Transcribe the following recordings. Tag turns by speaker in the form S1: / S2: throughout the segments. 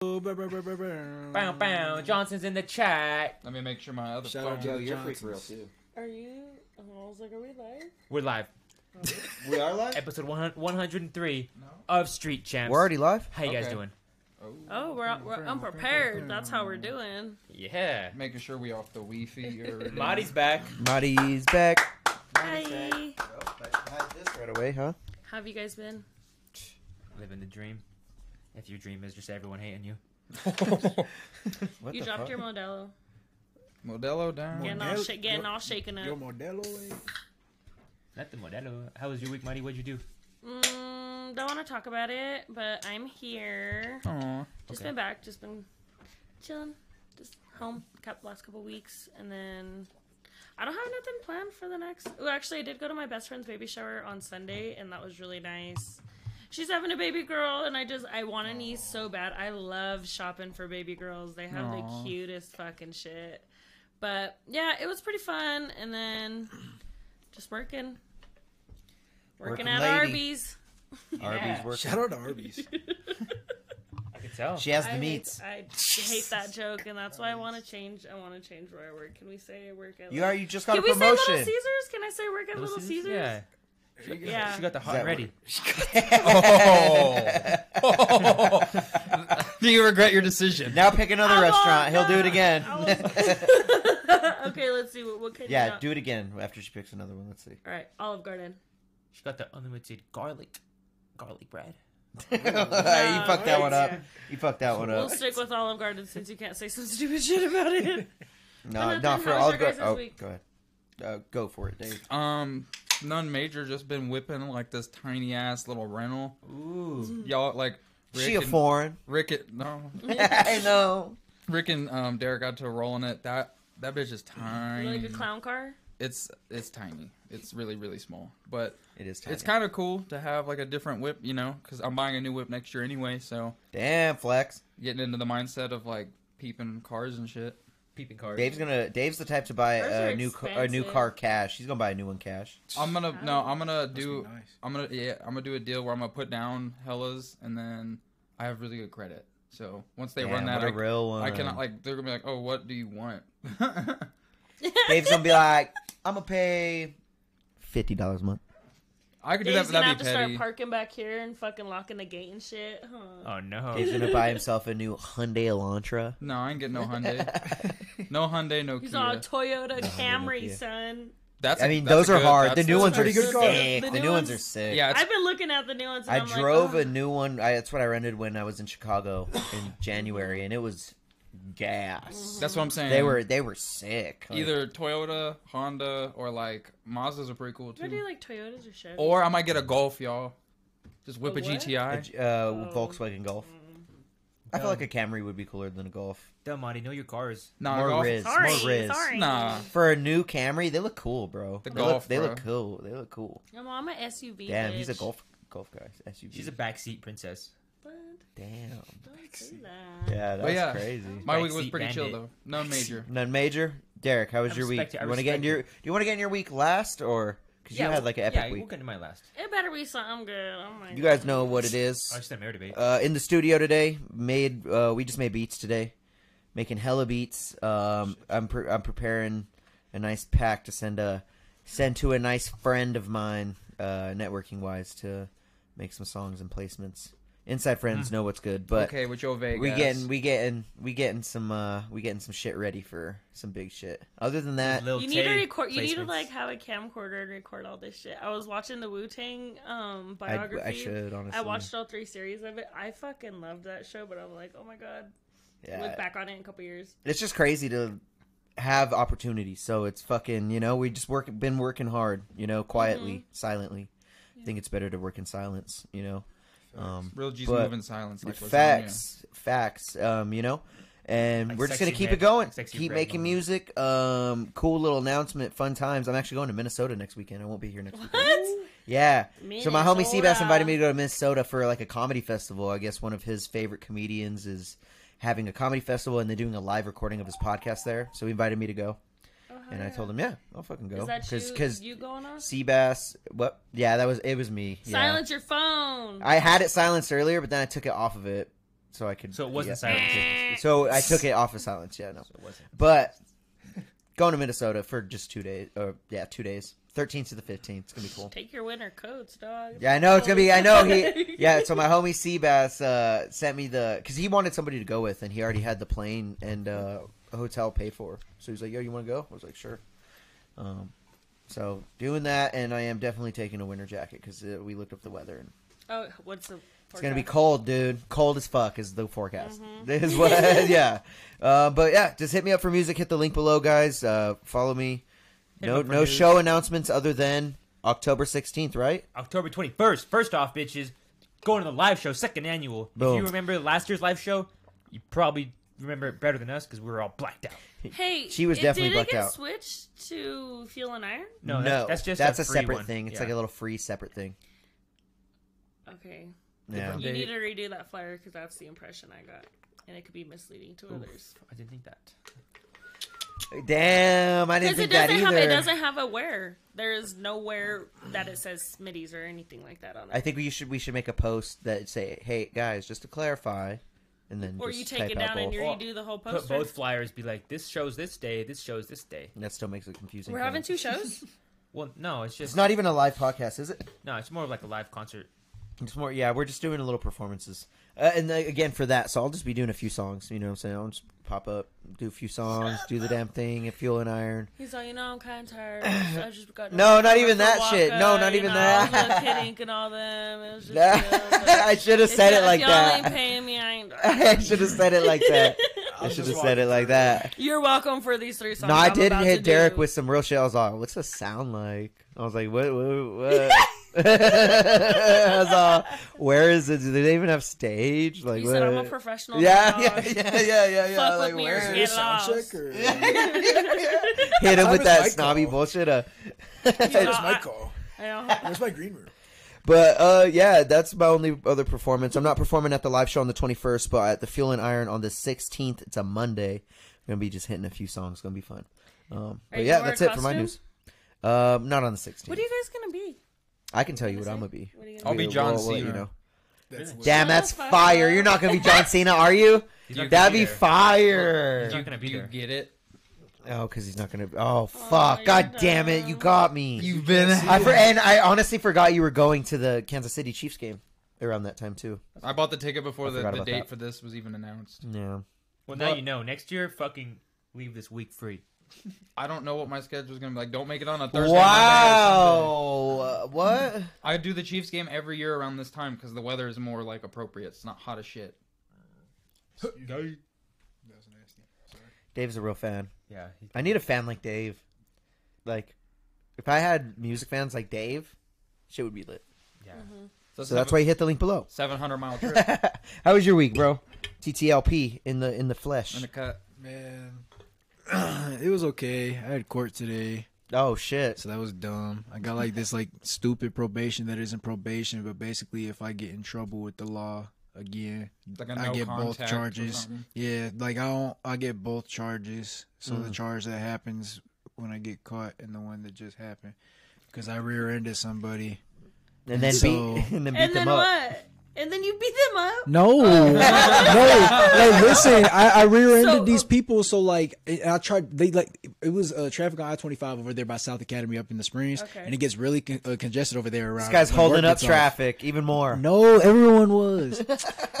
S1: brr, brr, brr, brr, brr.
S2: Bow bow. Johnson's in the chat.
S3: Let me make sure my other
S1: Shout
S3: phone.
S1: out
S4: Yo,
S1: to-
S4: you're freak real too.
S1: Johnson's.
S5: Are you? I was like, are we live?
S2: We're live.
S4: We are live.
S2: Episode 100 103
S3: No.
S2: of Street Champs.
S6: We're already live.
S2: How you guys
S3: Okay.
S2: doing?
S5: Oh, we're we're unprepared. That's how we're doing.
S2: Yeah.
S3: Making sure we off the Wi-Fi. or-
S2: Marty's back.
S6: Marty's back
S5: Hi.
S6: right away, huh?
S5: How have you guys been?
S2: Living the dream. If your dream is just everyone hating you.
S6: What
S5: you
S6: the
S5: dropped
S6: fuck?
S5: your Modelo.
S3: Modelo down.
S5: Getting all,
S1: Modelo?
S5: sha- getting all shaken
S1: Yo,
S5: up.
S1: Modelo. eh?
S2: Not the Modelo. How was your week, Marty? What'd you do?
S5: Mm, don't want to talk about it, but I'm here.
S3: Aw.
S5: Just
S2: Okay.
S5: been back. Just been chilling. Just home. Couple last couple weeks, and then I don't have nothing planned for the next. Oh, actually, I did go to my best friend's baby shower on Sunday, and that was really nice. She's having a baby girl, and I just I want a niece so bad. I love shopping for baby girls. They have
S3: Aw.
S5: the cutest fucking shit. But yeah, it was pretty fun, and then just working, working,
S6: Working
S5: at
S6: lady.
S5: Arby's.
S6: Arby's work.
S1: Shout out to Arby's.
S2: I can tell.
S6: She has
S5: I uh,
S6: the
S5: hate-
S6: meats.
S5: I hate that joke, and that's why I want to change. I want to change where I work. Can we say I work at?
S6: You
S5: like-
S6: are. You just got
S5: Can
S6: a
S5: we say Little
S6: promotion.
S5: Caesars? Can I say work at Little, Caesars?
S2: Yeah.
S5: Yeah.
S2: She got the hot
S6: that
S2: and ready.
S6: Oh.
S3: Do you regret your decision?
S6: now pick another
S5: I
S6: restaurant. He'll
S5: want
S6: do it
S5: that.
S6: again.
S5: I want- okay, let's see what what can.
S6: yeah, do it again after she picks another one. Let's see.
S5: All right, Olive Garden.
S2: She got the unlimited garlic. Garlic bread.
S6: you fucked that one up.
S5: yeah.
S6: You fucked that one
S5: We'll
S6: up.
S5: stick with Olive Garden since you can't say some stupid shit about it.
S6: No,
S5: Jonathan,
S6: no, for
S5: how's
S6: all.
S5: your
S6: Go,
S5: guys'
S6: oh,
S5: week?
S6: go ahead. Uh, go for it, Dave.
S3: Um, none major. Just been whipping like this tiny ass little rental.
S5: Mm.
S2: Ooh.
S3: Y'all like Rick
S6: she a
S3: and
S6: foreign.
S3: Rick and, no
S6: I know.
S3: Rick and um Derek got to rolling it. That that bitch is tiny.
S5: like a clown car.
S3: It's it's tiny. It's really really small. But
S6: It is. Tiny.
S3: it's kind of cool to have like a different whip. You know, because I'm buying a new whip next year anyway. So
S6: Damn, flex.
S3: getting into the mindset of like peeping cars and shit.
S2: Peeping cars.
S6: Dave's gonna. Dave's the type to buy
S5: Cars are
S6: a new ca- a new
S5: expensive.
S6: car cash. He's gonna buy a new one cash.
S3: I'm gonna no. I'm gonna
S1: be
S3: do.
S1: nice.
S3: I'm gonna yeah. I'm gonna do a deal where I'm gonna put down Hellas, and then I have really good credit. So once they
S6: Damn,
S3: run that,
S6: what a
S3: I,
S6: real one.
S3: I cannot like. They're gonna be like, oh, what do you want?
S6: Dave's gonna be like, I'm gonna pay fifty dollars a month.
S3: I could do
S5: Dave's
S3: that, but
S5: gonna
S3: that'd
S5: have
S3: be
S5: to start
S3: petty.
S5: parking back here and fucking locking the gate and shit. Huh.
S2: Oh no.
S6: Dave's gonna buy himself a new Hyundai Elantra.
S3: no, I ain't getting no Hyundai. No Hyundai, no
S5: He's
S3: Kia.
S5: on a Toyota Camry,
S6: Kia.
S5: son.
S3: that's.
S6: I mean,
S3: that's
S6: those
S3: a
S6: are
S3: good-
S6: hard. The
S3: that's-
S6: new
S3: those
S6: ones
S3: are
S6: are
S3: good
S6: sick.
S3: cars.
S5: The
S6: The
S5: new
S6: new ones are
S5: ones-
S6: sick.
S3: Yeah, it's,
S5: I've been looking at the new ones. And
S6: I
S5: am
S6: drove
S5: like, "Oh."
S6: a new one. I, that's what I rented when I was in Chicago in January, and it was gas.
S3: that's what I'm saying.
S6: They were they were sick. Like,
S3: either Toyota, Honda, or like Mazdas are pretty cool
S5: Do I do
S3: too.
S5: like Toyotas or Chevys?
S3: Or I might get a Golf, y'all. Just whip
S5: A
S3: a,
S5: what?
S6: a,
S3: GTI.
S6: J- uh, Volkswagen Golf. I feel
S2: Dumb.
S6: like a Camry would be cooler than a Golf.
S2: Dumb Marty, know your cars.
S3: Nah,
S6: More
S3: Golf.
S6: Riz.
S5: sorry,
S6: More Riz.
S5: sorry.
S3: Nah,
S6: For a new Camry, they look cool, bro.
S3: The
S6: they
S3: Golf,
S6: look, they
S3: bro.
S6: look cool. They look cool.
S5: No, I'm a SUV.
S6: Damn, he's a
S5: bitch.
S6: golf golf guy. SUV.
S2: She's a backseat princess.
S5: But
S2: Mm.
S6: Damn.
S5: don't say that.
S6: Yeah, that's
S3: But yeah.
S6: crazy.
S3: My
S2: Backseat
S3: week was pretty chill
S2: bandit.
S3: though. None major.
S6: None major. Derek, how was
S2: I
S6: your week?
S2: respect it, I
S6: You want to get
S2: respect
S6: into your? Do you want to get in your week last or? Because you had like an epic
S2: yeah,
S6: week.
S2: we'll get into my last.
S5: It better be something good. Oh my
S6: You guys know what it is.
S2: I just had a married debate.
S6: Uh, in the studio today, made uh, we just made beats today, making hella beats. Um, I'm pre- I'm preparing a nice pack to send a send to a nice friend of mine, uh, networking wise, to make some songs and placements. Inside friends
S5: Hmm.
S6: know what's good, but
S3: okay, with your Vegas.
S6: we getting we getting we getting some uh we getting some shit ready for some big shit. Other than that,
S2: Lil
S5: You need to
S2: Tay
S5: record. You need to
S2: placements.
S5: like have a camcorder and record all this shit. I was watching the Wu Tang um
S6: I,
S5: biography.
S6: I should honestly.
S5: I watched all three series of it. I fucking loved that show, but I'm like, oh my god,
S6: Yeah.
S5: look back on it in a couple years.
S6: It's just crazy to have opportunities. So it's fucking you know we just work been working hard you know quietly silently. I think it's better to work in silence you know. Um,
S3: Real G's
S6: But-
S3: move in silence. Like lasagna.
S6: facts, facts. Um, you know, and
S2: Like
S6: we're just gonna
S2: sexy
S6: keep
S2: red-
S6: it going.
S2: sexy
S6: keep
S2: red
S6: making
S2: moment.
S6: music. Um, cool little announcement. Fun times. I'm actually going to Minnesota next weekend. I won't be here next weekend.
S5: What? Oh,
S6: Yeah. So my homie
S5: Minnesota.
S6: Seabass invited me to go to Minnesota for like a comedy festival. I guess one of his favorite comedians is having a comedy festival and they're doing a live recording of his podcast there. So he invited me to go. And I told him, yeah, I'll fucking go.
S5: Oh, Is that you?
S6: Because
S5: you going on?
S6: Seabass, what? Yeah, that was, it was me. Yeah.
S5: Silence your phone.
S6: I had it silenced earlier, but then I took it off of it so I could.
S2: So it wasn't
S6: yeah.
S2: silent.
S6: So I took it off of silence. Yeah, no.
S2: So it wasn't.
S6: But going to Minnesota for just two days, or yeah, two days, 13th to the 15th. It's gonna be cool.
S5: Take your winter coats, dog.
S6: Yeah, I know it's gonna be. I know he. Yeah, so my homie Seabass uh, sent me the because he wanted somebody to go with, and he already had the plane and uh, hotel paid for. So he's like, "Yo, you want to go?" I was like, "Sure." Um, so doing that, and I am definitely taking a winter jacket because uh, we looked up the weather, and
S5: Oh, what's the?
S6: it's gonna be cold, dude. Cold as fuck is the forecast.
S2: Mm-hmm.
S6: Is what? yeah. Uh, but yeah, just hit me up for music. Hit the link below, guys. Uh, follow me.
S2: Hit me
S6: no,
S2: up for
S6: no
S2: news.
S6: show announcements other than October sixteenth, right?
S2: October 21st. First off, bitches, going to the live show, second annual.
S6: Boom.
S2: If you remember last year's live show, you probably remember it better than us because we were all blacked out.
S5: Hey,
S6: She was
S5: it
S6: definitely
S5: didn't
S6: blacked
S5: get
S6: out.
S5: switched to fuel and iron.
S2: No, that- that's just
S6: that's a,
S2: free
S6: separate
S2: one.
S6: thing. It's
S2: Yeah.
S6: like a little free separate thing.
S5: Okay,
S6: Yeah.
S5: you
S3: They-
S5: need to redo that flyer because that's the impression I got, and it could be misleading to others.
S2: I didn't think that.
S6: Damn, I didn't
S5: Because it
S6: think that
S5: doesn't
S6: either.
S5: have it doesn't have a where. There is nowhere that it says Smitty's or anything like that on it.
S6: I think we should we should make a post that say, "Hey guys, just to clarify," and then
S5: or
S6: just
S5: you take
S6: type
S5: it
S6: out
S5: down and
S6: both.
S5: you redo the whole
S2: Put
S5: poster.
S2: both flyers, be like, this shows this day, this shows this day.
S6: And that still makes it confusing.
S5: We're
S6: for
S5: having
S6: me.
S5: two shows.
S2: Well, no, it's just
S6: It's not e-, even a live podcast, is it?
S2: no, it's more of like a live concert.
S6: It's more. Yeah, we're just doing a little performances. Uh, and then, again, for that, so I'll just be doing a few songs. You know, what I'm saying I'll just pop up, do a few songs, do the damn thing, and fuel and iron.
S5: He's all, you know, I'm kind of tired. I just got
S6: No, not even
S5: Waka
S6: that shit. No, not
S5: you
S6: even
S5: know,
S6: that.
S5: Lil Kid Ink and all them. It was just, you know, it was like,
S6: I should have said
S5: if
S6: it
S5: y'all-
S6: like
S5: if y'all Ain't
S6: that.
S5: paying me. I ain't.
S6: I should have said it like that. I should have said it like that.
S5: You're welcome for these three songs.
S6: No, I
S5: I'm
S6: did
S5: about to
S6: hit Derek
S5: do.
S6: with some real shit. I was like, "What's this sound like?" I was like, "What? What?" what? I was all, "Where is it? Do they even have stage?" Like,
S5: You said I'm a
S6: what?"
S5: professional.
S6: Yeah,
S5: dog.
S6: yeah, yeah, yeah, yeah, yeah.
S5: Fuck with
S6: like,
S5: me or
S6: where
S5: get
S6: is-
S5: it
S1: sound
S5: lost.
S1: check or
S6: Hit him
S1: How
S6: with
S1: does
S6: that
S1: my
S6: snobby
S1: call?
S6: bullshit. Uh,
S5: know,
S1: Where's my
S5: I-
S1: call?
S5: I know.
S1: Where's my green room?
S6: but uh, yeah, that's my only other performance. I'm not performing at the live show on the 21st, but at the Fuel and Iron on the 16th. It's a Monday. I'm gonna be just hitting a few songs. Gonna be fun. Um,
S5: you
S6: but yeah,
S5: gonna wear
S6: that's
S5: a
S6: it for my
S5: costume?
S6: news. Um, not on the 16th.
S5: What are you guys gonna be?
S6: I can tell you what
S5: Gonna say?
S6: I'm gonna be.
S5: What are you
S3: I'll
S5: gonna
S3: be
S6: We-
S3: John
S6: we'll let
S3: Cena.
S1: That's lit.
S6: Damn,
S5: Shut
S6: that's
S5: the fuck
S6: fire.
S5: up.
S6: You're not gonna be John Cena, are you?
S2: He's not gonna
S6: That'd
S2: be
S6: be
S2: there. He's
S6: fire.
S2: not gonna be
S3: Do you
S2: there.
S3: get it?
S6: Oh, because he's not gonna. Oh, fuck. God damn it. You got me.
S3: You've been.
S6: I for, and I honestly forgot you were going to the Kansas City Chiefs game around that time too.
S3: I bought the ticket before
S6: I
S3: the,
S6: forgot
S3: the
S6: about
S3: date
S6: that.
S3: for this was even announced.
S6: Yeah.
S2: Well, now
S3: But-
S2: you know. Next year, fucking leave this week free.
S3: I don't know what my schedule's gonna be like. Don't make it on a Thursday. Monday, or Sunday.
S6: Wow. Uh, What?
S3: I do the Chiefs game every year around this time because the weather is more like appropriate. It's not hot as shit.
S1: That was nasty.
S6: Dave's a real fan.
S2: Yeah, he-
S6: I need a fan like Dave. Like, if I had music fans like Dave, shit would be lit.
S2: yeah.
S6: So that's why you hit the link below.
S3: seven hundred mile trip
S6: How was your week, bro? TTLP in the in the
S3: in
S6: flesh.
S3: a cut.
S1: Man, it was okay. I had court today,
S6: Oh shit.
S1: so that was dumb. I got like this like stupid probation that isn't probation, but basically, if I get in trouble with the law again,
S3: Like a
S1: I
S3: no
S1: get both
S3: contact or
S1: charges.
S3: something.
S1: Yeah, like I don't. I get both charges. So
S3: Mm.
S1: the charge that happens when I get caught, and the one that just happened, because I rear-ended somebody.
S6: And then
S1: So-
S6: beat and then beat
S5: And
S6: them
S5: then
S6: up.
S5: what? And then you beat them up.
S1: No, no. Like, listen, I, I rear-ended
S5: So-
S3: uh,
S1: these people. So like, I- I tried. They like it was uh, traffic on I twenty five over there by South Academy up in the Springs,
S5: Okay.
S1: and it gets really con- uh, congested over there around.
S6: This guy's
S1: when work
S6: holding up
S1: gets off.
S6: traffic even more.
S1: No, everyone was,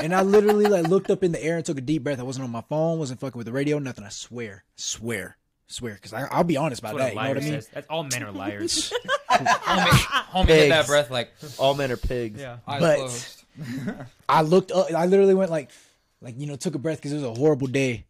S1: and I literally like looked up in the air and took a deep breath. I wasn't on my phone, wasn't fucking with the radio, nothing. I swear, swear, swear, because I'll be honest
S2: That's
S1: about that. You
S2: what a
S1: know what
S2: liar
S1: I mean?
S2: says. That's all men are liars.
S3: Homie hit that
S6: Pigs.
S3: breath like
S6: All men are pigs.
S3: eyes
S1: But-
S3: closed.
S1: I looked up. I literally went like, like you know, took a breath because it was a horrible day,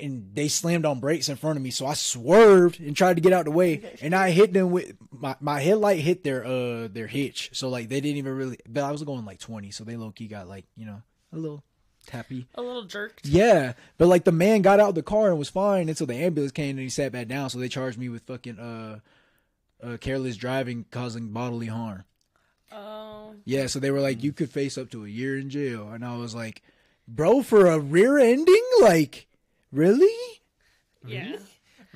S1: and they slammed on brakes in front of me. So I swerved and tried to get out the way, and I hit them with my my headlight hit their uh their hitch. So like they didn't even really. But I was going like twenty, so they low key got like you know a little tappy.
S5: A little jerked.
S1: Yeah, but like the man got out of the car and was fine until the ambulance came and he sat back down. So they charged me with fucking uh, uh careless driving causing bodily harm.
S5: Oh,
S1: Yeah, so they were like, you could face up to a year in jail, and I was like, bro, for a rear ending, like, really?
S5: yeah.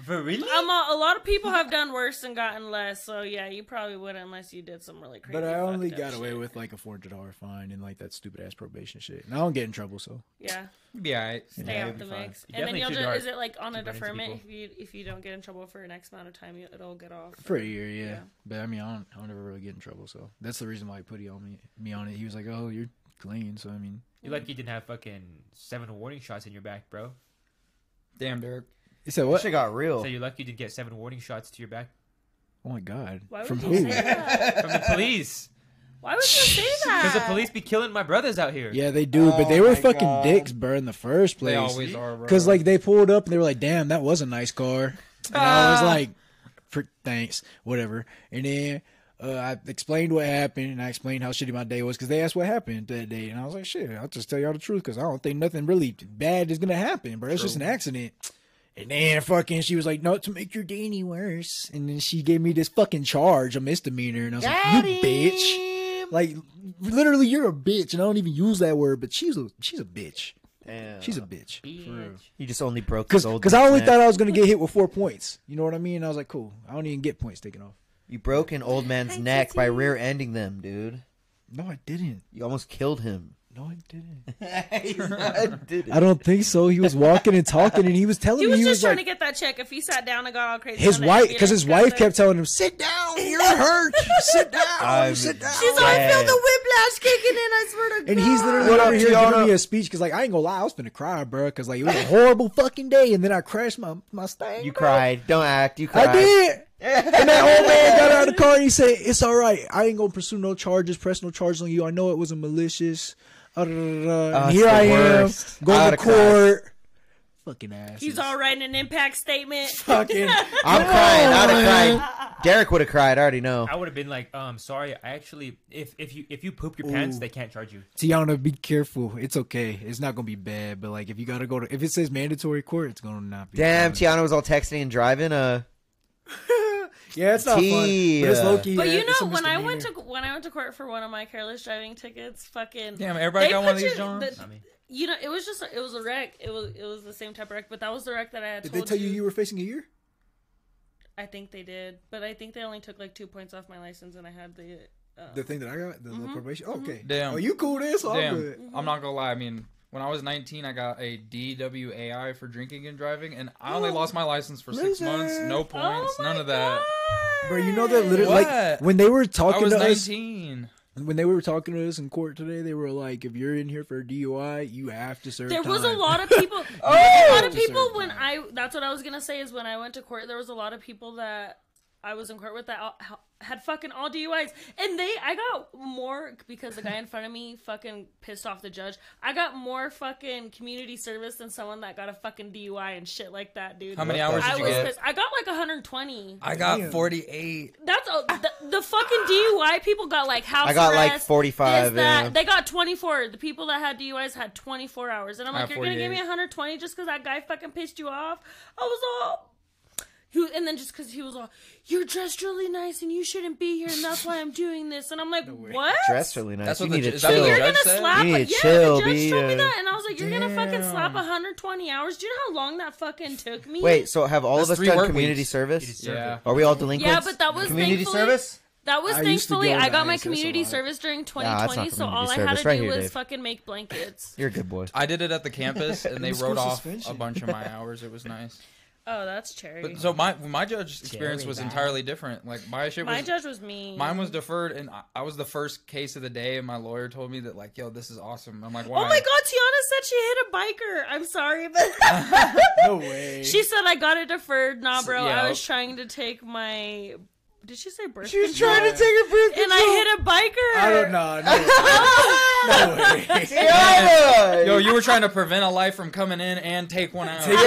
S2: For really?
S5: I'm a, a lot of people have done worse and gotten less, so yeah, you probably would unless you did some really crazy.
S1: But I only
S5: fucked up
S1: got away
S5: shit.
S1: with like a four hundred dollar fine and like that stupid ass probation shit. And I don't get in trouble, so
S5: yeah.
S3: Yeah, I,
S5: Stay
S1: Yeah,
S5: out
S1: it'd
S5: the
S1: be fine.
S5: mix,
S2: You
S5: and then
S2: definitely
S5: you'll
S2: should
S5: just
S2: start
S5: is it like on
S2: to run
S5: a
S2: into
S5: deferment if
S2: people.
S5: you if you don't get in trouble for an X amount of time, you, it'll get off.
S1: for a year, yeah.
S5: Yeah.
S1: But I mean, I don't, I don't ever really get in trouble, so that's the reason why he put he on me, me on it. He was like, "Oh, you're clean," so I mean,
S2: You're lucky you didn't have fucking seven warning shots in your back, bro.
S3: damn Derek.
S1: he said,
S6: What?
S1: "What?
S6: Shit got real.
S2: So you're lucky you didn't get seven warning shots to your back
S1: Oh my god,
S5: Why would
S1: from
S5: you
S1: who?"
S5: say that?
S2: from the police.
S5: Why would you say that?
S2: Because the police be killing my brothers out here.
S1: Yeah, they do, but they
S4: Oh
S1: were
S4: my
S1: fucking
S4: God.
S1: dicks, bro, in the first
S3: They
S1: place.
S3: always are, bro.
S1: Because like they pulled up and they were like, "Damn, that was a nice car," and I was like, "Fr- "Thanks, whatever." And then uh, I explained what happened and I explained how shitty my day was because they asked what happened that day, and I was like, "Shit, I'll just tell y'all the truth because I don't think nothing really bad is gonna happen, bro. It's just an accident." And then fucking she was like, "No, to make your day any worse," and then she gave me this fucking charge, a misdemeanor, and I was like, "You bitch." Like literally, you're a bitch, and I don't even use that word, but she's a she's a bitch.
S6: Damn.
S1: She's a bitch.
S6: You just only broke
S1: Cause,
S6: his old.
S1: cause I only
S6: man's
S1: thought I was gonna get hit with four points. You know what I mean? And I was like, cool. I don't even get points taken off.
S6: You broke an old man's
S5: Hi,
S6: neck by
S5: Kitty.
S6: rear ending them, dude.
S1: No, I didn't.
S6: You almost killed him.
S1: No, I didn't.
S6: Did it.
S1: I don't think so. He was walking and talking, and he was telling
S5: He
S1: me
S5: was
S1: he
S5: just
S1: was
S5: trying
S1: like
S5: to get that check. If he sat down and got all crazy,
S1: his
S5: on that,
S1: wife,
S5: he'd be
S1: because
S5: like,
S1: his wife
S5: "Brother."
S1: kept telling him, "Sit down, you're hurt. Sit down,
S6: I'm
S1: sit down."
S5: She's like, I feel
S6: dead.
S5: the whiplash kicking in. I swear to God.
S1: and he's literally
S6: What up,
S1: over here
S6: Tiana?
S1: giving me a speech because, like, I ain't gonna lie, I was finna cry, bro. Because like it was a horrible fucking day, and then I crashed my my stand.
S6: You
S1: bro.
S6: cried. Don't act. You cried.
S1: I did. and that old man got out of the car and he said, It's all right. I ain't going to pursue no charges, press no charges on you. I know it was a malicious. Uh, da, da, da, da."
S6: Oh,
S1: and
S6: it's
S1: here
S6: the
S1: I am,
S6: worst.
S1: going
S6: Outta
S1: to court. Fucking ass.
S5: He's all writing an impact statement.
S1: fucking.
S6: I'm crying. I'd have cried. Derek would have cried. I already know.
S2: I would have been like, um, sorry, I actually, if if you if you poop your pants,
S1: Ooh.
S2: they can't charge you.
S1: Tiana, be careful. It's okay. It's not going to be bad, but like if you got to go to, if it says mandatory court, it's going to not be
S6: Damn,
S1: fun.
S6: Tiana was all texting and driving. Uh,
S1: Yeah, it's not fun. But it's
S6: Tia.
S1: low key.
S5: But you know, when I went to when I went to court for one of my careless driving tickets, fucking
S3: Damn, everybody
S5: They
S3: got one of
S5: put
S3: these,
S5: you-
S3: John.
S5: the-
S2: I mean,
S5: you know, it was just a- it was a wreck. It was it was the same type of wreck, but that was the wreck that I had.
S1: Did they
S5: told
S1: tell you you were facing a year?
S5: I think they did, but I think they only took like two points off my license, and I had the. Uh,
S1: The thing that I got? The the probation?
S5: Mm-hmm.
S1: Oh, okay.
S3: Damn.
S1: Oh, you cool then? So I'm
S3: Damn,
S1: good.
S3: I'm not gonna lie. I mean, when I was 19, I got a DWAI for drinking and driving, and I only lost my license for six
S1: Loser.
S3: months. No points,
S5: Oh. my
S3: none of that.
S5: God!
S1: Bro, you know that literally, like
S3: What?
S1: when they were
S3: I
S1: talking
S3: was
S1: to us,
S3: 19.
S1: when they were talking to us in court today, they were like, "If you're in here for a DUI, you have to serve."
S5: There was a
S1: time."
S5: lot of people. There was
S3: Oh!
S5: a lot of
S1: Deserve
S5: people when
S1: time.
S5: I. That's what I was gonna say is when I went to court. There was a lot of people that I was in court with that all- had fucking all DUIs, and they. I got more because the guy in front of me fucking pissed off the judge. I got more fucking community service than someone that got a fucking DUI and shit like that, dude.
S3: How many
S6: What the
S3: hours
S5: I
S3: did you
S5: was.
S3: get?
S5: Pissed. I got like 120.
S3: I got
S1: Damn.
S3: 48.
S5: That's a, the, the fucking DUI people got like house
S6: I got like
S5: arrest,
S6: 45.
S5: this, that.
S6: yeah.
S5: They got 24. The people that had DUIs had 24 hours. And I'm
S3: I
S5: like,
S3: had
S5: you're going to give me
S3: 48.
S5: 120 just because that guy fucking pissed you off? I was all. He, was- and then just because he was all, you're dressed really nice and you shouldn't be here and that's why I'm doing this. And I'm like, what?
S6: Dressed really nice.
S3: That's
S6: you
S3: what the-
S6: need to
S3: is that what
S6: chill.
S3: the
S5: You're
S3: judge
S5: gonna
S3: said?
S5: slap.
S6: You
S5: Yeah,
S6: need to chill,
S5: the judge
S6: be,
S5: told me
S6: uh,
S5: that, and I was like, "You're gonna fucking slap
S1: damn.
S5: 120 hours." Do you know how long that fucking took me?
S6: Wait, so have all of
S3: That's
S6: us
S3: three
S6: done
S3: work
S6: community
S3: weeks.
S2: you
S6: service?
S2: deserve
S3: Yeah.
S2: it.
S6: Are we all delinquents?
S5: but that was
S6: community
S5: thankfully-
S6: service.
S5: That was
S1: I used to
S5: thankfully
S1: go
S5: I got my
S1: nice, that's a
S5: community
S1: lot.
S5: service during
S6: not
S5: 2020, so
S6: community
S5: all I had
S6: service.
S5: to
S6: Right
S5: do
S6: here,
S5: was
S6: Dave.
S5: fucking make blankets.
S6: You're a good boy.
S3: I did it at the campus, and they
S1: It was
S3: wrote
S1: school
S3: off a
S1: suspension.
S3: bunch of my hours. It was nice.
S5: Oh, that's cherry.
S3: But so my my judge experience
S2: Jerry
S3: was
S2: Brown.
S3: entirely different. Like my shit
S5: my
S3: was
S5: judge was me.
S3: mine was deferred, and I, I was the first case of the day. And my lawyer told me that like, yo, this is awesome. I'm like, why?
S5: Oh my god, Tiana said she hit a biker. I'm sorry, but
S1: No way.
S5: she said I got it deferred. Nah,
S3: So-
S5: bro,
S3: yeah.
S5: I was trying to take my. Did she say birth?
S6: She was
S5: control?
S6: trying to take her birth
S5: And I hit a biker.
S1: I don't know. No, no way.
S6: Tiana!
S3: Yo, you were trying to prevent a life from coming in and take one out.
S1: Take
S6: yeah,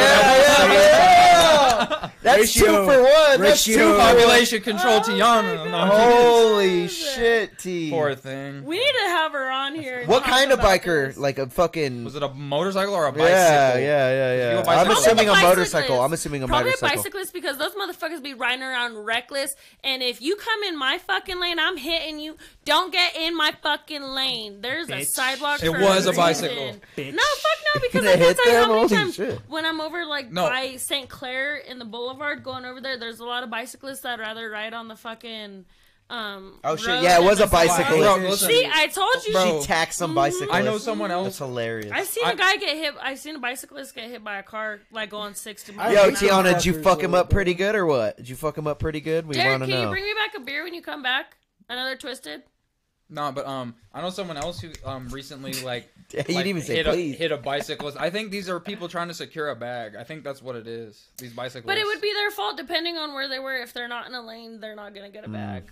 S6: yeah, yeah. That's two
S1: Ratio.
S6: for one. That's two
S1: Ratio.
S6: for one.
S3: Population control,
S5: Oh
S3: Tiana.
S5: my
S3: No,
S5: God.
S6: Holy shit, T.
S3: poor thing.
S5: We need to have her on here. and
S6: What
S5: talk
S6: kind of
S5: about
S6: biker?
S5: this.
S6: Like a fucking.
S3: Was it a motorcycle or a bicycle?
S6: yeah, yeah, yeah,
S3: You
S6: yeah.
S3: a bicycle?
S6: I'm
S3: Probably
S6: assuming
S5: the
S6: a motorcycle.
S5: bicyclist.
S6: I'm assuming a
S5: Probably
S6: motorcycle.
S5: a bicyclist because those motherfuckers be riding around reckless. And if you come in my fucking lane, I'm hitting you. Don't get in my fucking lane. There's a
S2: Bitch.
S5: sidewalk.
S3: It
S5: for
S3: was
S5: a
S3: a bicycle.
S5: reason.
S2: Bitch.
S5: No, fuck no, because I
S6: They
S5: can't
S6: hit
S5: tell you
S6: them?
S5: how many
S6: Holy
S5: times
S6: shit.
S5: when I'm over like
S3: No.
S5: by St. Clair in the boulevard going over there, there's a lot of bicyclists that rather ride on the fucking. Um,
S6: Oh, shit,
S5: road
S6: yeah, it
S5: and
S6: was a
S5: the side.
S6: bicyclist.
S3: Bro, listen.
S5: See, I told you.
S3: Bro,
S6: She taxed some bicyclist.
S3: I know someone
S6: That's
S3: else.
S6: hilarious.
S5: I've seen
S3: I-
S5: a guy get hit. I've seen a bicyclist get hit by a car like going sixty. miles
S6: Yo,
S5: an hour.
S6: Tiana, did you
S1: Fuckers,
S6: fuck him
S1: uh,
S6: up pretty good or what? Did you fuck him up pretty good? We
S5: Derek,
S6: want to
S5: can you
S6: know.
S5: bring me back a beer when you come back? Another twisted.
S3: No, but um, I know someone else who um recently like
S6: You didn't
S3: like,
S6: even say
S3: hit
S6: please.
S3: A, hit a bicyclist. I think these are people trying to secure a bag. I think that's what it is. These bicyclists.
S5: But it would be their fault depending on where they were. If they're not in a lane, they're not gonna
S6: Hmm.
S5: get a bag.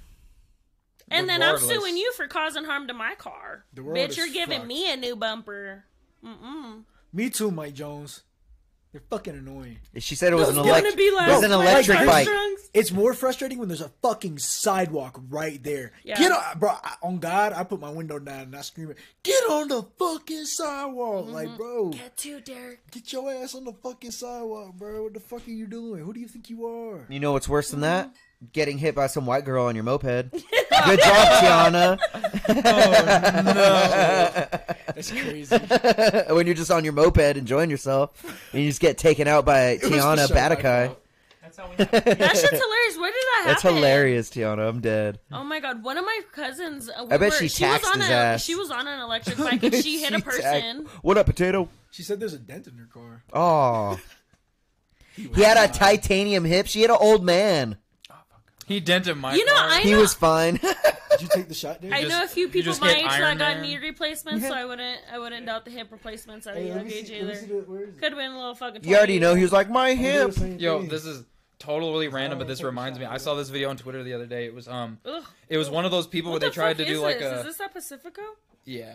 S5: And then I'm
S3: Regardless.
S5: suing you for causing harm to my car.
S1: The world
S5: Bitch,
S1: is
S5: you're giving
S1: fucked.
S5: me a new bumper. Mm-mm.
S1: Me too, Mike Jones. They're fucking annoying.
S6: She said it was an,
S5: Those
S6: elect-
S5: gonna be like-
S6: it was an
S5: like
S6: electric
S5: Armstrongs?
S6: bike.
S1: It's more frustrating when there's a fucking sidewalk right there.
S5: Yeah.
S1: Get on, bro. I, on God, I put my window down and I scream it. Get on the fucking sidewalk,
S5: Mm-hmm.
S1: like, bro.
S5: Get to Derek.
S1: Get your ass on the fucking sidewalk, bro. What the fuck are you doing? Who do you think you are?
S6: You know what's worse than that? Getting hit by some white girl on your moped. Good job, Tiana.
S1: That's crazy.
S6: when you're just on your moped enjoying yourself, and you just get taken out by
S1: was for
S6: Tiana
S1: sure my
S6: Batakai.
S1: fault.
S2: That's how we have it.
S5: That shit's hilarious. Where did that happen?
S6: That's hilarious, Tiana. I'm dead.
S5: Oh my god, one of my cousins. Uh,
S6: I bet
S5: were-
S6: she taxed
S5: was on
S6: his
S5: a,
S6: ass.
S5: She was on an electric bike and she hit a
S6: She
S5: person.
S6: tagged- What up, potato?
S1: She said there's a dent in her car.
S6: Oh. He had a titanium hip. She had an old man.
S3: He dented my.
S5: You know,
S3: car.
S5: I
S6: He
S5: know,
S6: was fine.
S1: Did you take the shot there?
S5: I
S3: just-
S5: know a few
S3: you
S5: people
S3: just
S5: my
S3: hit
S5: age that
S3: Iron
S5: got
S3: Man.
S5: knee replacements, so I wouldn't, I wouldn't doubt the hip replacements at a
S1: Hey, let
S5: young
S1: me
S5: age
S1: see- let me
S5: either.
S1: see
S5: Could
S1: the- where is it?
S5: have been a little fucking.
S6: you
S5: 20.
S6: already know. He was like, my
S1: I'm doing
S6: hip.
S1: the same
S3: Yo,
S1: thing.
S3: this is totally random, but this
S5: Oh,
S3: reminds me. I saw this video on Twitter the other day. It was um,
S5: Ugh.
S3: it was one of those people
S5: What
S3: where
S5: the
S3: they tried
S5: fuck
S3: to do
S5: is
S3: like uh,
S5: this?
S3: a
S5: Is this that Pacifico?
S3: yeah.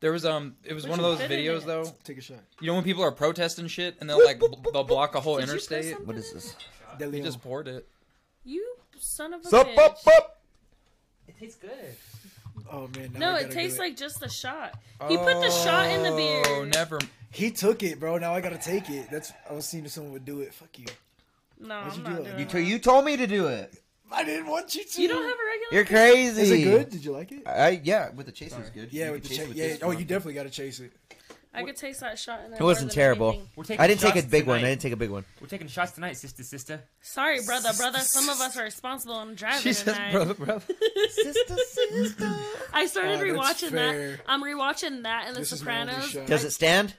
S3: There was um, it was
S5: Would
S3: one of
S5: you
S3: those
S5: fit in
S3: videos
S5: it?
S3: though.
S1: Take a shot.
S3: You know when people are protesting shit and they'll like bl- they'll block a whole
S5: Did you press
S3: interstate.
S5: something
S6: What is
S5: in
S6: this?
S1: De
S3: He
S1: Leon.
S3: just poured it.
S5: it? You son of a
S6: Sup,
S5: bitch.
S6: up, up.
S2: It tastes good.
S1: Oh man. now
S5: No,
S1: I
S5: it
S1: gotta
S5: tastes
S1: do
S5: like just the shot. He put the shot in the beer.
S3: Oh, never.
S1: He took it, bro. Now I gotta take it. That's I was seeing if someone would do it. Fuck you.
S5: No,
S1: What'd
S5: I'm
S1: you do?
S5: not doing
S6: You,
S5: that.
S6: t- you told me to do it.
S1: I didn't want you to.
S5: You don't have a regular.
S6: You're crazy.
S1: Is it good? Did you like it?
S6: I, yeah, with the chase it was good.
S1: Yeah,
S6: You
S1: with
S6: could
S1: the
S6: chase
S1: cha-
S6: it with
S1: yeah.
S6: this
S1: Oh,
S6: one.
S1: you definitely gotta chase it.
S5: I could taste that shot in there.
S6: It
S5: more
S6: wasn't
S5: than
S6: terrible.
S5: anything.
S2: We're taking
S6: I didn't take a
S2: shots
S6: big one. I
S2: tonight.
S6: didn't take a big one.
S2: We're taking shots tonight, sister, sister.
S5: Sorry, brother, brother. Some of us are responsible in driving
S3: She says,
S5: tonight.
S3: brother, brother.
S6: sister, sister.
S5: I started
S1: Oh, that's
S5: rewatching
S1: fair.
S5: that. I'm rewatching that and The
S1: This is my only
S5: Sopranos.
S1: shot.
S6: Does it stand?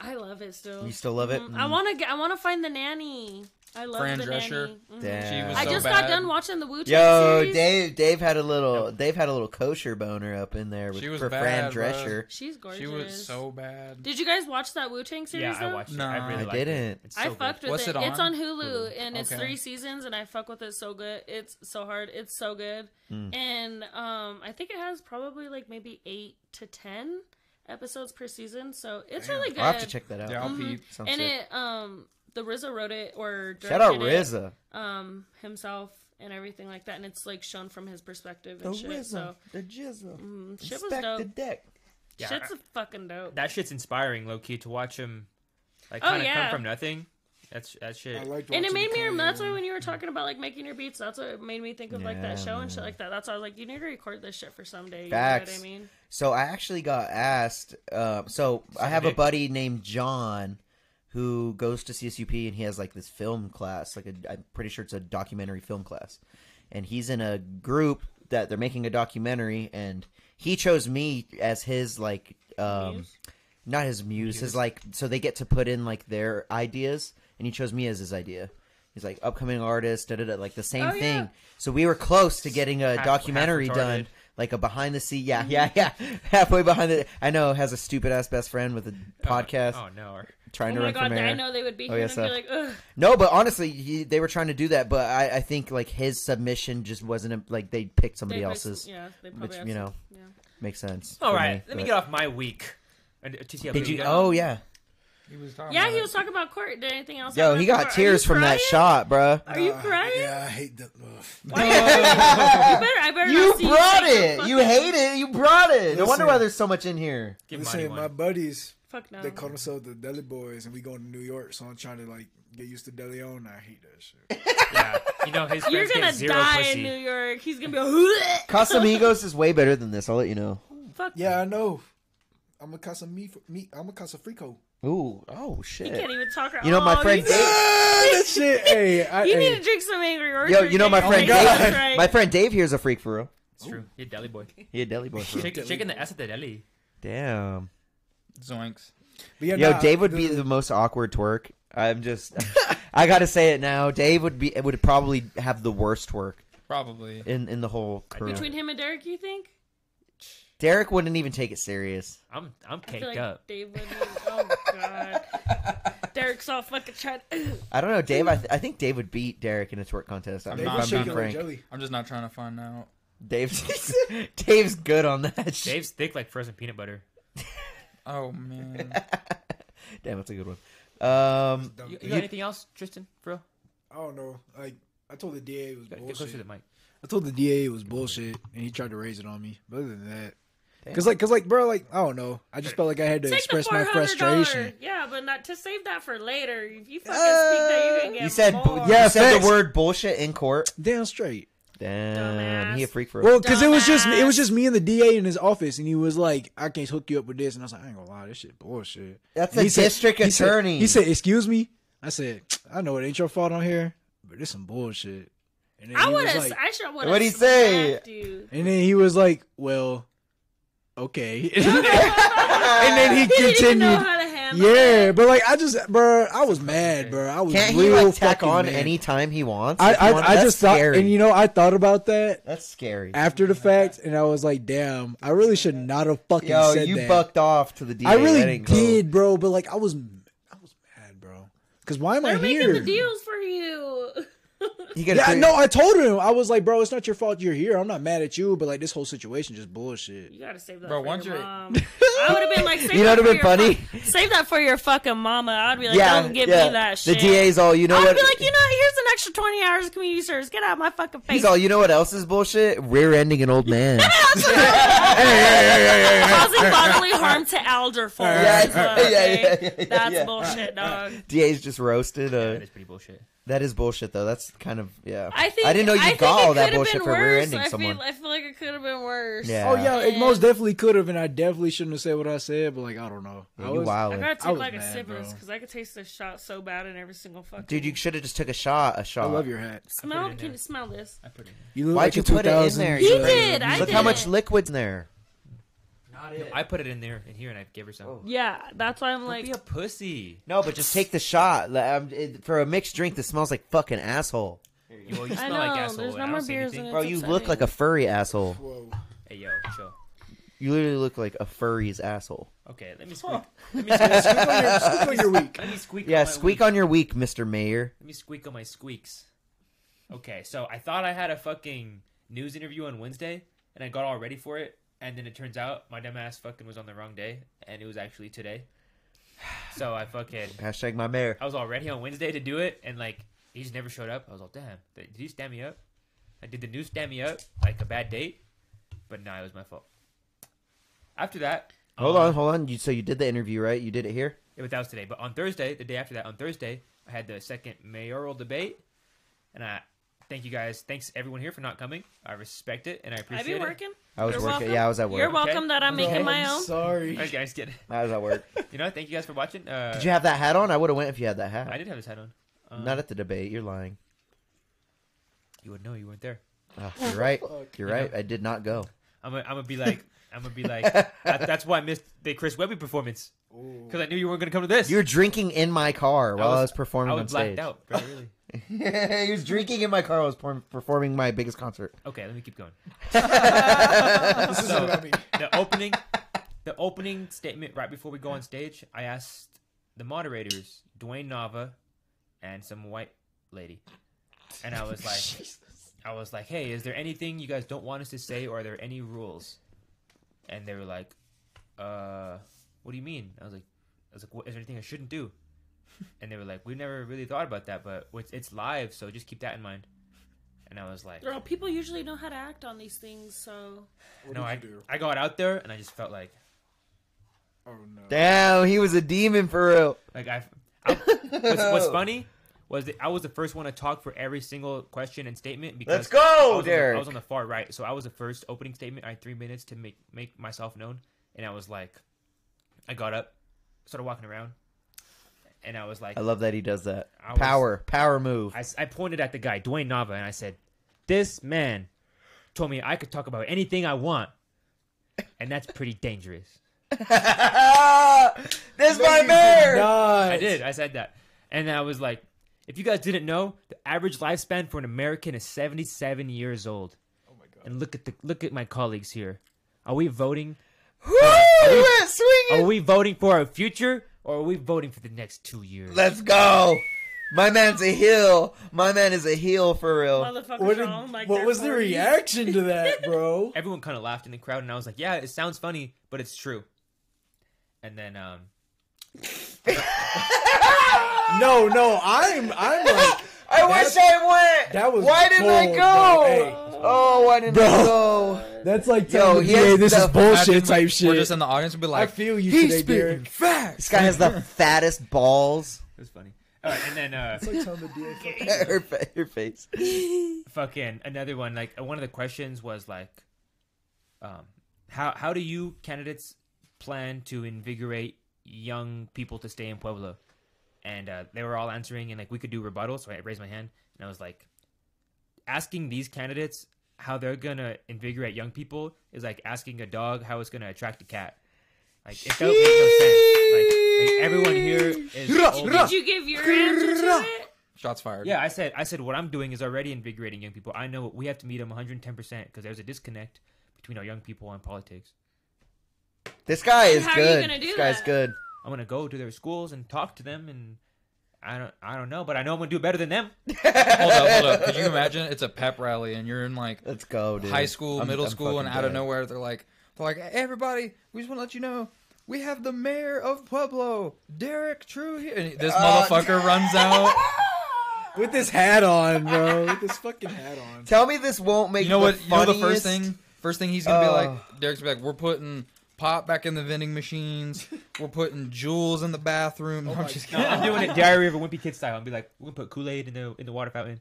S5: I love it still.
S6: You still love it?
S5: Mm, I want to get. I want to find the nanny. I love
S3: Fran
S5: the
S3: Drescher.
S5: nanny. Mhm.
S6: Damn.
S3: She was
S5: I
S3: so
S5: just
S3: bad.
S5: got done watching the Wu Tang
S6: Yo,
S5: series.
S6: Dave. Dave had a little. Dave had a little kosher boner up in there with
S3: She was
S6: for Fran
S3: bad, bro.
S6: Drescher.
S5: She's gorgeous.
S3: She was so bad.
S5: Did you guys watch that Wu Tang series?
S2: Yeah, I
S5: though?
S2: watched
S3: No.
S2: it. I really
S6: I
S2: liked
S6: didn't.
S2: it. It's so
S5: I
S2: good.
S5: fucked with
S3: What's
S5: it.
S3: it
S5: It's
S3: on?
S5: on Hulu and it's
S3: Okay.
S5: three seasons and I fuck with it so good. It's so hard. It's so good.
S6: Mm.
S5: And um I think it has probably like maybe 8 to 10 episodes per season. So it's really good.
S6: I'll have to check that out.
S3: Yeah, I'll
S5: Mhm.
S3: peep.
S6: Sounds
S5: And
S6: sick.
S5: it um the RZA wrote it or
S6: Shout out
S5: directed it,
S6: RZA.
S5: um himself and everything like that and it's like shown from his perspective and shit. So
S6: the Jizzle.
S5: mm, shit was dope.
S6: deck.
S2: Yeah,
S5: Shit's
S2: I-
S5: fucking dope.
S2: That shit's inspiring, low key, to watch him like
S5: Oh,
S2: kind of
S5: yeah.
S2: come from nothing. That's that shit.
S1: I liked
S5: and it
S1: watching
S5: made
S1: the
S5: me
S1: Kanye
S5: remember that's why
S1: one.
S5: when you were talking about like making your beats that's what it made me think of like that
S6: Yeah,
S5: show and shit like that that's why i was like you need to record this shit for someday you know
S6: Facts.
S5: what i mean
S6: So I actually got asked. Uh, so I have a
S2: dick.
S6: buddy named John who goes to CSUP and he has like this film class. Like a, I'm pretty sure it's a documentary film class, and he's in a group that they're making a documentary, and he chose me as his like um,
S5: Muse?
S6: not his muse, his like. So they get to put in like their ideas, and he chose me as his idea. He's like upcoming artist, da da da, like the same
S5: Oh, yeah.
S6: thing. So we were close to getting a
S2: half
S6: documentary
S2: retarded.
S6: done like a behind the scene.
S2: Mm-hmm.
S6: Yeah, yeah, yeah. Halfway behind the. I know has a stupid ass best friend with a podcast
S2: Oh no.
S6: trying
S5: oh
S6: to
S5: my
S6: run
S5: god
S6: for
S5: i
S6: mayor.
S5: know they would be
S6: Oh,
S5: here
S6: yes,
S5: and
S6: uh,
S5: be like ugh
S6: No, but honestly, he, they were trying to do that. But I, I think like his submission just wasn't a, like they picked
S5: They
S6: somebody
S5: probably-
S6: else's.
S5: yeah they probably
S6: Which
S5: have
S6: you
S5: some-
S6: know
S5: yeah.
S6: makes sense.
S2: All
S6: for
S2: right, let me
S6: but-
S2: get off my week. And, uh, TCL,
S6: Did
S2: we
S6: you?
S2: got-
S6: Oh yeah.
S3: He was talking
S5: yeah
S3: about
S5: he
S3: it.
S5: was talking about court did anything else
S6: Yo,
S5: happen
S6: he
S5: after
S6: got
S5: court? Are
S6: tears
S5: you
S6: from that
S5: crying?
S6: shot, bruh.
S5: are you
S1: Uh,
S5: crying
S1: Yeah, I hate that. Ugh.
S5: Why- you better, I better
S6: You
S5: not see
S6: brought
S5: take
S6: it.
S5: no
S6: You
S5: fucking-
S6: hate it. You brought it. No wonder
S1: Listen.
S6: why there's so much in here.
S2: Give
S1: Listen,
S2: Monty one.
S1: my buddies,
S5: fuck no
S1: they call themselves the Deli Boys, and we going to New York, so I'm trying to like get used to Deli on. I hate that shit.
S2: yeah. You know his
S5: you're
S2: friends
S5: gonna
S2: get zero
S5: die in
S2: pussy.
S5: new york he's gonna be a
S6: Casamigos is way better than this. I'll let you know.
S5: fuck
S1: Yeah, I know. I'm a casa me, me I'm a casa frico.
S6: Ooh, oh
S5: You
S6: shit.
S5: can't even talk.
S6: You know, my
S5: oh,
S6: friend
S5: You,
S6: Dave-
S1: Ah, that shit. Hey, I,
S5: you
S1: hey.
S5: need to drink some angry orchard.
S6: Yo, you know my
S5: Dave.
S6: friend
S5: That's
S1: God.
S6: Dave.
S5: right.
S6: My friend Dave here's a freak for real.
S2: It's true. You're deli boy.
S6: He a deli boy. For real.
S2: Chick- chicken the ass at the deli.
S6: Damn.
S3: Zoinks.
S1: But yeah,
S6: Yo,
S1: nah,
S6: Dave would
S1: the-
S6: be the most awkward twerk. I'm just, I gotta say it now. Dave would be would probably have the worst twerk
S3: Probably.
S6: in in the whole crew.
S5: Uh, Between him and Derek, you think?
S6: Derek wouldn't even take it serious.
S2: I'm I'm
S5: I feel
S2: caked
S5: like
S2: up.
S5: Dave would. be- Oh god. Derek's all fucking trying.
S6: I don't know, Dave. I, th- I think Dave would beat Derek in a twerk contest. I'm,
S3: Dave
S6: if
S3: would
S6: I'm
S3: shake
S6: being
S3: it like
S6: frank.
S1: jelly.
S3: I'm just not trying to find out.
S6: Dave's Dave's good on that. Shit.
S2: Dave's thick like frozen peanut butter.
S3: Oh man.
S6: Damn, that's a good one. Um,
S2: You, you got
S1: You-
S2: anything else, Tristan? For real?
S1: I don't know. Like I told the DA it was
S2: Get closer to the
S1: bullshit.
S2: mic.
S1: I told the DA it was bullshit, and he tried to raise it on me. But other than that, because like, cause like, bro, like I don't know. I just felt like I had to
S5: Take the
S1: express
S5: four
S1: my
S5: hundred dollars.
S1: frustration.
S5: Yeah, but not to save that for later. If you fucking speak that, you can get
S6: Uh, you said
S5: more.
S6: bu- you said
S1: thanks.
S6: the word bullshit in court.
S1: Damn straight.
S6: Damn,
S5: Dumbass.
S6: he a freak for real.
S1: Well, because it was just it was
S5: Dumbass.
S1: just me and the DA in his office, and he was like, "I can't hook you up with this," and I was like, "I ain't gonna lie, this shit bullshit."
S6: That's
S1: And
S6: the
S1: he said-
S6: district
S1: he said-
S6: attorney.
S1: He said, "Excuse me." I said, "I know it ain't your fault on here, but this some bullshit." And then
S5: I
S1: he
S5: would
S1: was
S5: have.
S1: like,
S5: I should would.
S6: What'd he say?
S1: and then he was like, "Well, okay," and then he continued. Yeah, but like I just, bro, I was mad, bro. I was
S6: Can't he
S1: real
S6: like tack
S1: fucking
S6: on
S1: mad.
S6: any time he wants?
S1: I
S6: if he
S1: I,
S6: wants?
S1: I
S6: That's
S1: just thought,
S6: scary.
S1: and you know, I thought about that
S6: That's scary.
S1: after the fact, and I was like, damn, I really should not have fucking
S6: Yo,
S1: said
S6: you
S1: that.
S6: bucked off to the DA.
S1: I
S6: That
S1: really
S6: ain't cool.
S1: did, bro. But like, I was, I was mad, bro. Because why am
S5: They're
S1: I
S5: making
S1: here?
S5: the deals for you.
S6: You gotta
S1: Yeah,
S6: figure-
S1: no, I told him. I was like, bro, it's not your fault you're here. I'm not mad at you, but like this whole situation just bullshit.
S5: You gotta save that
S3: Bro,
S5: for
S3: once
S5: your
S3: you're-
S5: mom. I would have been like, save
S6: You know
S5: that
S6: what would've
S5: for
S6: been
S5: your
S6: funny?
S5: fu- save that for your fucking mama. I'd be like,
S6: yeah,
S5: don't give
S6: yeah.
S5: me that shit.
S6: The DA's all. You know
S5: I would
S6: what?
S5: be like, you know, what? here's an extra twenty hours of community service. Get out of my fucking face.
S6: He's all. You know what else is bullshit? Rear-ending an old man.
S5: Causing bodily harm to elder folks.
S6: Yeah, yeah,
S5: okay?
S6: yeah, yeah, yeah,
S5: That's
S6: yeah.
S5: bullshit, dog.
S6: DA's just roasted. Uh,
S2: That is pretty bullshit.
S6: that is bullshit, though. That's kind of yeah.
S5: I think
S6: I didn't know you
S5: I think
S6: got
S5: it
S6: all that
S5: could've
S6: bullshit
S5: been
S6: for
S5: worse.
S6: rear-ending
S5: I
S6: someone.
S5: Feel, I feel like it could have been worse.
S6: Yeah.
S1: Oh yeah, it
S5: Yeah.
S1: most definitely could have, and I definitely shouldn't have said what I said. But like, I don't know.
S6: Yeah,
S1: I
S6: you
S1: was-
S5: I
S6: wildin'.
S5: gotta
S1: I
S5: take
S1: was
S5: like a
S1: mad,
S5: sip of
S1: bro.
S5: this because I could taste this shot so bad in every single fucking.
S6: Dude, you should have just took a shot. A
S1: I
S6: shot.
S1: love your hat.
S5: smell.
S2: Put it in
S5: Can
S2: there.
S5: you smell this?
S2: I put it. in.
S1: You look
S6: Why'd
S1: like
S6: you
S1: a
S6: put it in
S1: 2000
S6: there?
S5: He
S6: You
S5: did. I
S6: Look
S5: did.
S6: how much liquid's in there.
S2: No, I put it in there in here and I gave her
S6: Oh.
S2: some.
S5: Yeah, that's why I'm
S2: Don't
S5: like.
S2: be a pussy.
S6: No, but just take the shot. Like, um, it- For a mixed drink that smells like fucking asshole.
S2: You, well, you
S5: I
S2: smell like
S5: know,
S2: asshole.
S5: there's
S2: and
S5: no
S2: I don't
S5: more
S2: say
S5: beers
S2: anything.
S5: in
S6: Bro,
S5: That's
S6: you look like a furry asshole.
S2: Hey yo, chill.
S6: You literally look like a furry's asshole.
S2: Okay, let me squeak.
S1: squeak on your, squeak on your week.
S2: Let me squeak.
S6: Yeah,
S2: on my
S6: squeak
S2: week.
S6: on your week, Mr. Mayor.
S2: Let me squeak on my squeaks. Okay, so I thought I had a fucking news interview on Wednesday, and I got all ready for it, and then it turns out my dumbass fucking was on the wrong day, and it was actually today. So I fucking
S6: Hashtag my mayor.
S2: I was all ready on Wednesday to do it, and like he just never showed up. I was like, damn, did you stand me up? Like, did the news stand me up like a bad date? But nah, it was my fault. After that,
S6: Hold
S2: um,
S6: on, hold on. You, so you did the interview, right? You did it here?
S2: Yeah, but that was today. But on Thursday, the day after that, on Thursday, I had the second mayoral debate, and I thank you guys. Thanks everyone here for not coming. I respect it and I
S5: I
S2: appreciate it.
S5: be working.
S6: I was
S5: You're
S6: working.
S5: welcome.
S6: Yeah, I was at work.
S5: You're welcome
S2: Okay.
S5: that I'm making
S2: Okay.
S5: my
S1: I'm
S5: own.
S1: Sorry.
S2: All right, guys, get it.
S6: I was at work.
S2: You know, thank you guys for watching. Uh,
S6: Did you have that hat on? I would have went if you had that
S2: I
S6: hat.
S2: did have this hat on. Um,
S6: Not at the debate. You're lying.
S2: you would know you weren't there.
S6: Ah, you're right. You're
S2: You know.
S6: right. I did not go.
S2: I'm gonna, I'm gonna be like, I'm gonna be like, that, that's why I missed the Chris Webby performance because I knew you weren't gonna come to this.
S6: You were drinking in my car while I was, performing
S2: I was
S6: on
S2: blacked
S6: stage.
S2: out, bro. Really.
S6: he was drinking in my car. while I was perform- performing my biggest concert.
S2: Okay, let me keep going.
S1: This is
S2: So-
S1: what I mean.
S2: the opening the opening statement right before we go on stage i asked the moderators dwayne nava and some white lady and i was like i was like hey is there anything you guys don't want us to say or are there any rules and they were like uh what do you mean i was like i was like what, is there anything i shouldn't do and they were like we never really thought about that but it's, it's live so just keep that in mind and i was like
S5: Girl, people usually know how to act on these things, so
S2: no I, I got out there and i just felt like
S1: Oh no.
S6: Damn, he was a demon for real.
S2: Like I, I what's, what's funny was that I was the first one to talk for every single question and statement because
S6: Let's go,
S2: I was, on the, I
S6: Derek.
S2: was on the far right, so I was the first opening statement. I had three minutes to make make myself known, and I was like, I got up, started walking around, and I was like,
S6: I love that he does that.
S2: I was-
S6: power, power move.
S2: I, s- I pointed at the guy, Dwayne Nava, and I said, This man told me I could talk about anything I want. And that's pretty dangerous.
S6: Ah! this my bear.
S2: I did. I said that. And I was like, if you guys didn't know, the average lifespan for an American is 77 years old. Oh my god. And look at the look at my colleagues here. Are we voting?
S6: Woo!
S2: Are
S6: Swinging.
S2: we voting for our future or are we voting for the next 2 years?
S6: Let's go. My man's a heel. My man is a heel for real.
S5: Motherfuckers
S1: What, did-
S5: wrong. Like
S1: what
S5: they're
S1: was the
S5: 40s.
S1: reaction to that, bro?
S2: Everyone kind of laughed in the crowd and I was like, yeah, it sounds funny, but it's true. And then um
S1: no, no, I'm, I'm like,
S6: I
S1: That's-
S6: I went.
S1: that was bold, bro.
S6: Oh, why didn't I
S1: Bro.
S6: go?
S1: that's like,
S6: Yo,
S1: telling
S6: he
S1: the
S6: has
S1: VA this
S6: the-
S1: is bullshit
S3: Imagine
S1: type
S3: We're
S1: shit.
S3: just in the audience and be
S1: I
S3: like,
S1: feel you
S3: he's
S1: today,
S3: spitting
S1: Derek.
S3: facts.
S6: This guy has the fattest balls.
S2: it was funny. All right, and then uh
S1: It's like telling the DA fuck
S6: her, fa- her face.
S2: fucking another one like one of the questions was like um how how do you candidates plan to invigorate young people to stay in pueblo and uh, they were all answering and like we could do rebuttal so i raised my hand and i was like asking these candidates how they're gonna invigorate young people is like asking a dog how it's gonna attract a cat like it don't make no sense like, like everyone here is old.
S5: Did you give your answer to it?
S3: Shots fired.
S2: Yeah, I said, I said, what I'm doing is already invigorating young people. I know we have to meet them 110 percent because there's a disconnect between our young people and politics.
S6: This guy is
S5: How are you
S6: good.
S5: gonna do
S6: this guy's
S5: that?
S6: good.
S2: I'm gonna go to their schools and talk to them, and I don't, I don't know, but I know I'm gonna do better than them.
S3: hold up, hold up. Could you imagine? It's a pep rally, and you're in like
S6: Let's go, dude.
S3: high school,
S6: I'm-
S3: middle
S6: I'm
S3: school, and
S6: fucking
S3: out of
S6: dead.
S3: nowhere, they're like, they're like, "Hey, everybody, we just want to let you know we have the mayor of Pueblo, Derek True here. And this
S6: Uh,
S3: motherfucker runs out.
S1: With this hat on, bro. With this fucking hat on.
S6: Tell me this won't make
S3: You know
S6: the
S3: what? You know the first
S6: funniest-
S3: thing. First thing he's gonna be
S6: Oh.
S3: like, Derek's gonna be like, we're putting pop back in the vending machines. we're putting jewels in the bathroom.
S6: Oh
S3: No, I'm just
S2: No,
S3: kidding.
S2: I'm doing it Diary of a Wimpy Kid style. I'll be like, we're gonna put Kool-Aid in the in the water fountain.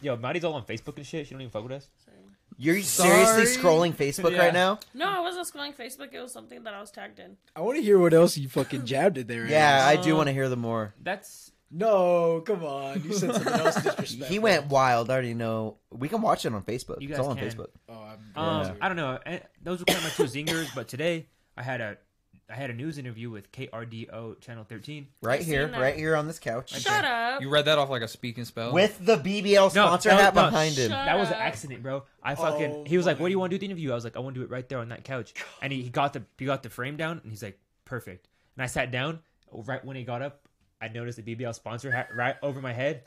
S2: Yo, Maddie's all on Facebook and shit. She don't even fuck with us.
S6: You're
S3: Sorry.
S6: seriously scrolling Facebook
S2: Yeah.
S6: right now?
S5: No, I wasn't scrolling Facebook. It was something that I was tagged in.
S1: I want to hear what else you fucking jabbed at there.
S6: Yeah,
S1: Alex.
S6: I do want to hear the more.
S2: That's
S1: No, come on. You said something else disrespectful.
S6: He went wild. I already know. We can watch it on Facebook.
S2: You
S6: It's
S2: guys
S6: all on
S2: can.
S6: Facebook.
S1: Oh, I'm
S2: Um,
S1: yeah.
S2: I don't know. I, those were kind of my two zingers, but today I had a I had a news interview with KRDO Channel 13.
S6: Right
S5: I've
S6: here,
S5: seen that.
S6: right here on this couch.
S5: Shut up.
S3: You read that off like a speak and spell.
S6: With the BBL
S2: No,
S6: sponsor
S2: no,
S6: hat
S2: no.
S6: behind him.
S5: Shut
S2: That was an
S5: up.
S2: accident, bro. I fucking.
S1: Oh
S2: he was like, "What do you
S1: my-
S2: want to do at the interview?" I was like, "I want to do it right there on that couch." And he, he got the he got the frame down, and he's like, "Perfect." And I sat down. Right when he got up, I noticed the BBL sponsor hat right over my head.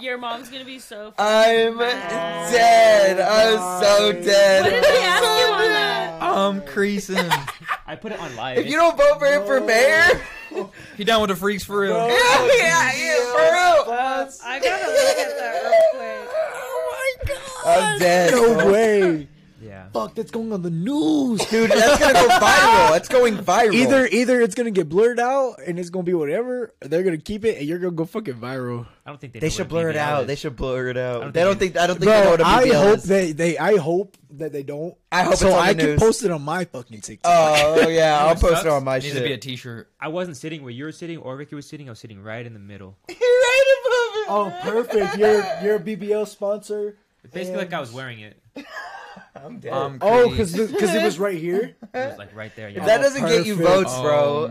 S5: Your mom's gonna be so. F-
S6: I'm dead. I'm so dead.
S5: what did they ask you on that?
S3: I'm creasing.
S2: I put it on live.
S6: If you don't vote for him for mayor,
S3: he down with the freaks for real.
S1: Bro.
S6: yeah, yeah, yeah, for real.
S5: I gotta look at that real quick.
S6: Oh my god. I'm dead.
S1: No way.
S2: yeah.
S1: Oh. Fuck, that's going on the news.
S6: Dude, that's gonna go viral. That's going viral.
S1: Either either it's gonna get blurred out and it's gonna be whatever, or they're gonna keep it and you're gonna go fucking viral.
S2: I don't think they.
S6: they
S2: know
S6: should
S2: what a
S6: blur it
S2: BBL
S6: out.
S2: is.
S6: They should blur it out.
S2: don't
S6: They don't
S2: think
S6: think. I don't think they know
S1: Bro,
S6: what a
S1: I
S6: BBL
S1: hope
S6: is.
S1: they, they I hope that they don't.
S6: I hope
S1: so
S6: it's on
S1: I
S6: the
S1: can
S6: news.
S1: post it on my fucking TikTok.
S6: Oh yeah, I'll post
S2: sucks?
S6: it on my
S3: It needs to be a
S6: shit.
S3: t-shirt.
S2: I wasn't sitting where you were sitting or Ricky was sitting. I was sitting right in the middle.
S6: right above
S1: oh, perfect. You're you're a BBL sponsor.
S2: It's basically like I was wearing it.
S6: I'm dead.
S3: I'm
S1: Oh,
S3: creased.
S1: because because it was right here.
S2: It was like right there.
S6: If
S2: Yeah.
S6: that doesn't get you
S1: perfect.
S6: votes, bro,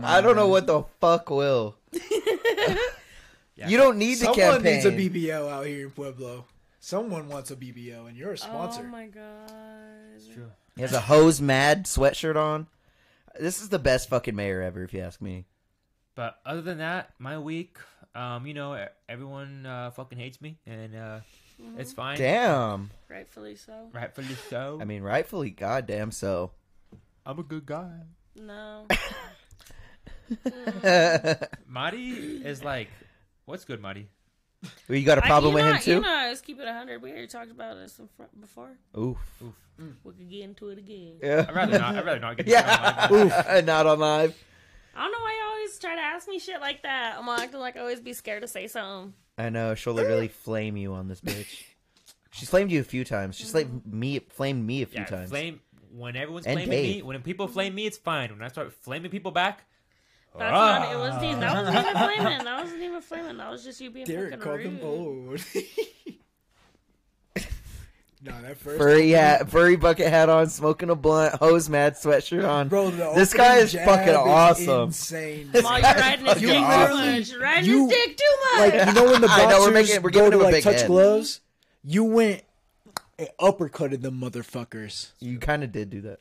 S3: Oh,
S6: I don't know
S3: man.
S6: what the fuck will.
S2: Yeah.
S6: You don't need the
S1: Someone
S6: campaign.
S1: needs a BBL out here in Pueblo. Someone wants a BBL, and you're a sponsor.
S5: Oh my god.
S2: True.
S6: He has a hose mad sweatshirt on. This is the best fucking mayor ever, if you ask me.
S2: But other than that, my week, um, you know, e- everyone uh, fucking hates me, and uh, it's fine.
S6: Mm-hmm. Damn.
S5: Rightfully so.
S2: Rightfully so.
S6: I mean, rightfully, goddamn so.
S2: I'm a good guy.
S5: No.
S6: well,
S2: Marty is like, what's good, Marty?
S6: you got a problem
S5: I,
S6: with
S5: Uh, you
S6: him
S5: know,
S6: too?
S5: You know, I just keep it 100. We already talked about this in front before.
S6: Oof.
S5: We could get into it again.
S2: I'd
S6: Yeah.
S2: rather not. I'd rather not get.
S6: Yeah. Oof. Not on live.
S5: I don't know why you always try to ask me shit like that. I'm acting like I always be scared to say something.
S6: I know she'll literally flame you on this bitch. She's flamed you a few times. She's flamed me, flamed me a few
S2: Yeah,
S6: times.
S2: flame. when everyone's
S6: And
S2: flaming
S6: Dave.
S2: me, when people flame me, it's fine. When I start flaming people back,
S5: That's not. It wasn't. even- That wasn't even
S6: Ah.
S5: flaming. That wasn't even flaming. That was just you being
S1: Derek
S5: fucking
S1: called
S5: rude.
S1: him old. nah, that first
S6: Furry hat, furry bucket hat on, smoking a blunt, hose mad sweatshirt on.
S1: Bro, the
S6: This
S1: opening
S6: guy is
S1: jab
S6: fucking
S1: is
S6: awesome.
S1: Insane.
S5: Ma, you're riding his
S6: fucking
S5: dick too
S1: awesome.
S5: much. You're riding
S1: You-
S5: his dick too much.
S1: like you know when the
S6: I
S1: boxers
S6: know, we're making- we're
S1: go
S6: giving
S1: to
S6: him a
S1: like
S6: big
S1: touch
S6: head.
S1: gloves, you went and uppercutted them motherfuckers.
S6: You kind of did do that.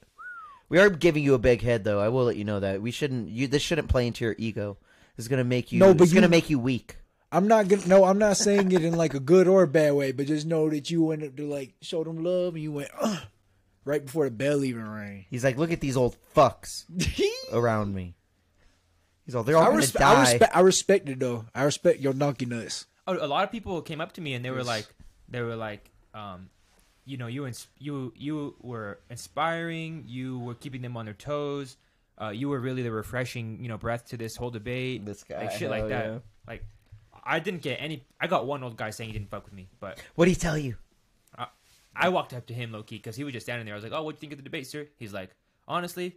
S6: We are giving you a big head, though. I will let you know that we shouldn't. You this shouldn't play into your ego. This is gonna make you.
S1: No,
S6: No,
S1: but
S6: but it's gonna
S1: you-
S6: make you weak.
S1: I'm not gonna. No, I'm not saying it in like a good or a bad way, but just know that you went up to like show them love and you went "Ugh," right before the bell even rang.
S6: He's like, look at these old fucks around me. He's all, they're all
S1: I,
S6: gonna
S1: respe- I,
S6: die.
S1: respe- I respect it though. I respect your donkey nuts.
S2: oh, a, a lot of people came up to me and they were like, they were like, um, you know, you ins- you you were inspiring. You were keeping them on their toes. Uh, you were really the refreshing, you know, breath to this whole debate.
S6: This
S2: like
S6: guy,
S2: shit like
S6: hell
S2: that.
S6: yeah.
S2: Like, I didn't get any. I got one old guy saying he didn't fuck with me, but
S6: what do he tell you?
S2: I, I walked up to him low key because he was just standing there. I was like, "Oh, what do you think of the debate, sir?" He's like, "Honestly,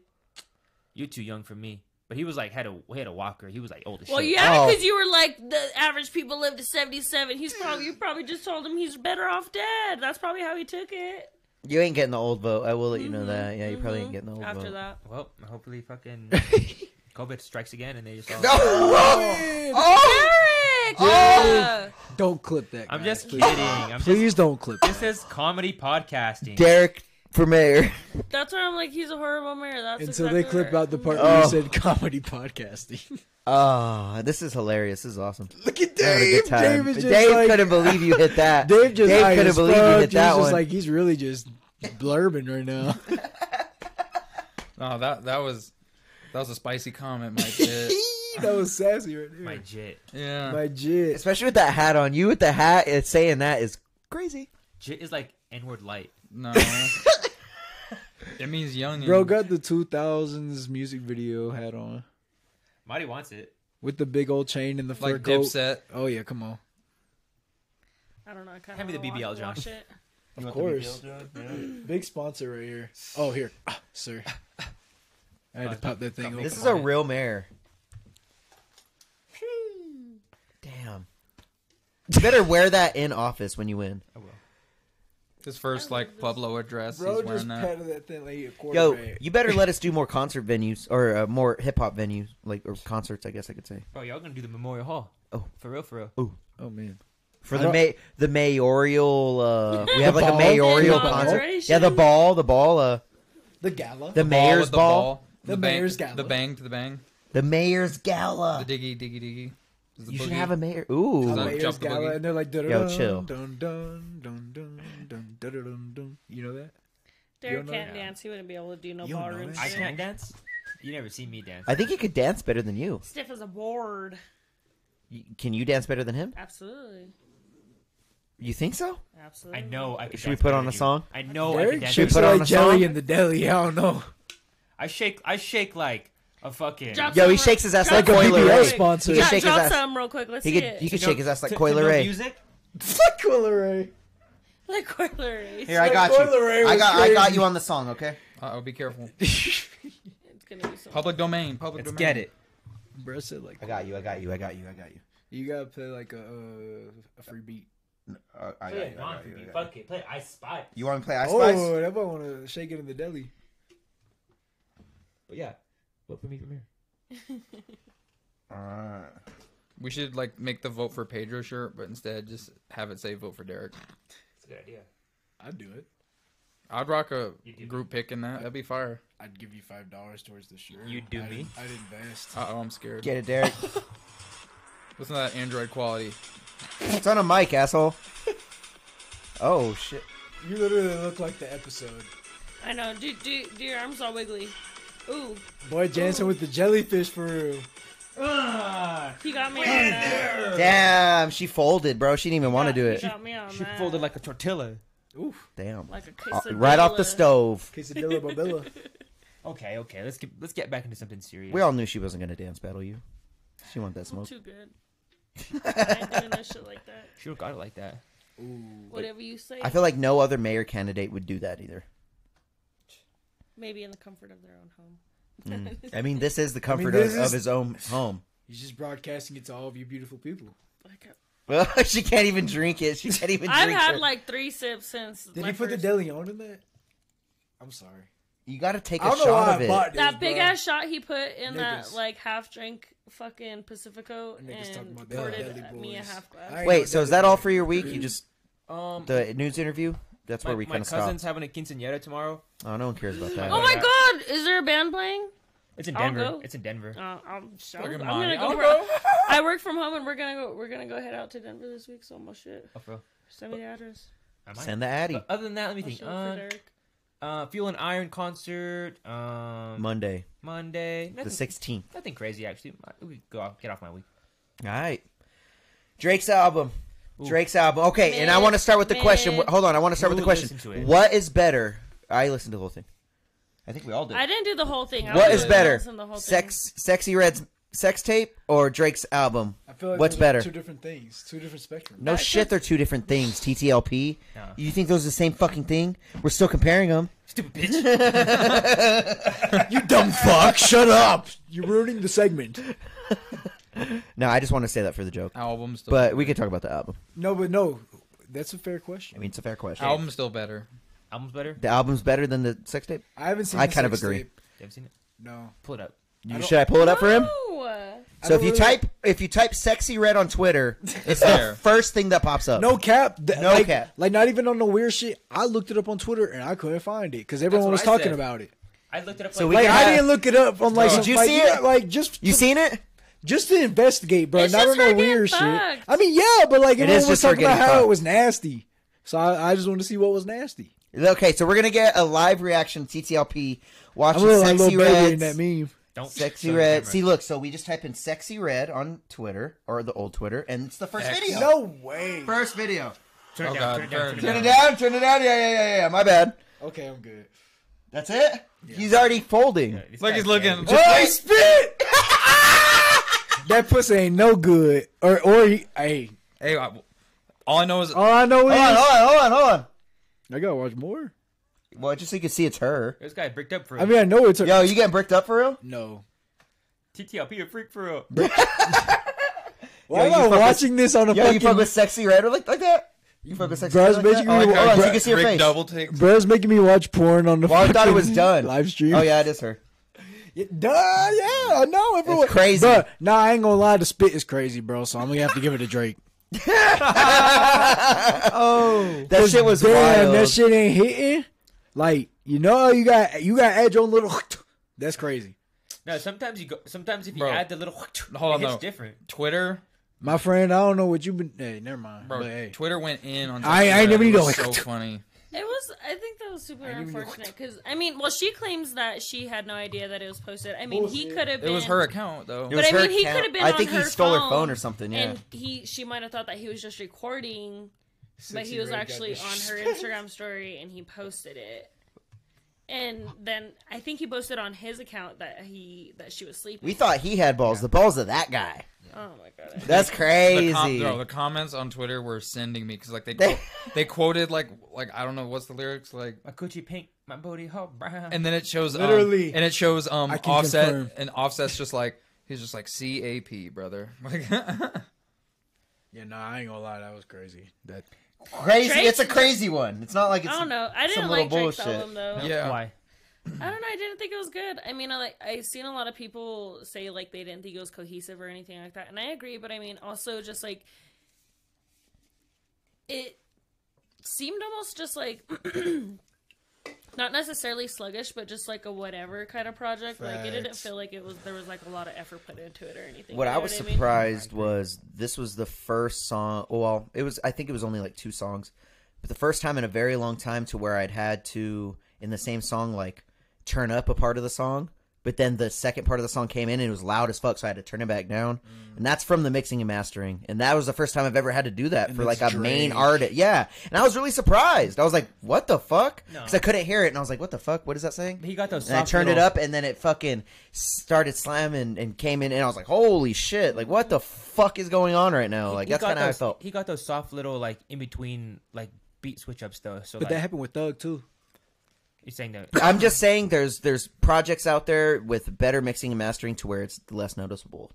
S2: you're too young for me." But he was like, had a he had a walker. He was like old as
S5: well,
S2: shit.
S5: yeah,
S6: Oh.
S5: because you were like the average people live to seventy-seven. He's probably you probably just told him he's better off dead. That's probably how he took it. Mm-hmm.
S6: You ain't getting the old vote. I will let you know that. Yeah, you probably ain't getting the old
S5: After
S6: vote.
S5: that,
S2: Well, hopefully, fucking COVID strikes again, and they just all...
S6: No. Oh!
S5: Derek. yeah.
S1: Don't clip that.
S2: I'm
S1: guys,
S2: just
S1: please.
S2: kidding. I'm just,
S1: Please don't clip. That.
S2: this is comedy podcasting.
S6: Derek for mayor.
S5: That's why I'm like he's a horrible mayor. That's
S1: Until
S5: exactly
S1: they clip
S5: right.
S1: out the part where you
S6: Oh.
S1: said comedy podcasting.
S6: Oh, this is hilarious. This is awesome.
S1: Look at
S6: We're having a good time.
S1: Dave is just
S6: Dave
S1: like,
S6: couldn't believe you hit that.
S1: Dave just high
S6: couldn't
S1: as
S6: believe
S1: fuck.
S6: you
S1: he's
S6: hit that
S1: just
S6: one.
S1: like he's really just blurbing right now.
S3: No, that that was that was a spicy comment, Mike. It-
S1: that was sassy right there.
S2: My uh, jit.
S3: yeah.
S1: My jit.
S6: Especially with that hat on. You with the hat it's saying that is crazy.
S2: Jit is like N-word light.
S3: No. it means young.
S1: Bro got the 2000s music video hat on
S2: Marty wants it.
S1: with the big old chain and the fur
S3: like
S1: coat.
S3: Dipset.
S1: Oh yeah, come on.
S5: I don't know. I kind
S2: Hand
S5: of
S2: me the BBL, John.
S5: Watch it.
S1: Of course. Big sponsor right here. Oh here, Ah, sir. I had to pop that thing open.
S6: This is a real mayor. Damn. You better wear that in office when you win.
S3: His first like Pueblo address.
S1: Bro
S3: he's
S1: just
S3: wearing that.
S1: patted that thing like he a
S6: Yo,
S1: quarterback.
S6: you better let us do more concert venues or uh, more hip hop venues, like or concerts, I guess I could say.
S2: Bro, y'all gonna do the Memorial Hall.
S6: Oh.
S2: For real, for real.
S1: Oh man.
S6: For
S1: I
S6: the
S1: don't-
S6: ma- the mayoral, uh, we have like
S1: ball?
S6: a mayoral
S5: The
S6: concert.
S5: inauguration?
S6: Yeah, the ball, the ball, uh,
S1: The gala.
S3: Ball
S6: the, mayor's
S3: with the
S6: ball,
S3: ball.
S1: The
S3: bang-
S1: mayor's gala.
S3: The bang to the bang.
S6: the mayor's gala.
S3: The diggy diggy diggy. The
S6: you should
S3: boogie.
S6: have a mayor.
S1: The
S6: Ooh,
S3: Like,
S1: mayor's
S3: jump the
S1: gala,
S3: boogie.
S1: and they're like,
S6: Yo, chill.
S1: Dun, dun, dun, dun, dun, dun, dun, dun, dun. You know that?
S5: Derek
S1: know
S5: can't
S1: that?
S5: dance. He wouldn't be able to do no
S1: You don't know
S5: ballroom
S1: that?
S2: I
S5: shit.
S2: can't dance. You never see me dance.
S6: I think he could dance better than you.
S5: Stiff as a board.
S6: Y- Can you dance better than him?
S5: Absolutely.
S6: You think so?
S5: Absolutely.
S2: I know I could
S6: Should we
S2: dance
S6: put
S2: better
S6: on
S2: than
S6: a
S2: you.
S6: song?
S2: I know I could
S1: Derek
S2: dance.
S1: shakes
S2: better.
S6: put on
S1: like
S6: a
S1: jelly
S6: song?
S1: in the deli. I don't know.
S2: I shake I shake like a fucking
S5: Drop
S6: Yo,
S5: some
S6: he
S5: real-
S6: shakes his ass
S5: drop
S6: like
S5: some
S1: a
S5: real
S1: BBL
S5: quick.
S1: sponsor. He
S6: could
S5: Yeah,
S6: shake his
S5: drop
S6: ass.
S5: some real quick. Let's
S6: He
S5: see
S6: could
S5: it.
S6: he could
S2: To
S6: shake
S2: no-
S6: his ass like
S2: to- to
S6: Coil
S2: no
S6: Ray.
S2: music.
S1: Fuck Coil Ray.
S5: Like Coiler
S6: Here, I
S1: Like
S6: got
S1: Coil Ray
S6: you. I
S1: was
S6: got I got
S1: crazy.
S6: you on the song. Okay.
S3: Uh oh, be careful.
S5: It's gonna be so.
S3: Public domain. Public
S2: Let's
S3: domain.
S2: get it.
S1: Bro said like
S6: I got you. I got you. I got you. I got you.
S1: You gotta play like a uh, a free beat.
S6: Uh,
S2: Play
S6: I
S2: it,
S6: got you. I
S2: Ron,
S6: got you. I got you.
S2: Fuck it. Play it. I spy.
S6: You want to play Ice
S1: oh,
S6: Spice?
S1: that boy wanna shake it in the deli.
S2: But yeah. What for me from here?
S6: Uh,
S3: We should like make the vote for Pedro shirt, but instead just have it say vote for Derek.
S2: It's a good idea.
S1: I'd do it.
S3: I'd rock a
S2: do
S3: group pick in that. That'd be fire.
S1: I'd give you five dollars towards the shirt.
S2: You'd do
S1: I'd,
S2: me?
S1: I'd invest.
S3: Uh oh, I'm scared.
S6: Get it, Derek.
S3: Listen to that Android quality.
S6: it's on a mic, asshole. Oh shit.
S1: You literally look like the episode.
S5: I know. Do do do your arms all wiggly. Ooh,
S1: Boy Jansen with the jellyfish for real.
S5: he got me on that.
S6: Damn, she folded, bro. She didn't even want to do
S5: He
S6: it.
S5: got me on
S2: She
S5: that.
S2: folded like a tortilla.
S1: Oof.
S6: Damn.
S5: like a
S6: Uh,
S5: quesadilla.
S6: Right off the stove.
S1: Quesadilla Babilla.
S2: Okay, okay. Let's get let's get back into something serious.
S6: We all knew she wasn't gonna dance battle you. She wanted that
S5: I'm
S6: smoke.
S5: too good. I ain't doing no shit like that.
S2: She don't got it like that.
S5: Whatever you say.
S6: I feel like no other mayor candidate would do that either.
S5: Maybe in the comfort of their own home.
S6: I mean, this is the comfort
S1: this
S6: of,
S1: is-
S6: of his own home.
S1: He's just broadcasting it to all of you beautiful people.
S5: Like, I-
S6: Well, she can't even drink it. She can't even
S5: I've
S6: drink
S5: had
S6: it.
S5: like three sips since.
S1: Did
S5: my
S1: he put the
S5: first-
S1: Deleon in that? I'm sorry.
S6: you got to take
S1: I
S6: a
S1: don't know why
S6: shot of
S1: I
S6: it.
S1: bought this,
S5: that big
S1: bro.
S5: ass shot he put in that
S1: Niggas.
S5: like half drink fucking Pacifico
S1: Niggas talking
S5: and
S1: about
S5: poured
S1: Deli
S5: it at
S1: Boys.
S5: me a half glass.
S1: I ain't no
S6: Wait, so is that
S1: Deli
S6: all
S1: Boy.
S6: for your week? You just
S2: Um,
S6: the news interview? That's
S2: my,
S6: where we
S2: my
S6: kind of
S2: cousin's
S6: stopped.
S2: having a quinceanera tomorrow.
S6: Oh, no one cares about that.
S5: oh my god, is there a band playing?
S2: It's in
S5: I'll
S2: Denver.
S5: go.
S2: It's in Denver.
S5: Uh, I'm, sure. I'm
S2: Fucking
S5: gonna
S2: mommy.
S5: go.
S2: I'll
S5: for-
S2: go.
S5: I work from home and we're gonna go. We're gonna go head out to Denver this week. So much shit.
S2: Oh, for real.
S5: Send me the address.
S2: I might.
S6: Send the Addy
S2: But other than that, let me
S5: I'll
S2: think.
S5: show up
S2: Uh,
S5: for Derek.
S2: uh, Fuel and Iron concert. Um,
S6: Monday,
S2: Monday. Nothing,
S6: the 16th.
S2: Nothing crazy actually. Might- We go off, get off my week.
S6: All right. Drake's album.
S2: Ooh.
S6: Drake's album. Okay, and I
S5: Mid,
S6: want to start with the question.
S5: mid.
S6: Hold on, I want to start with the
S2: Who
S6: question.
S2: listened to it?
S6: What is better? I listened to the whole thing. I think we all did.
S5: I didn't do the whole thing. I
S6: What
S5: was
S6: is
S5: the
S6: better?
S5: ones in the whole thing.
S6: Sex, sexy Red's sex tape or Drake's album?
S1: I feel like
S6: What's
S1: those are
S6: better?
S1: Two different things. Two different spectrums.
S6: No
S5: That's
S6: shit,
S5: just-
S6: they're two different things. TTLP.
S2: Nah.
S6: You think those are the same fucking thing? We're still comparing them.
S2: Stupid bitch.
S1: You dumb fuck! Shut up! You're ruining the segment.
S6: No, I just want to say that for the joke.
S3: Album still,
S6: But we could talk about the album.
S1: No, but no, that's a fair
S6: I
S1: question.
S6: mean, it's a fair question.
S3: album still better.
S2: Album's better. You
S6: The album's better than the sex tape.
S1: I haven't seen.
S6: I
S1: the
S6: kind of
S1: sex
S6: agree.
S1: tape.
S2: haven't seen it?
S1: No,
S2: Pull it up.
S6: You-
S1: don't-
S6: should I pull it up for him?
S5: No.
S1: I
S6: So if
S1: don't
S6: you
S1: really-
S6: type if you type "sexy red" on Twitter, it's
S3: there.
S6: the first thing that pops up.
S1: no cap, th-
S6: No
S1: like,
S6: cap.
S1: like not even on the weird shit. I looked it up on Twitter and I couldn't find it because everyone
S2: what
S1: was
S2: I
S1: talking
S2: said.
S1: about it.
S2: I looked it up.
S6: So
S2: like,
S1: Like
S6: Yeah.
S1: I didn't look it up on like.
S6: Did
S1: some-
S6: you
S1: like,
S6: see
S1: yeah,
S6: it?
S1: Like just
S6: you seen it?
S1: just to investigate, bro.
S5: It's
S1: Not
S5: just
S1: on no
S5: her getting
S1: weird shit.
S5: fucked.
S1: I mean, yeah, but like everyone
S6: is
S1: was
S6: just her
S1: talking about
S6: getting
S1: how it
S6: fucked.
S1: was nasty. So I, I just wanted to see what was nasty.
S6: Okay, so we're gonna get a live reaction to TTLP
S1: I'm
S6: watching
S1: a little, I'm a
S6: sexy
S1: little baby in
S6: red.
S1: that meme.
S2: don't
S6: Sexy
S2: show the
S6: red.
S2: camera.
S6: See, look. So we just type in "sexy red" on Twitter or the old Twitter, and it's the first
S2: Sexy.
S6: video.
S1: No way.
S6: First video.
S2: Turn it
S3: Oh,
S2: down.
S3: God,
S2: turn it down. Turn it down.
S3: burn.
S6: Turn it down. Turn it down. Yeah, yeah, yeah, yeah. My bad.
S1: Okay, I'm good.
S6: That's it. He's already folding.
S2: Yeah, this
S3: Look, he's
S2: guy's
S3: looking.
S2: gay.
S6: Oh, he spit!
S1: That pussy ain't no good. Or or he, hey,
S3: Hey, I- all I know is
S1: all I know is
S6: hold on, hold on, hold on, hold on.
S1: I gotta watch more.
S6: Well, just so you can see, it's her.
S2: This guy bricked up for
S1: I
S2: real.
S1: mean, I know it's a,
S6: Yo, you getting bricked up for real?
S1: no.
S2: TTLP a freak for real.
S1: Why am
S6: you fuck
S1: I
S6: with-
S1: watching this on a
S6: Yo,
S1: fucking?
S6: you fuck with sexy red or like like that? You fuck with sexy
S1: Bros,
S6: red like that?
S1: basically,
S6: Oh,
S1: we-
S6: like, hold on,
S1: Bro-
S6: so you can see her
S3: Rick
S6: face.
S3: double take.
S1: Bro's making me watch porn on the.
S6: Well, I thought it was
S1: fucking
S6: done.
S1: Live stream.
S6: Oh yeah, it is her.
S1: Yeah, duh, yeah, I know everyone.
S6: crazy.
S1: Bruh, nah, I ain't gonna lie. The spit is crazy, bro. So I'm gonna have to give it to Drake.
S6: That shit was
S1: Oh. Damn,
S6: wild.
S1: that shit ain't hitting. Like you know, you got you got add your own little. That's crazy.
S2: No, sometimes you go. Sometimes if you
S3: Bro.
S2: add the little,
S3: Hold on,
S2: it hits
S3: though.
S2: different.
S3: Twitter,
S1: My friend, I don't know what you've been. Hey, never mind.
S3: bro.
S1: But, hey.
S3: Twitter went in on.
S1: I- I
S3: Sexy
S1: ain't
S3: Red.
S1: never
S3: It
S1: need to
S3: was
S1: like-
S3: so funny.
S5: It was. I think that was super
S1: didn't even know
S5: unfortunate because I mean, well, she claims that she had no idea that it was posted. I mean, he
S1: Bullshit.
S5: could have.
S3: It was her account though.
S6: It was
S5: I
S6: her
S5: mean, he
S6: account.
S5: could've been
S6: I
S5: on
S6: think he
S5: her
S6: stole her
S5: phone,
S6: phone or something. Yeah.
S5: and he. She might have thought that he was just recording, but
S1: Sexy
S5: he was
S1: red got
S5: actually on her Instagram story and he posted it. And then I think he posted on his account that he that she was sleeping.
S6: we thought he had balls. The balls of that guy.
S5: oh my god!
S6: That's
S3: the,
S6: crazy.
S3: com- no, the comments on Twitter were sending me because like they
S6: They-
S3: they, they quoted like like I don't know what's the lyrics like,
S2: My coochie pink, my booty oh, hot brown.
S3: and then it shows um,
S1: Literally.
S3: and it shows um
S1: I can
S3: Offset
S1: confirm.
S3: and Offset's just like he's just like C A P brother. Like,
S1: Yeah, nah, I ain't gonna lie. That was crazy. That
S6: crazy.
S5: Drake-
S6: It's a crazy one. It's not like it's.
S5: I don't know. I
S6: some
S5: didn't
S6: little
S5: like Drake's
S6: bullshit.
S5: album though.
S3: yeah,
S2: Why?
S5: I don't know. I didn't think it was good. I mean, I like I've seen a lot of people say like they didn't think it was cohesive or anything like that, and I agree. But I mean, also just like it seemed almost just like not necessarily sluggish, but just like a whatever kind of project. Like it didn't
S1: Facts.
S5: feel like it was there was like a lot of effort put into it or anything.
S6: What
S5: You
S6: I
S5: know
S6: was
S5: mean?
S6: surprised was this was the first song. Well, it was. I think it was only like two songs, but the first time in a very long time to where I'd had to in the same song like turn up a part of the song, but then the second part of the song came in and it was loud as fuck, so I had to turn it back down. And that's from the mixing and mastering, and that was the first time I've ever had to do that for like
S1: that's
S6: a main
S1: Drake.
S6: artist. Yeah, and I was really surprised. I was like, "What the fuck?"
S2: No.
S6: Because I couldn't hear it, and I was like, "What the fuck? What is that saying?"
S2: He got those.
S6: And I
S2: soft
S6: turned it
S2: little-
S6: up, and then it fucking started slamming and came in, and I was like, "Holy shit! Like, what the fuck is going on right now?" Like,
S2: he
S6: that's
S2: got
S6: kind of how I
S2: those-
S6: felt.
S2: He got those soft little like in between like beat switch ups though. So
S1: but
S2: like,
S1: that happened with Thug too.
S2: You're saying that
S6: I'm just saying there's there's projects out there with better mixing and mastering to where it's less noticeable.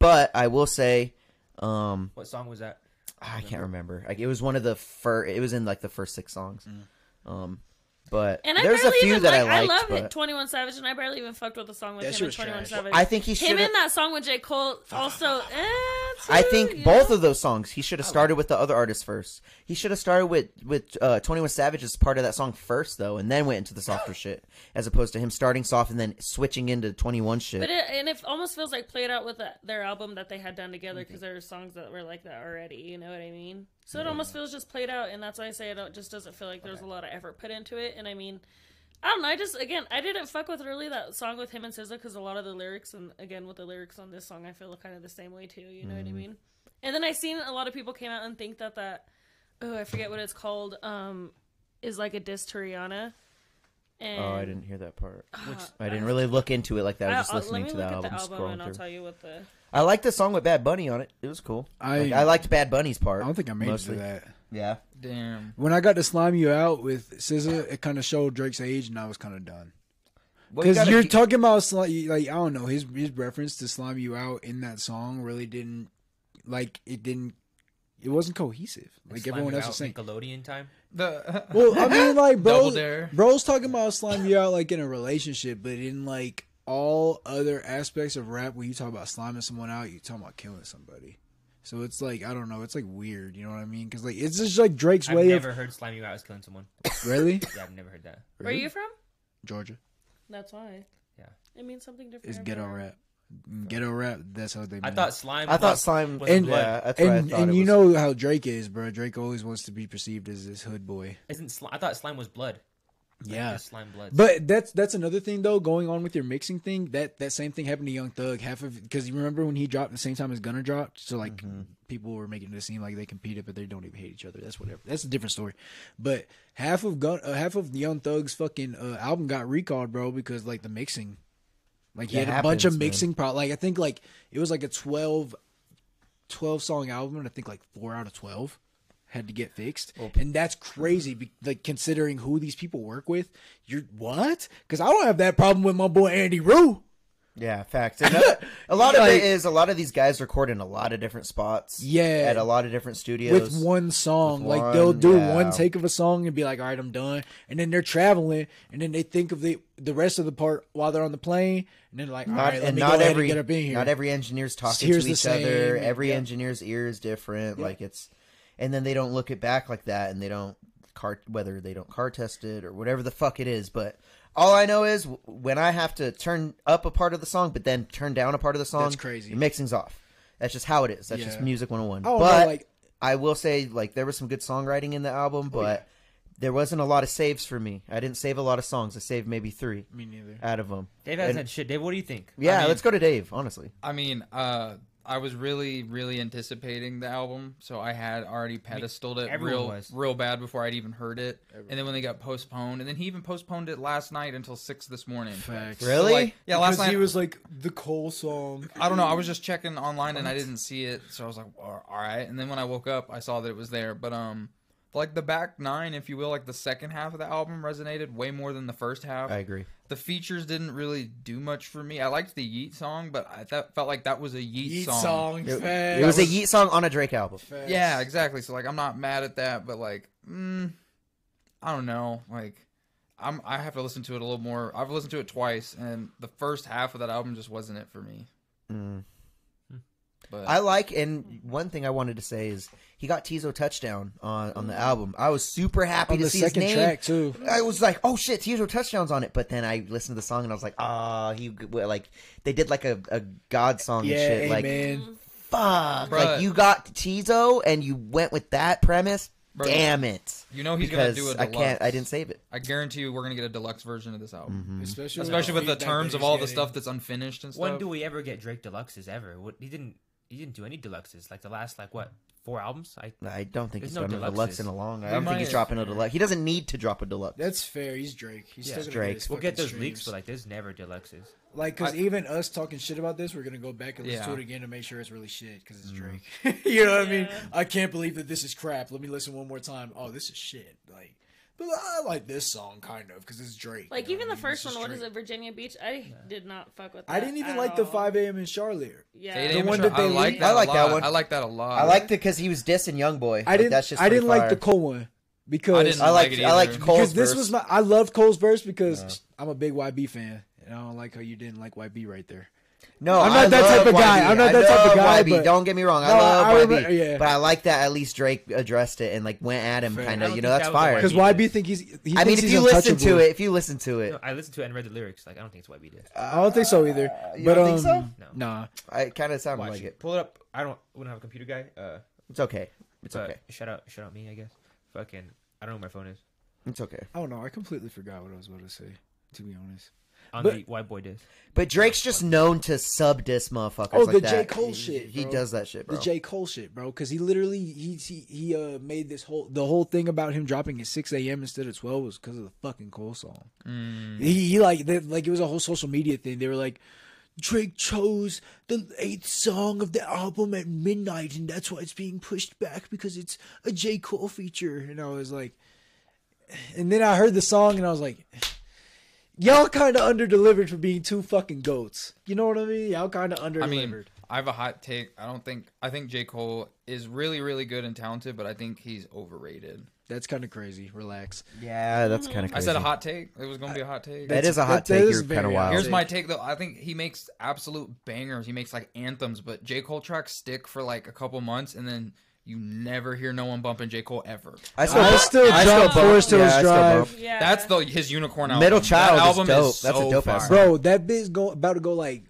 S6: But I will say, um,
S2: what song was that?
S6: I can't remember. Like it was one of the fir- It was in like the first six songs.
S2: Mm.
S6: Um, but
S5: And I
S6: there's a
S5: barely
S6: few
S5: even
S6: that
S5: like.
S6: I
S5: I,
S6: liked.
S5: love
S6: but
S5: it, Twenty One Savage, and I barely even fucked with the song with
S1: That shit
S5: him.
S1: was
S5: and Twenty One
S1: trash.
S5: Savage.
S6: I think he should.
S5: him in that song with J Cole also. eh,
S6: I
S5: too,
S6: think
S5: you
S6: both
S5: know?
S6: of those songs he should have started with the other artists first. He should have started with with uh, Twenty One Savage as part of that song first, though, and then went into the softer shit, as opposed to him starting soft and then switching into Twenty One shit.
S5: But it, and it almost feels like played out with the, their album that they had done together
S6: Mm-hmm.
S5: because there were songs that were like that already. You know what I mean? So it almost feels just played out, and that's why I say it don't- just doesn't feel like there's a lot of effort put into it. And I mean, I don't know. I just again, I didn't fuck with really that song with him and SZA because a lot of the lyrics, and again with the lyrics on this song, I feel kind of the same way too. You know what I
S6: Mm-hmm.
S5: mean? And then I seen a lot of people came out and think that that oh I forget what it's called um is like a diss to Rihanna. And
S6: oh, I didn't hear that part.
S5: Uh,
S6: I didn't really look into it like that. I was just
S5: I'll- I'll-
S6: listening to that album,
S5: and I'll
S6: scrolling through.
S5: tell you what the.
S6: I liked the song with Bad Bunny on it. It was cool.
S1: I-
S6: Like, I liked Bad Bunny's part.
S1: I don't think I made
S6: mostly.
S1: it to that.
S6: Yeah.
S3: Damn.
S1: When I got to slime you out with SZA, it kind of showed Drake's age, and I was kind of done.
S6: Well,
S1: Because
S6: gotta
S1: you are
S6: keep-
S1: talking about sli- like I don't know his his reference to slime you out in that song really didn't like it didn't it wasn't cohesive like
S2: Slime
S1: everyone
S2: You
S1: else
S2: Out,
S1: was saying.
S2: Nickelodeon time.
S3: The
S1: Well, I mean, like
S3: Double
S1: bros,
S3: dare.
S1: bro's talking about slime you out like in a relationship, but in like all other aspects of rap, when you talk about sliming someone out, you talking about killing somebody. So it's like I don't know, it's like weird, you know what I mean? Because like it's just like Drake's
S2: I've
S1: way
S2: never heard "Slime You Out" as killing someone.
S1: of really
S2: Yeah, I've never heard that.
S5: Where are you from?
S1: Georgia.
S5: That's why.
S2: Yeah.
S5: It means something different.
S1: It's
S5: every
S1: ghetto
S5: word.
S1: rap, ghetto rap. That's how they.
S2: I
S1: meant it.
S2: thought slime.
S6: I thought
S2: was-
S6: slime.
S2: was
S1: and
S2: blood.
S6: yeah, that's what
S1: and
S6: I thought
S1: and
S6: it
S1: you
S6: was.
S1: know how Drake is, bro. Drake always wants to be perceived as this hood boy.
S2: Isn't sli- I thought slime was blood.
S1: Yeah.
S2: Just slime blood.
S1: But that's that's another thing though. Going on with your mixing thing, that that same thing happened to Young Thug. Half of because you remember when he dropped the same time as Gunna dropped, so like
S6: Mm-hmm.
S1: people were making it seem like they competed, but they don't even hate each other. That's whatever. That's a different story. But half of Gun, uh, half of Young Thug's fucking uh, album got recalled, bro, because like the mixing, like he
S6: That
S1: had a bunch of
S6: happens, man.
S1: mixing problems. Like I think like it was like a 12, 12 song album, and I think like four out of twelve had to get fixed,
S6: Oh,
S1: and that's crazy. Be- like considering who these people work with, you're what? Because I don't have that problem with my boy Andy Rue.
S6: Yeah, facts. And that- a lot of
S1: Like-
S6: it is a lot of these guys record in a lot of different spots.
S1: Yeah.
S6: at a lot of different studios.
S1: With one song,
S6: With
S1: like they'll
S6: one,
S1: do
S6: yeah.
S1: one take of a song and be like, "All right, I'm done," and then they're traveling, and then they think of the the rest of the part while they're on the plane, and then like, "All
S6: not
S1: right, let
S6: and
S1: me
S6: not
S1: go ahead
S6: every
S1: and get up in here."
S6: not every engineer's talking
S1: Here's
S6: to
S1: the
S6: each other.
S1: same,
S6: Every
S1: yeah.
S6: engineer's ear is different. Like it's, and then they don't look it back like that, and they don't car whether they don't car test it or whatever the fuck it is. But all I know is w- when I have to turn up a part of the song, but then turn down a part of the song,
S1: That's crazy.
S6: The mixing's off. That's just how it is. That's just
S1: Yeah.
S6: music 101.
S1: I don't
S6: but
S1: know, Oh, like Oh,
S6: I will say, like, there was some good songwriting in the album, but there wasn't a lot of saves for me. I didn't save a lot of songs. I saved maybe three
S1: me neither.
S6: out of them.
S2: Dave hasn't
S6: and-
S2: had shit. Dave, what do you think?
S6: Yeah,
S3: I mean-
S6: let's go to Dave, honestly.
S3: I mean, uh, I was really, really anticipating the album, so I had already pedestaled it
S2: everyone
S3: real,
S2: was.
S3: real bad before I'd even heard it. And then when they got postponed, and then he even postponed it last night until six this morning.
S1: Facts.
S6: Really?
S3: So, like, yeah, last
S1: Because
S3: night
S1: he was like the Cole song.
S3: I don't know. I was just checking online and I didn't see it, so I was like, "All right." And then when I woke up, I saw that it was there. But um, like the back nine, if you will, like the second half of the album resonated way more than the first half.
S6: I agree.
S3: the features didn't really do much for me. I liked the Yeet song, but I that felt like that was a
S1: Yeet
S3: Yeet, song.
S1: song.
S6: It,
S1: facts.
S6: it was a Yeet song on a Drake album.
S1: Facts.
S3: Yeah, exactly. So like, I'm not mad at that, but like, mm, I don't know. Like, I'm I have to listen to it a little more. I've listened to it twice, and the first half of that album just wasn't it for me.
S6: Mm.
S3: But
S6: I like, and one thing I wanted to say is he got Tizo touchdown on, on the album. I was super happy
S1: on
S6: to
S1: the
S6: see his
S1: second
S6: name.
S1: track too.
S6: I was like, oh shit, Tizo touchdowns on it. But then I listened to the song and I was like, ah, he well, like they did like a, a God song
S1: Yeah,
S6: and shit. Like
S1: amen.
S6: fuck,
S3: Bruh.
S6: like you got Tizo and you went with that premise.
S3: Bruh.
S6: Damn it!
S3: you know he's
S6: because
S3: gonna do a
S6: I
S3: deluxe.
S6: can't, I didn't Mm-hmm. save it.
S3: I guarantee you, we're gonna get a deluxe version of this album,
S1: especially,
S3: Mm. especially with the
S1: feedback
S3: terms
S1: that
S3: of all the
S1: he's
S3: stuff that's unfinished and
S2: When
S3: stuff.
S2: do we ever get Drake deluxes ever? What he didn't he didn't do any deluxes. Like the last like what four albums? I
S6: I don't think
S2: There's
S6: he's
S2: no
S6: done a
S2: deluxes.
S6: deluxe in a long. I
S3: We
S6: don't think
S3: might-
S6: he's dropping a deluxe. He doesn't need to drop a deluxe.
S1: That's fair. He's Drake. He's
S2: Yeah,
S1: still gonna
S6: Drake.
S1: Get his
S2: we'll get
S1: fucking
S2: those
S1: streams.
S2: leaks, but like there's never deluxes.
S1: like, because
S3: I-
S1: even us talking shit about this, we're gonna go back and listen
S3: Yeah. Mm-hmm.
S1: to it again to make sure it's really shit because it's Drake. you know what I mean?
S5: Yeah.
S1: I can't believe that this is crap. Let me listen one more time. Oh, this is shit. Like, But I like this song kind of because it's Drake.
S5: Like
S1: you know
S5: even
S1: what
S5: the
S1: I mean?
S5: first
S1: This
S5: one, what is
S1: Drake.
S5: it, Virginia Beach? I did not fuck with. That
S1: I didn't even
S5: at
S1: like the
S5: all.
S1: 5 a.m. in Charlotte.
S5: Yeah,
S3: 8
S1: The
S3: a.m.
S1: one
S3: in
S1: that
S3: Charlotte. I
S1: they
S3: like
S1: leaked.
S3: that.
S6: I
S3: a
S6: like that
S3: lot.
S6: one.
S3: I like that a lot.
S6: I liked it because he was dissing Young Boy.
S1: I didn't.
S6: That's just
S1: I didn't
S6: pretty
S1: like the
S6: fire.
S1: Cole one because
S3: didn't
S6: I
S3: like
S6: liked.
S3: it
S6: I liked
S3: either.
S6: Cole's
S1: because this was
S6: verse.
S1: my. I love Cole's verse because I'm a big YB fan, and I don't like how you didn't like YB right there.
S6: No,
S1: I'm not
S6: I
S1: that
S6: love
S1: type of guy.
S6: YB.
S1: I'm not
S6: I
S1: that type of
S6: love
S1: guy,
S6: YB.
S1: but-
S6: Don't get me wrong. I
S1: No,
S6: love
S1: I
S6: YB.
S1: remember- yeah.
S6: But I like that at least Drake addressed it and like went at him
S1: Fair.
S6: kind
S2: I
S6: of.
S2: don't
S6: You know,
S2: think
S6: that's
S2: that was a
S6: fire.
S1: Because
S2: YB.
S1: YB think he's. He
S6: I mean,
S1: thinks
S6: if
S1: he's
S6: you listen to
S1: untouchable.
S6: it, if you listen to it,
S2: No, I listened to it and read the lyrics. Like I don't think it's YB did.
S1: I don't think so either.
S6: uh, you
S1: but
S6: don't
S1: um,
S6: think so?
S2: No.
S1: nah.
S6: I kind of sounded
S2: Watch
S6: like
S2: it.
S6: it.
S2: Pull it up. I don't. We don't have a computer guy. Uh,
S6: It's okay. It's
S2: but
S6: okay.
S2: Shout out. Shout out me. I guess. Fucking. I don't know where my phone is.
S6: It's okay.
S1: I don't know. I completely forgot what I was about to say. To be honest.
S2: On
S1: But-
S2: the white boy disc.
S6: But Drake's just known to sub diss motherfuckers.
S1: Oh,
S6: like
S1: the
S6: that.
S1: J. Cole
S6: He-
S1: shit,
S6: He
S1: bro.
S6: does that shit, bro.
S1: The J. Cole shit, bro, because he literally he he, he uh, made this whole the whole thing about him dropping at six a.m. instead of twelve was because of the fucking Cole song. He, he like they, like it was a whole social media thing. They were like, Drake chose the eighth song of the album at midnight, and that's why it's being pushed back because it's a J. Cole feature. And I was like, and then I heard the song, and I was like. Y'all kind of underdelivered for being two fucking goats. You know what I mean? Y'all kind of underdelivered.
S3: I mean, I have a hot take. I don't think I think J Cole is really really good and talented, but I think he's overrated.
S1: That's kind of crazy. Relax.
S6: yeah, that's kind of.
S3: I said a hot take. It was gonna be a hot take.
S6: That is a hot
S1: That- that
S6: take.
S1: is
S6: You're
S1: very
S6: kind of
S1: hot.
S6: wild.
S3: Here's
S1: take.
S3: my take though. I think he makes absolute bangers. He makes like anthems, but J Cole tracks stick for like a couple months, and then you never hear no one bumping J Cole ever.
S6: I
S1: I still
S5: dropped
S6: bump.
S5: Forest
S1: Hills
S6: I still
S1: Drive.
S6: bump.
S5: yeah.
S3: That's the his unicorn album.
S6: Middle Child
S3: that
S6: is
S3: album
S6: dope.
S3: Is
S6: That's a
S3: so
S6: dope ass
S3: fire.
S1: Bro, that bitch go about to go like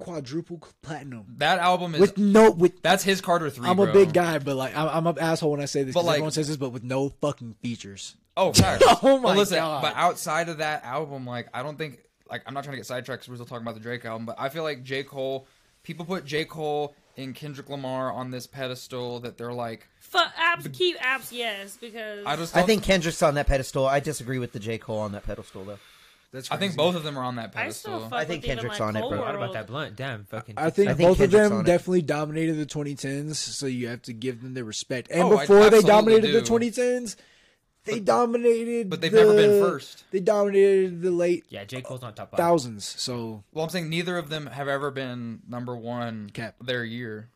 S1: quadruple platinum.
S3: That album is
S1: With no, with
S3: that's his Carter three.
S1: I'm a
S3: bro.
S1: big guy, but like I'm, I'm an asshole when I say this.
S3: But,
S1: But
S3: like-
S1: everyone says this, but with no fucking features.
S3: Oh, facts.
S1: Oh my
S3: but listen,
S1: God.
S3: But outside of that album, like I don't think like I'm not trying to get sidetracked. 'cause We're still talking about the Drake album, but I feel like J Cole. People put J Cole and Kendrick Lamar on this pedestal that they're like.
S5: Fu- apps. Keep apps. Yes, because
S3: I just. Don't,
S6: I think Kendrick's on that pedestal. I disagree with the J Cole on that pedestal though.
S1: That's
S3: I think both of them are on that
S5: I still
S3: pedestal.
S5: fuck
S6: think
S5: with even,
S6: Kendrick's
S5: like,
S6: on it,
S5: Cole
S6: bro.
S2: What about
S5: World.
S2: that blunt? Damn. Fucking.
S1: I think
S6: I think
S1: both of
S6: Kendrick's on
S1: them
S6: it.
S1: definitely dominated the 2010s, so you have to give them their respect. And
S3: Oh, I
S1: before they
S3: absolutely
S1: dominated the
S3: do.
S1: 2010s, they dominated.
S3: but they've never been
S1: the-
S3: first.
S1: They dominated the late
S2: Yeah, J Cole's not top five.
S1: thousands. So
S3: Well, I'm saying neither of them have ever been number one
S1: Cap.
S3: their year.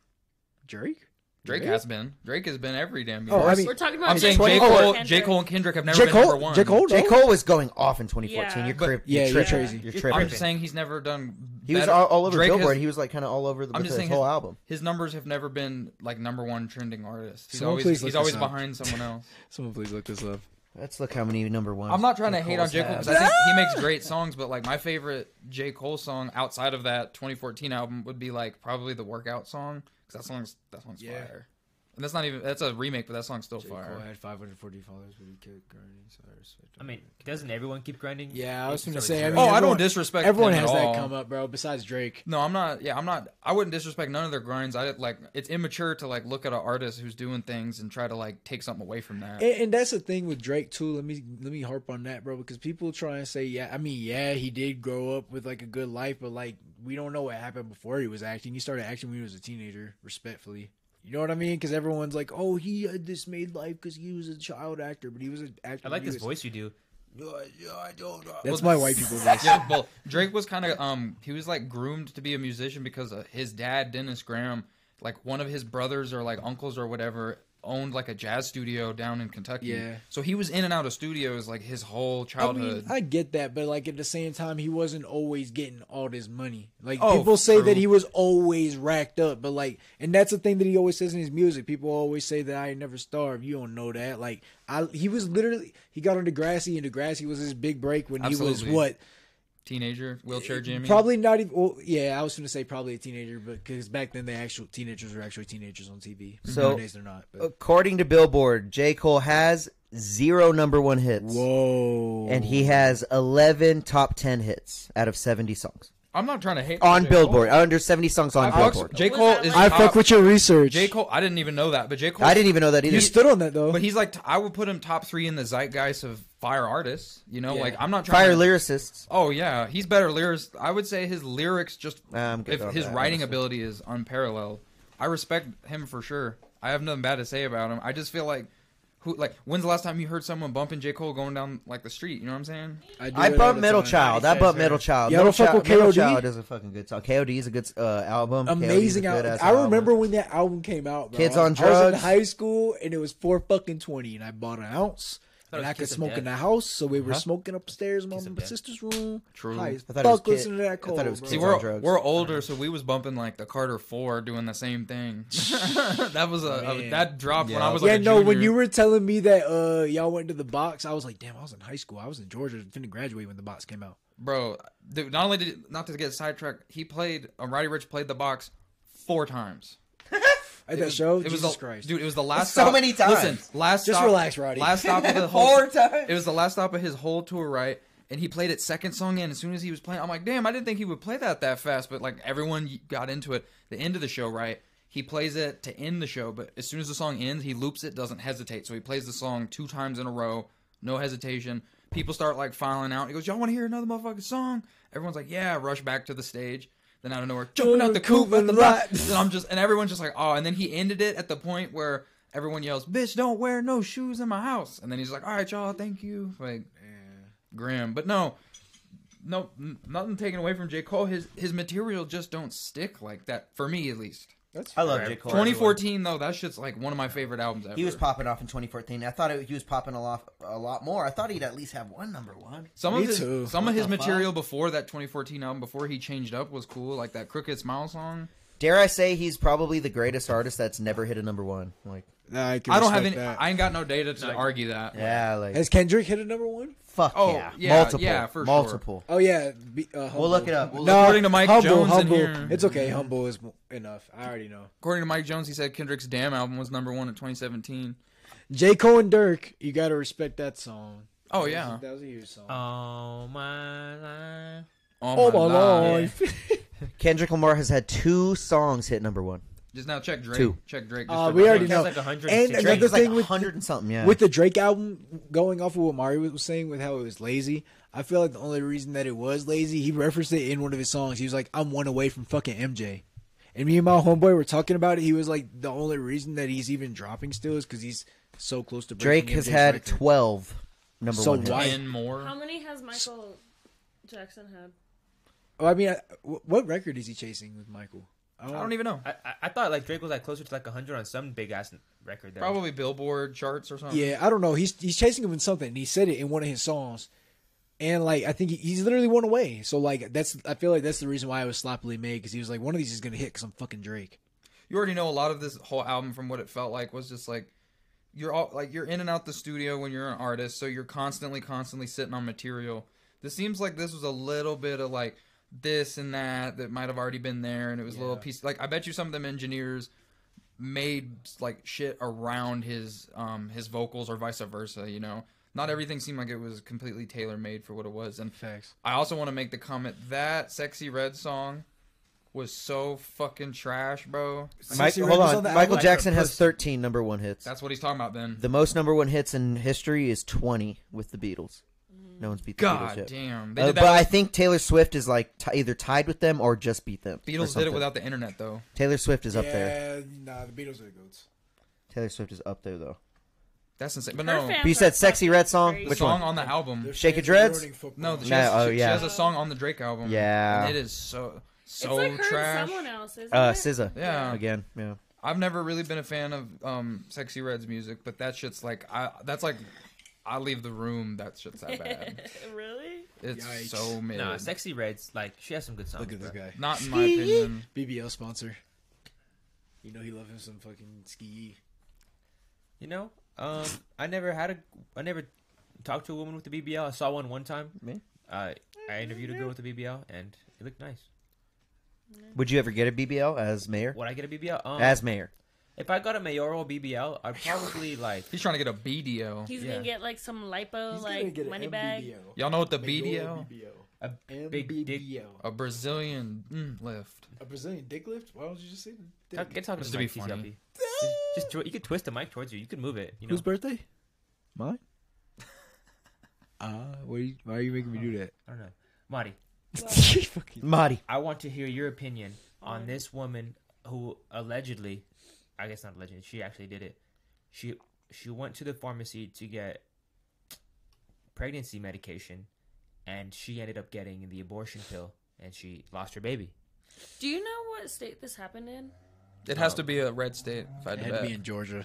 S1: Drake,
S3: Drake
S1: Really?
S3: has been. Drake has been every damn year.
S1: Oh, I mean,
S5: We're talking about
S3: I'm saying
S5: J.
S3: J
S5: Cole,
S3: Cole,
S5: Kendrick.
S3: J Cole and Kendrick have never
S1: J
S3: been number
S1: Cole,
S3: one.
S1: J Cole,
S6: J
S1: no.
S6: Cole was going off in 2014.
S5: Yeah.
S6: You're,
S3: But-
S6: crip,
S1: yeah,
S6: you're
S1: you're
S6: tripping.
S1: crazy.
S6: You're
S2: I'm
S6: tripping.
S3: I'm just saying he's never done.
S6: He was
S3: better-
S6: all, all over
S3: Drake has-
S6: Billboard. he was like kind of all over the
S3: I'm
S6: with
S3: just
S6: his
S3: saying
S6: whole
S3: his-
S6: album.
S3: His numbers have never been like number one trending artist. He's
S1: Someone please
S3: always
S1: look
S3: he's always
S1: this up.
S3: behind someone else.
S1: Someone please look this up.
S6: Let's look how many number ones.
S3: I'm not trying to
S6: J.
S3: hate on
S6: Cole's
S3: J Cole
S6: had.
S3: because I think he makes great songs, but like my favorite J Cole song outside of that 2014 album would be like probably the Workout song because that song's that song's
S1: Yeah.
S3: fire. And that's not even that's a remake, but that song's still fire.
S1: had 540 followers when he kicked
S2: I mean, doesn't everyone keep grinding?
S1: Yeah, I was
S2: It's
S1: gonna
S2: so
S1: say, I
S2: easy.
S1: mean-
S3: Oh, I
S1: everyone-
S3: don't disrespect.
S1: Everyone
S3: him
S1: has
S3: at
S1: that
S3: all.
S1: come up, bro. Besides Drake,
S3: No, I'm not. Yeah, I'm not. I wouldn't disrespect none of their grinds. I like it's immature to like look at an artist who's doing things and try to like take something away from that.
S1: and, and that's the thing with Drake too. Let me let me harp on that, bro, because people try and say, yeah, I mean, yeah, he did grow up with like a good life, but like we don't know what happened before he was acting. He started acting when he was a teenager, respectfully. You know what I mean? Because everyone's like, oh, he had this made life because he was a child actor, but he was an actor.
S2: I
S1: when
S2: like
S1: he
S2: this
S1: was-
S2: voice you do.
S1: That's my white people voice.
S3: yeah, well, Drake was kind of um he was like groomed to be a musician because uh, his dad Dennis Graham, like one of his brothers or like uncles or whatever, owned like a jazz studio down in Kentucky.
S1: Yeah.
S3: So he was in and out of studios like his whole
S1: I
S3: childhood.
S1: mean, I get that, but like at the same time, he wasn't always getting all this money. Like
S3: Oh,
S1: people say
S3: true.
S1: that he was always racked up, but like, and that's the thing that he always says in his music. People always say that I ain't never starved. You don't know that. Like I, he was literally he got on Degrassi, and Degrassi was his big break when he
S3: Absolutely.
S1: was what
S3: Teenager, wheelchair Jimmy.
S1: probably not even. Well, yeah, I was gonna say probably a teenager, but because back then the actual teenagers were actually teenagers on TV.
S6: So-
S1: Nowadays they're not.
S3: uh,
S1: But.
S6: According to Billboard, J. Cole has zero number one hits.
S1: Whoa!
S6: And he has 11 top 10 hits out of 70 songs.
S3: I'm not trying to hate
S6: On
S3: J. Cole.
S6: Billboard. Under 70 songs on
S3: I fucks-
S6: Billboard.
S3: J
S5: Was
S3: Cole
S5: that
S3: is.
S5: like-
S1: I
S3: top-
S1: fuck with your research.
S3: J Cole. I didn't even know that, but J Cole.
S6: I didn't even know that either.
S1: you stood on that though.
S3: But he's like, t- I would put him top three in the zeitgeist of fire artists. You know,
S1: Yeah.
S3: like I'm not trying
S6: Fire
S3: to.
S6: lyricists.
S3: oh yeah, he's better lyrics. I would say his lyrics just
S6: I'm good
S3: if
S6: on
S3: his
S6: that,
S3: writing
S6: honestly.
S3: ability is unparalleled. I respect him for sure. I have nothing bad to say about him. I just feel like Who like when's the last time you heard someone bumping J Cole going down like the street? You know what I'm saying?
S1: do
S6: I
S1: it all
S6: bump
S1: the
S6: Middle
S1: time.
S6: Child. I
S2: He
S6: bump
S2: says
S6: Middle
S2: her.
S6: Child.
S1: Yeah, I
S6: Middle
S1: don't fuck
S6: Child,
S1: with
S6: Middle
S1: KOD.
S6: Child is a fucking good song. KOD is a good uh, album. KOD is a
S1: Amazing
S6: good
S1: album.
S6: ass
S1: I remember
S6: album.
S1: when that album came out. Bro.
S6: Kids
S1: I-
S6: on
S1: I was in
S6: Drugs.
S1: high school and it was four fucking twenty, and I bought an ounce.
S2: thought it
S1: And
S2: was
S1: I could
S2: Kiss of
S1: smoke in
S2: Death.
S1: the house, so we were
S3: Huh?
S1: smoking upstairs, in my
S2: Kiss of
S1: mom
S2: Death.
S1: sister's room.
S3: True.
S1: High as
S6: Uh-huh. I thought it was
S1: fuck, listening
S6: Kid-
S1: to that
S6: I thought
S1: cold.
S6: it was
S1: bro.
S3: See,
S6: Kids
S3: we're
S6: on drugs.
S3: we're older, so we was bumping like the Carter Four, doing the same thing. that was a, a-
S1: Man.
S3: that dropped when
S6: Yeah.
S3: I was like
S1: yeah,
S3: a
S1: no. When
S3: junior.
S1: you were telling me that uh y'all went to the box, I was like, damn, I was in high school. I was in Georgia, finna graduate when the box came out.
S3: bro, dude, not only did not to get sidetracked, he played um, Roddy Rich played the box four times.
S1: At
S3: It
S1: that
S3: was-
S1: show,
S3: it was
S1: Jesus
S3: the,
S1: Christ,
S3: dude. It was the last
S6: So
S3: stop-
S6: many times.
S3: Listen, last
S1: Just
S3: stop-
S1: relax, Roddy.
S3: Last stop of the whole
S6: Four times.
S3: It was the last stop of his whole tour, right? And he played it second song in. As soon as he was playing, I'm like, damn, I didn't think he would play that that fast. But like everyone got into it. The end of the show, right? He plays it to end the show, but as soon as the song ends, he loops it, doesn't hesitate. So he plays the song two times in a row, no hesitation. People start like filing out. He goes, "Y'all want to hear another motherfucking song?" Everyone's like, "Yeah!" Rush back to the stage. Then out of nowhere, jumping out the coop at the lot. And I'm just, and everyone's just like, "Oh!" And then he ended it at the point where everyone yells, "Bitch, don't wear no shoes in my house." And then he's like, "All right, y'all, thank you." Like, grim. But no, no, n- nothing taken away from J Cole. His his material just don't stick like that for me, at least.
S1: that's
S6: I love J Cole.
S3: 2014 though, that shit's like one of my favorite albums ever.
S6: He was popping off in 2014. I thought it, he was popping a lot, a lot more. I thought he'd at least have one number one.
S3: some
S1: Me
S3: of his
S1: too.
S3: some
S6: What
S3: of his
S6: the fuck?
S3: material before that 2014 album, before he changed up, was cool. Like that Crooked Smile song.
S6: Dare I say he's probably the greatest artist that's never hit a number one? Like,
S1: Nah, I, can
S3: I don't
S1: respect
S3: have any.
S1: That.
S3: I ain't got no data to
S2: Like-
S3: argue that.
S6: yeah, like
S1: Has Kendrick hit a number one?
S6: fuck
S3: Oh,
S6: yeah.
S3: yeah,
S6: multiple,
S3: yeah, for sure.
S6: multiple.
S1: Oh yeah, be, uh, Humble.
S6: look it up. We'll
S1: no,
S6: look-
S3: According to Mike
S1: humble,
S3: Jones in
S1: humble.
S3: here. Mm-hmm.
S1: It's okay. Humble is mo- enough. I already know.
S3: According to Mike Jones, he said Kendrick's Damn album was number one in 2017.
S1: J Cole and Dirk, you gotta respect that song.
S3: Oh
S1: That was-
S3: yeah.
S1: that was a huge song.
S2: Oh my life.
S1: oh my
S3: life.
S1: life.
S6: Kendrick Lamar has had two songs hit number one.
S3: Just now check Drake.
S6: Two.
S3: Check Drake. Just
S1: Uh,
S3: for
S1: we
S3: reference.
S1: already
S2: Drake
S1: know.
S2: has like 160
S1: and
S2: Drake
S1: another
S2: has
S6: It's like
S1: thing
S6: a
S1: with
S6: hundred and something. Yeah,
S1: with the Drake album, going off of what Mario was saying with how it was lazy, I feel like the only reason that it was lazy, he referenced it in one of his songs. He was like, "I'm one away from fucking MJ," and me and my homeboy were talking about it. He was like, "The only reason that he's even dropping still is because he's so close to breaking
S6: Drake has
S1: MJ's
S6: had
S1: record.
S6: twelve number
S1: So
S6: one. hits.
S1: why-
S3: and more.
S5: How many has Michael Jackson had?
S1: Oh, I mean, I, wh- what record is he chasing with Michael?
S3: I don't even know.
S2: I, I, I thought like Drake was like closer to like 100 on some big ass record. There.
S3: Probably Billboard charts or something.
S1: Yeah, I don't know. He's he's chasing him in something. And he said it in one of his songs, and like I think he, he's literally one away. So like that's I feel like that's the reason why I was sloppily made because he was like one of these is gonna hit because I'm fucking Drake.
S3: You already know a lot of this whole album from what it felt like was just like you're all like you're in and out the studio when you're an artist, so you're constantly, constantly sitting on material. This seems like this was a little bit of like this and that that might have already been there, and it was a little piece. Like I bet you some of them engineers made like shit around his um his vocals or vice versa. You know, not everything seemed like it was completely tailor made for what it was, and
S1: Facts.
S3: I also want to make the comment that "Sexy Red" song was so fucking trash, bro.
S6: Mike,
S1: Sexy
S6: hold
S1: Red was
S6: on.
S1: on the
S6: Michael
S1: album.
S6: Jackson has thirteen number one hits.
S3: That's what he's talking about. Then
S6: the most number one hits in history is twenty with the Beatles. No one's beat the Beatles
S3: God
S6: yet.
S3: damn, they
S6: Uh,
S3: did
S6: but
S3: that.
S6: I think Taylor Swift is like t- either tied with them or just beat them. or
S3: Beatles did it
S6: something.
S3: without the internet, though.
S6: Taylor Swift is up there.
S1: nah, the Beatles are the goats.
S6: Taylor Swift is up there though.
S3: That's insane. But
S5: Her
S3: no,
S5: fans
S6: But you said
S5: are
S6: "Sexy
S5: fucking
S6: Red" song.
S5: crazy.
S3: the
S6: Which
S3: song
S6: one?
S3: on the album.
S6: Shake It Dreads?
S3: No, she,
S6: No,
S3: has,
S6: oh,
S3: she,
S6: yeah.
S3: has a song on the Drake album.
S6: Yeah.
S3: and it is so
S5: It's
S3: so
S5: like her
S3: trash.
S5: and someone else, isn't
S6: Uh,
S5: it?
S6: SZA.
S3: Yeah.
S6: Again. Yeah.
S3: I've never really been a fan of um, "Sexy Red's" music, but that shit's like I. That's like I leave the room. That shit's that bad.
S5: really?
S3: It's
S1: Yikes.
S3: so mid.
S2: Nah, sexy reds. Like she has some good songs.
S1: Look at this
S2: bro.
S1: guy.
S3: Not in my opinion.
S1: BBL sponsor. You know he loves him some fucking ski.
S2: You know, um, I never had a, I never talked to a woman with a BBL. I saw one one time.
S6: Me?
S2: Uh, I interviewed a girl with a BBL, and it looked nice.
S6: Would you ever get a BBL as mayor?
S2: Would I get a BBL? Um,
S6: As mayor.
S2: if I got a mayoral BBL, I'd probably like.
S3: He's trying to get a BDO.
S5: He's
S2: Yeah.
S5: gonna get like some lipo, like money bag.
S3: Y'all know what the BDO?
S2: A big dick.
S3: A Brazilian mm, lift.
S1: A Brazilian dick lift? Why don't you just say that?
S2: Talk, get talking
S3: Just
S2: to
S3: to
S2: Mike
S3: be funny.
S2: TZLP. Just, just tw- you could twist the mic towards you. You could move it. You know,
S1: Whose birthday? Mine. Ah, why, are you- why are you making me do that?
S2: I don't know. Marty,
S1: Fucking-
S6: Marty.
S2: I want to hear your opinion on this woman who allegedly, I guess not allegedly, she actually did it. She she went to the pharmacy to get pregnancy medication, and she ended up getting the abortion pill, and she lost her baby.
S5: Do you know what state this happened in?
S3: It has to be a red state. If I had
S1: It
S3: to
S1: had to
S3: bet.
S1: be in Georgia.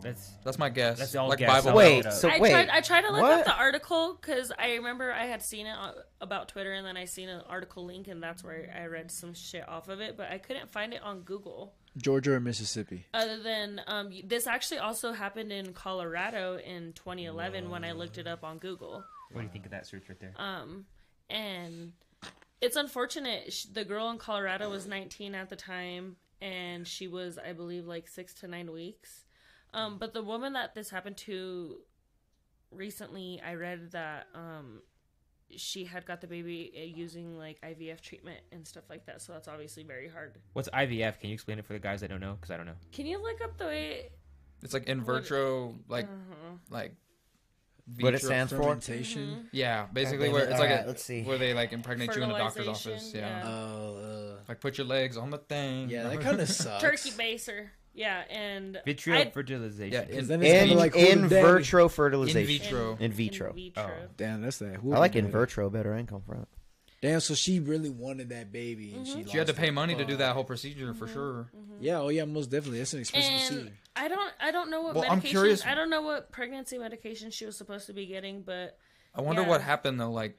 S2: That's
S3: That's my guess.
S2: That's all
S3: like
S2: guess.
S3: Bible.
S2: I'll
S6: Wait,
S2: look it up.
S6: so-
S5: I
S6: wait,
S5: tried. I tried to look
S6: what?
S5: up the article because I remember I had seen it on- about Twitter, and then I seen an article link, and that's where I read some shit off of it. But I couldn't find it on Google.
S1: Georgia or Mississippi?
S5: Other than um, this, actually also happened in Colorado in 2011 when I looked it up on Google.
S2: what do you think of that search right there?
S5: Um, and it's unfortunate. Sh- The girl in Colorado was 19 at the time, and she was, I believe, like six to nine weeks. Um, but the woman that this happened to recently, I read that um, she had got the baby uh, using like IVF treatment and stuff like that. So that's obviously very hard.
S2: What's IVF? Can you explain it for the guys that don't know? Because I don't know.
S5: Can you look up the way? uh-huh,
S3: It's like in vitro, like like.
S6: What it
S3: vitro-
S6: stands for?
S1: Fermentation.
S3: Yeah, basically
S6: damn
S3: where
S6: it.
S3: it's like
S6: Alright,
S3: a,
S6: let's see.
S3: where they like impregnate you in a doctor's
S5: Fertilization,
S3: office. Yeah.
S5: yeah.
S1: Oh, uh,
S3: Like put your legs on the thing.
S1: yeah, that kind of sucks.
S5: Turkey baser. Yeah, and
S2: Vitrio
S5: I'd-
S2: fertilization.
S3: Yeah,
S1: Because
S3: in,
S1: then it's
S6: In,
S1: kinda like
S6: in
S1: holding daddy.
S6: vitro
S3: in
S6: fertilization.
S3: vitro.
S6: In vitro.
S5: in vitro.
S2: Oh.
S1: Damn, that's that.
S6: I like in
S1: invert.
S6: vitro better. I ain't come from.
S1: Damn, so she really wanted that baby, and
S5: Mm-hmm.
S1: she,
S3: She had to
S1: lost
S3: pay
S1: it.
S3: money to do
S1: Fuck.
S3: that whole procedure for sure.
S1: Yeah, oh yeah, most definitely. That's an expensive
S5: And
S1: procedure.
S5: I don't, I don't know what
S3: Well, I'm
S5: medication.
S3: curious-
S5: I don't know what pregnancy medication she was supposed to be getting, but
S3: I wonder
S5: Yeah.
S3: what happened though. Like,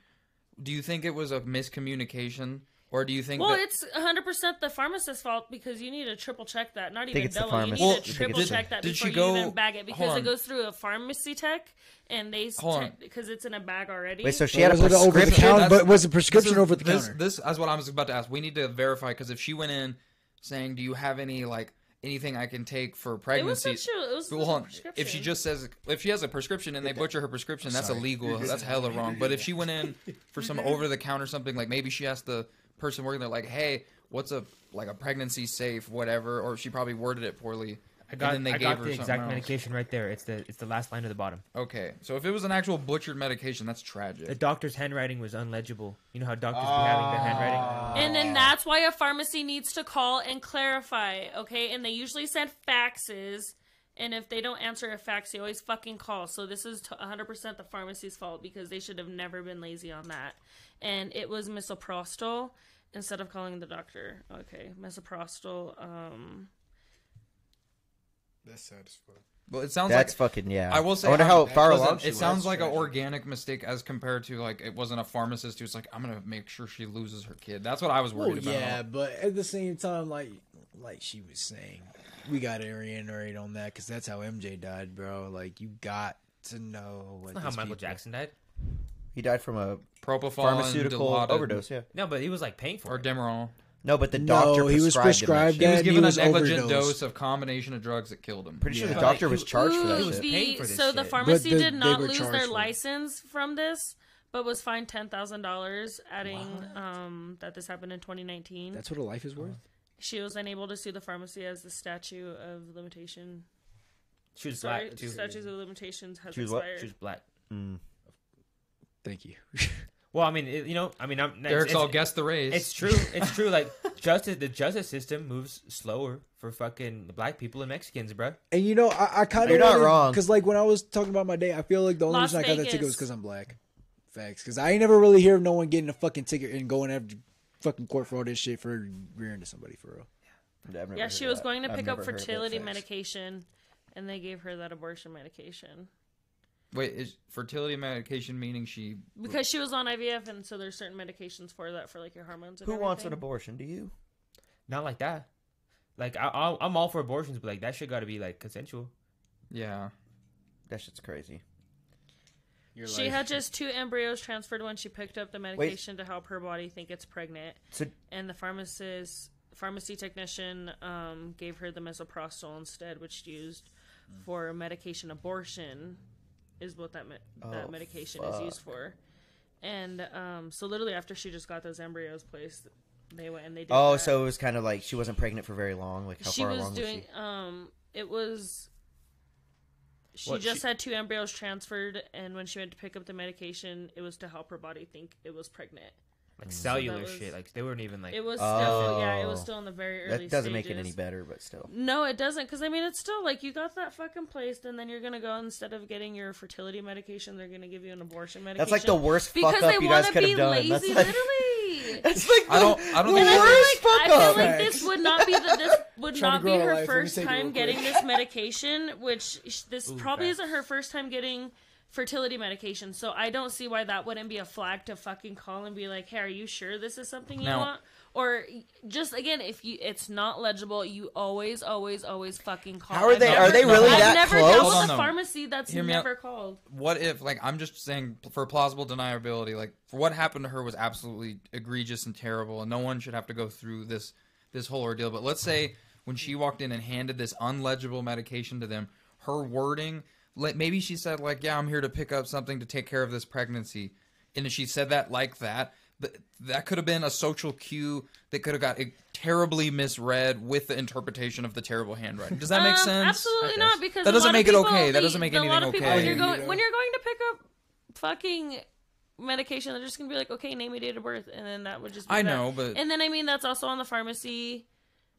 S3: do you think it was a miscommunication, or do you think?
S5: well,
S3: that,
S5: it's 100 percent the pharmacist's fault because you need to triple check that. Not even
S6: it's the
S5: double. You need
S6: pharmacist. Well, I
S5: to
S6: think
S5: triple
S6: it's the-
S5: check that
S3: did
S5: before
S3: she
S5: you
S3: go-
S5: even bag it because
S3: hold
S5: it
S3: on.
S5: goes througs a pharmacy tech and they
S3: Hold on.
S5: because it's in a bag already.
S6: Wait, so she
S1: But
S6: had a
S1: was it over the
S6: prescription?
S1: counter?
S3: That's-
S1: But was the
S3: This
S1: prescription
S3: is-
S1: over the
S3: this,
S1: counter?
S3: This is what I was about to ask. We need to verify because if she went in saying, "Do you have any like anything I can take for
S5: it was
S3: pregnancy?"
S5: such a, it was
S3: But hold on.
S5: prescription.
S3: If she just says, if she has a prescription and they butcher her prescription, that's
S1: Sorry.
S3: illegal. That's hella wrong. But if she went in for
S2: Mm-hmm.
S3: some over the counter something, like maybe she asked the person working there, like, hey, what's a like a pregnancy safe, whatever, or she probably worded it poorly.
S2: I got,
S3: and then they
S2: I
S3: gave
S2: got
S3: her
S2: the
S3: something
S2: exact
S3: else.
S2: medication right there. It's the it's the last line at the bottom.
S3: Okay, so if it was an actual butchered medication, that's tragic.
S2: The doctor's handwriting was unlegible. You know how doctors be having
S1: Ah.
S2: their handwriting.
S5: and
S1: Oh.
S5: then that's why a pharmacy needs to call and clarify. Okay, and they usually send faxes. And if they don't answer a fax, they always fucking call. So this is to 100% the pharmacy's fault because they should have never been lazy on that. And it was misoprostol instead of calling the doctor. Okay, misoprostol. Um,
S4: That's sad as fuck.
S3: well, it sounds
S6: That's
S3: like.
S6: fucking yeah.
S3: I will say,
S6: I wonder how
S3: that
S6: far
S3: wasn't-
S6: along she
S3: It sounds like an
S4: Tragic.
S3: organic mistake as compared to like it wasn't a pharmacist who's like, I'm gonna make sure she loses her kid. That's what I was
S1: Well,
S3: worried about.
S1: yeah, but at the same time, like like she was saying, we got to reiterate on that because that's how MJ died, bro. Like you got to know what
S2: That's not how
S1: these
S2: Michael
S1: people-
S2: Jackson died.
S6: He died from a
S3: Propofol,
S6: pharmaceutical
S3: Dilaudid,
S6: overdose. Yeah.
S2: No, but he was like paying for
S3: or
S2: it.
S3: Demerol.
S6: No, but the doctor
S1: No, he was
S6: prescribed.
S1: prescribed
S6: him that
S3: He
S6: shit.
S1: that.
S3: was
S1: And
S3: given
S1: he
S3: a
S1: was
S3: negligent
S1: overdosed.
S3: dose of combination of drugs that killed him.
S6: Pretty sure
S1: Yeah.
S6: the doctor
S2: Like,
S6: was
S2: who-
S6: charged for that
S5: Ooh,
S2: was
S6: shit.
S2: paying
S5: the-
S2: for this
S5: so the
S2: shit.
S5: pharmacy
S1: But the-
S5: did
S1: they
S5: not
S1: were
S5: lose
S1: charged
S5: their
S1: for it.
S5: license from this, but was fined ten thousand dollars, adding um, that this happened in 2019.
S1: That's what a life is worth.
S5: she was unable to sue the pharmacy as the statute of limitation.
S2: She was
S5: Sorry,
S2: black too.
S5: statutes of limitations has
S6: She was what?
S5: expired.
S2: She was black.
S1: Thank you.
S2: Well, I mean, it, you know, I mean, I'm. it's-
S3: Eric's
S2: it's-
S3: all guess the race.
S2: It's true. It's true. Like justice, the justice system moves slower for fucking black people and Mexicans, bro.
S1: and you know, I, I kind of
S6: You're not wrong.
S1: because like when I was talking about my day, I feel like the only
S5: Las
S1: reason I got that ticket
S5: Vegas.
S1: was because I'm black. Facts, because I ain't never really hear of no one getting a fucking ticket and going after fucking court for all this shit for rearing into somebody for real.
S6: I've never
S5: yeah,
S6: heard
S5: she
S6: of
S5: was
S6: that.
S5: going to
S6: I've
S5: pick
S6: never
S5: up
S6: heard of that
S5: fertility
S6: fact.
S5: medication, and they gave her that abortion medication
S3: Wait, is fertility medication meaning she?
S5: because she was on IVF, and so there's certain medications for that for like your hormones. And
S6: Who wants an
S5: everything.
S6: abortion? Do you?
S2: Not like that. Like I, I'll- I'm all for abortions, but like that shit got to be like consensual.
S3: Yeah,
S6: That shit's crazy.
S5: She had just two embryos transferred when she picked up the medication to help her body think it's pregnant,
S6: So
S5: and the pharmacist, pharmacy technician, um, gave her the misoprostol instead, which used for medication abortion, is what that me-
S6: Oh,
S5: that medication is used for. And um, so, literally, after she just got those embryos placed, they went and they did.
S6: oh,
S5: that.
S6: so it was kind of like she wasn't pregnant for very long. Like how
S5: she
S6: far
S5: was
S6: along
S5: doing.
S6: was she?
S5: Um, it was. She
S2: What,
S5: just
S2: she-
S5: had two embryos transferred, and when she went to pick up the medication, it was to help her body think it was pregnant.
S1: Mm.
S2: like cellular
S5: was-
S2: shit. Like they weren't even like.
S5: It was still,
S6: Oh.
S5: yeah, it was still in the very early.
S6: That doesn't make it
S5: stages.
S6: any better, but still.
S5: No, it doesn't, because I mean, it's still like you got that fucking placed, and then you're gonna go instead of getting your fertility medication, they're gonna give you an abortion medication.
S6: That's like the worst
S5: because
S6: fuck up
S5: they
S6: you guys
S5: want to
S6: could
S5: be
S6: have done.
S5: lazy,
S6: That's like,
S5: literally.
S6: that's like
S3: I
S6: the-
S3: don't- I don't
S6: the
S3: think
S5: I feel
S6: worst
S5: like,
S6: fuck
S5: I feel
S6: up.
S5: like this would not be the, this would
S1: Trying to grow
S5: not be
S1: a
S5: her
S1: life. Let me
S5: first
S1: take it real
S5: time
S1: quick.
S5: getting this medication, which sh- this
S2: Ooh,
S5: probably
S2: facts.
S5: isn't her first time getting fertility medication. So I don't see why that wouldn't be a flag to fucking call and be like, "Hey, are you sure this is something you
S3: No.
S5: want?" Or just again, if you it's not legible, you always, always, always fucking call.
S6: How are they-
S3: are they really
S5: I've
S6: that
S5: never
S6: close?
S5: dealt
S3: Hold
S5: with
S3: on,
S5: a
S3: though.
S5: pharmacy that's
S3: Hear me out.
S5: never called.
S3: what if like i'm just saying for plausible deniability like for what happened to her was absolutely egregious and terrible and no one should have to go through this this whole ordeal but let's say when she walked in and handed this unlegible medication to them her wording like maybe she said like yeah i'm here to pick up something to take care of this pregnancy and if she said that like that th- that could have been a social cue that could have got eh, terribly misread with the interpretation of the terrible handwriting. Does that make
S5: Um,
S3: sense?
S5: Absolutely
S2: I
S5: not,
S2: guess.
S5: because
S3: That
S5: a
S3: doesn't
S5: lot
S3: make
S5: of
S3: it
S5: people,
S3: okay. That
S5: they-
S3: doesn't make
S5: a lot
S3: anything
S5: of people,
S3: okay.
S5: When you're
S1: Yeah,
S5: going
S1: you know.
S5: when you're going to pick up fucking medication, they're just gonna be like, okay, name a date of birth, and then that would just. Be
S3: I
S5: that.
S3: know, but-
S5: and then I mean that's also on the pharmacy,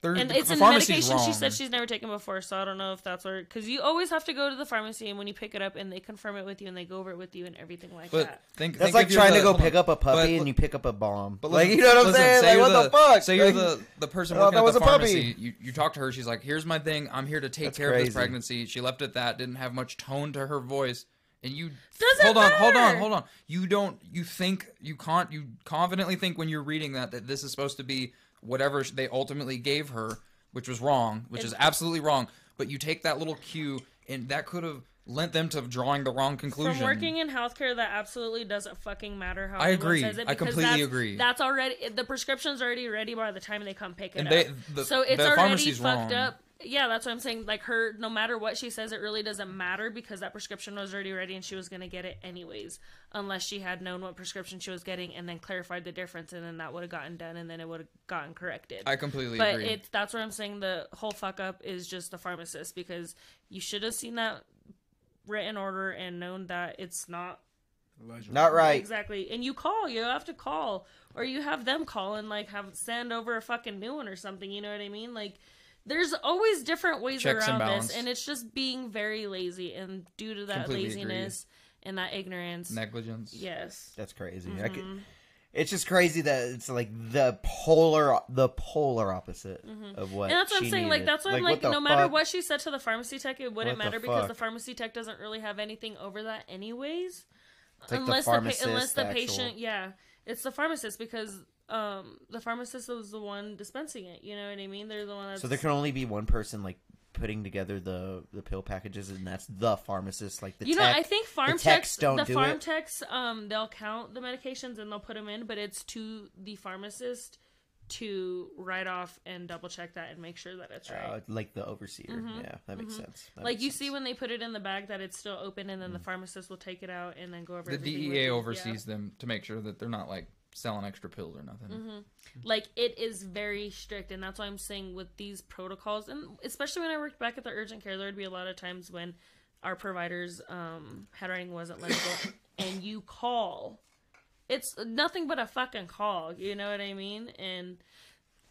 S3: They're-
S5: and
S3: the
S5: it's in the
S3: pharmacy's
S5: medication she
S3: wrong.
S5: said she's never taken before, so I don't know if that's where because you always have to go to the pharmacy, and when you pick it up, and they confirm it with you, and they go over it with you, and everything like
S3: But
S5: that.
S3: think,
S6: That's
S3: think
S6: like
S3: if you're
S6: trying to
S3: the-
S6: go
S3: hold on.
S6: pick up a puppy
S3: But-
S6: and you pick up a bomb.
S3: but
S6: like
S3: listen-
S6: you know what I'm
S3: listen,
S6: saying?
S3: say
S6: Like
S3: you're
S6: what the fuck?
S3: Say you're
S6: Like,
S3: the the person
S6: Oh,
S3: working
S6: that
S3: at
S6: was
S3: the
S6: a puppy.
S3: pharmacy. You, you talk to her. She's like, "Here's my thing. I'm here to take
S6: That's
S3: care of
S6: crazy.
S3: this pregnancy." She left it that didn't have much tone to her voice, and you
S5: Doesn't
S3: hold on, hold on,
S5: matter.
S3: hold on. You don't. You think you can't. You confidently think when you're reading that that this is supposed to be whatever they ultimately gave her, which was wrong, which is absolutely wrong. But you take that little cue, and that could have lent them to drawing the wrong conclusion.
S5: From working in healthcare, that absolutely doesn't fucking matter how
S3: I
S5: anyone
S3: agree.
S5: Says it
S3: I
S5: because
S3: completely
S5: that's,
S3: agree.
S5: That's already the prescription's already ready by the time they come pick it
S3: And
S5: up.
S3: they- the-
S5: so it's
S3: the
S5: already
S3: pharmacy's
S5: fucked
S3: wrong.
S5: up. Yeah, that's what I'm saying. Like her, no matter what she says, it really doesn't matter because that prescription was already ready and she was gonna get it anyways, unless she had known what prescription she was getting and then clarified the difference, and then that would have gotten done, and then it would have gotten corrected.
S3: I completely
S5: But
S3: agree.
S5: it's that's where I'm saying the whole fuck up is just the pharmacist because you should have seen that written order and known that it's not
S6: not right.
S5: exactly. And you call, you have to call, or you have them call and like have send over a fucking new one or something. You know what I mean? Like, there's always different ways
S3: Checks and
S5: around
S3: balance.
S5: this, and it's just being very lazy. And due to that
S3: Completely agree.
S5: laziness and that ignorance,
S3: negligence.
S5: yes,
S6: That's crazy. I could-
S5: Mm-hmm.
S6: it's just crazy that it's like the polar, the polar opposite of what.
S5: Mm-hmm. and that's what I'm
S6: she
S5: saying. Like
S6: needed.
S5: that's why I'm
S6: what
S5: like,
S6: the
S5: no matter
S6: fuck?
S5: what she said to the pharmacy tech, it wouldn't
S6: What the
S5: matter because
S6: fuck?
S5: the pharmacy tech doesn't really have anything over that anyways.
S6: like the
S5: unless
S6: pharmacist,
S5: the pa- unless the,
S6: the actual-
S5: patient, yeah, it's the pharmacist because um the pharmacist was the one dispensing it. You know what I mean? They're the one that's
S6: So there can only be one person like putting together the the pill packages, and that's the pharmacist. Like the
S5: you know,
S6: tech.
S5: I think farm
S6: techs
S5: techs,
S6: don't
S5: the
S6: do
S5: farm
S6: it.
S5: techs, um, they'll count the medications and they'll put them in, but it's to the pharmacist to write off and double check that and make sure that it's right.
S6: uh, like the overseer. Yeah, that makes sense. That
S5: Mm-hmm. like
S6: makes
S5: you
S6: sense.
S5: see when they put it in the bag that it's still open, and then the pharmacist will take it out and then go over.
S3: the
S5: everything with
S3: DEA
S5: you. Yeah.
S3: oversees them to make sure that they're not like selling extra pills or nothing.
S5: like it is very strict and that's why i'm saying with these protocols and especially when i worked back at the urgent care there would be a lot of times when our providers um handwriting wasn't legible and you call it's nothing but a fucking call you know what i mean and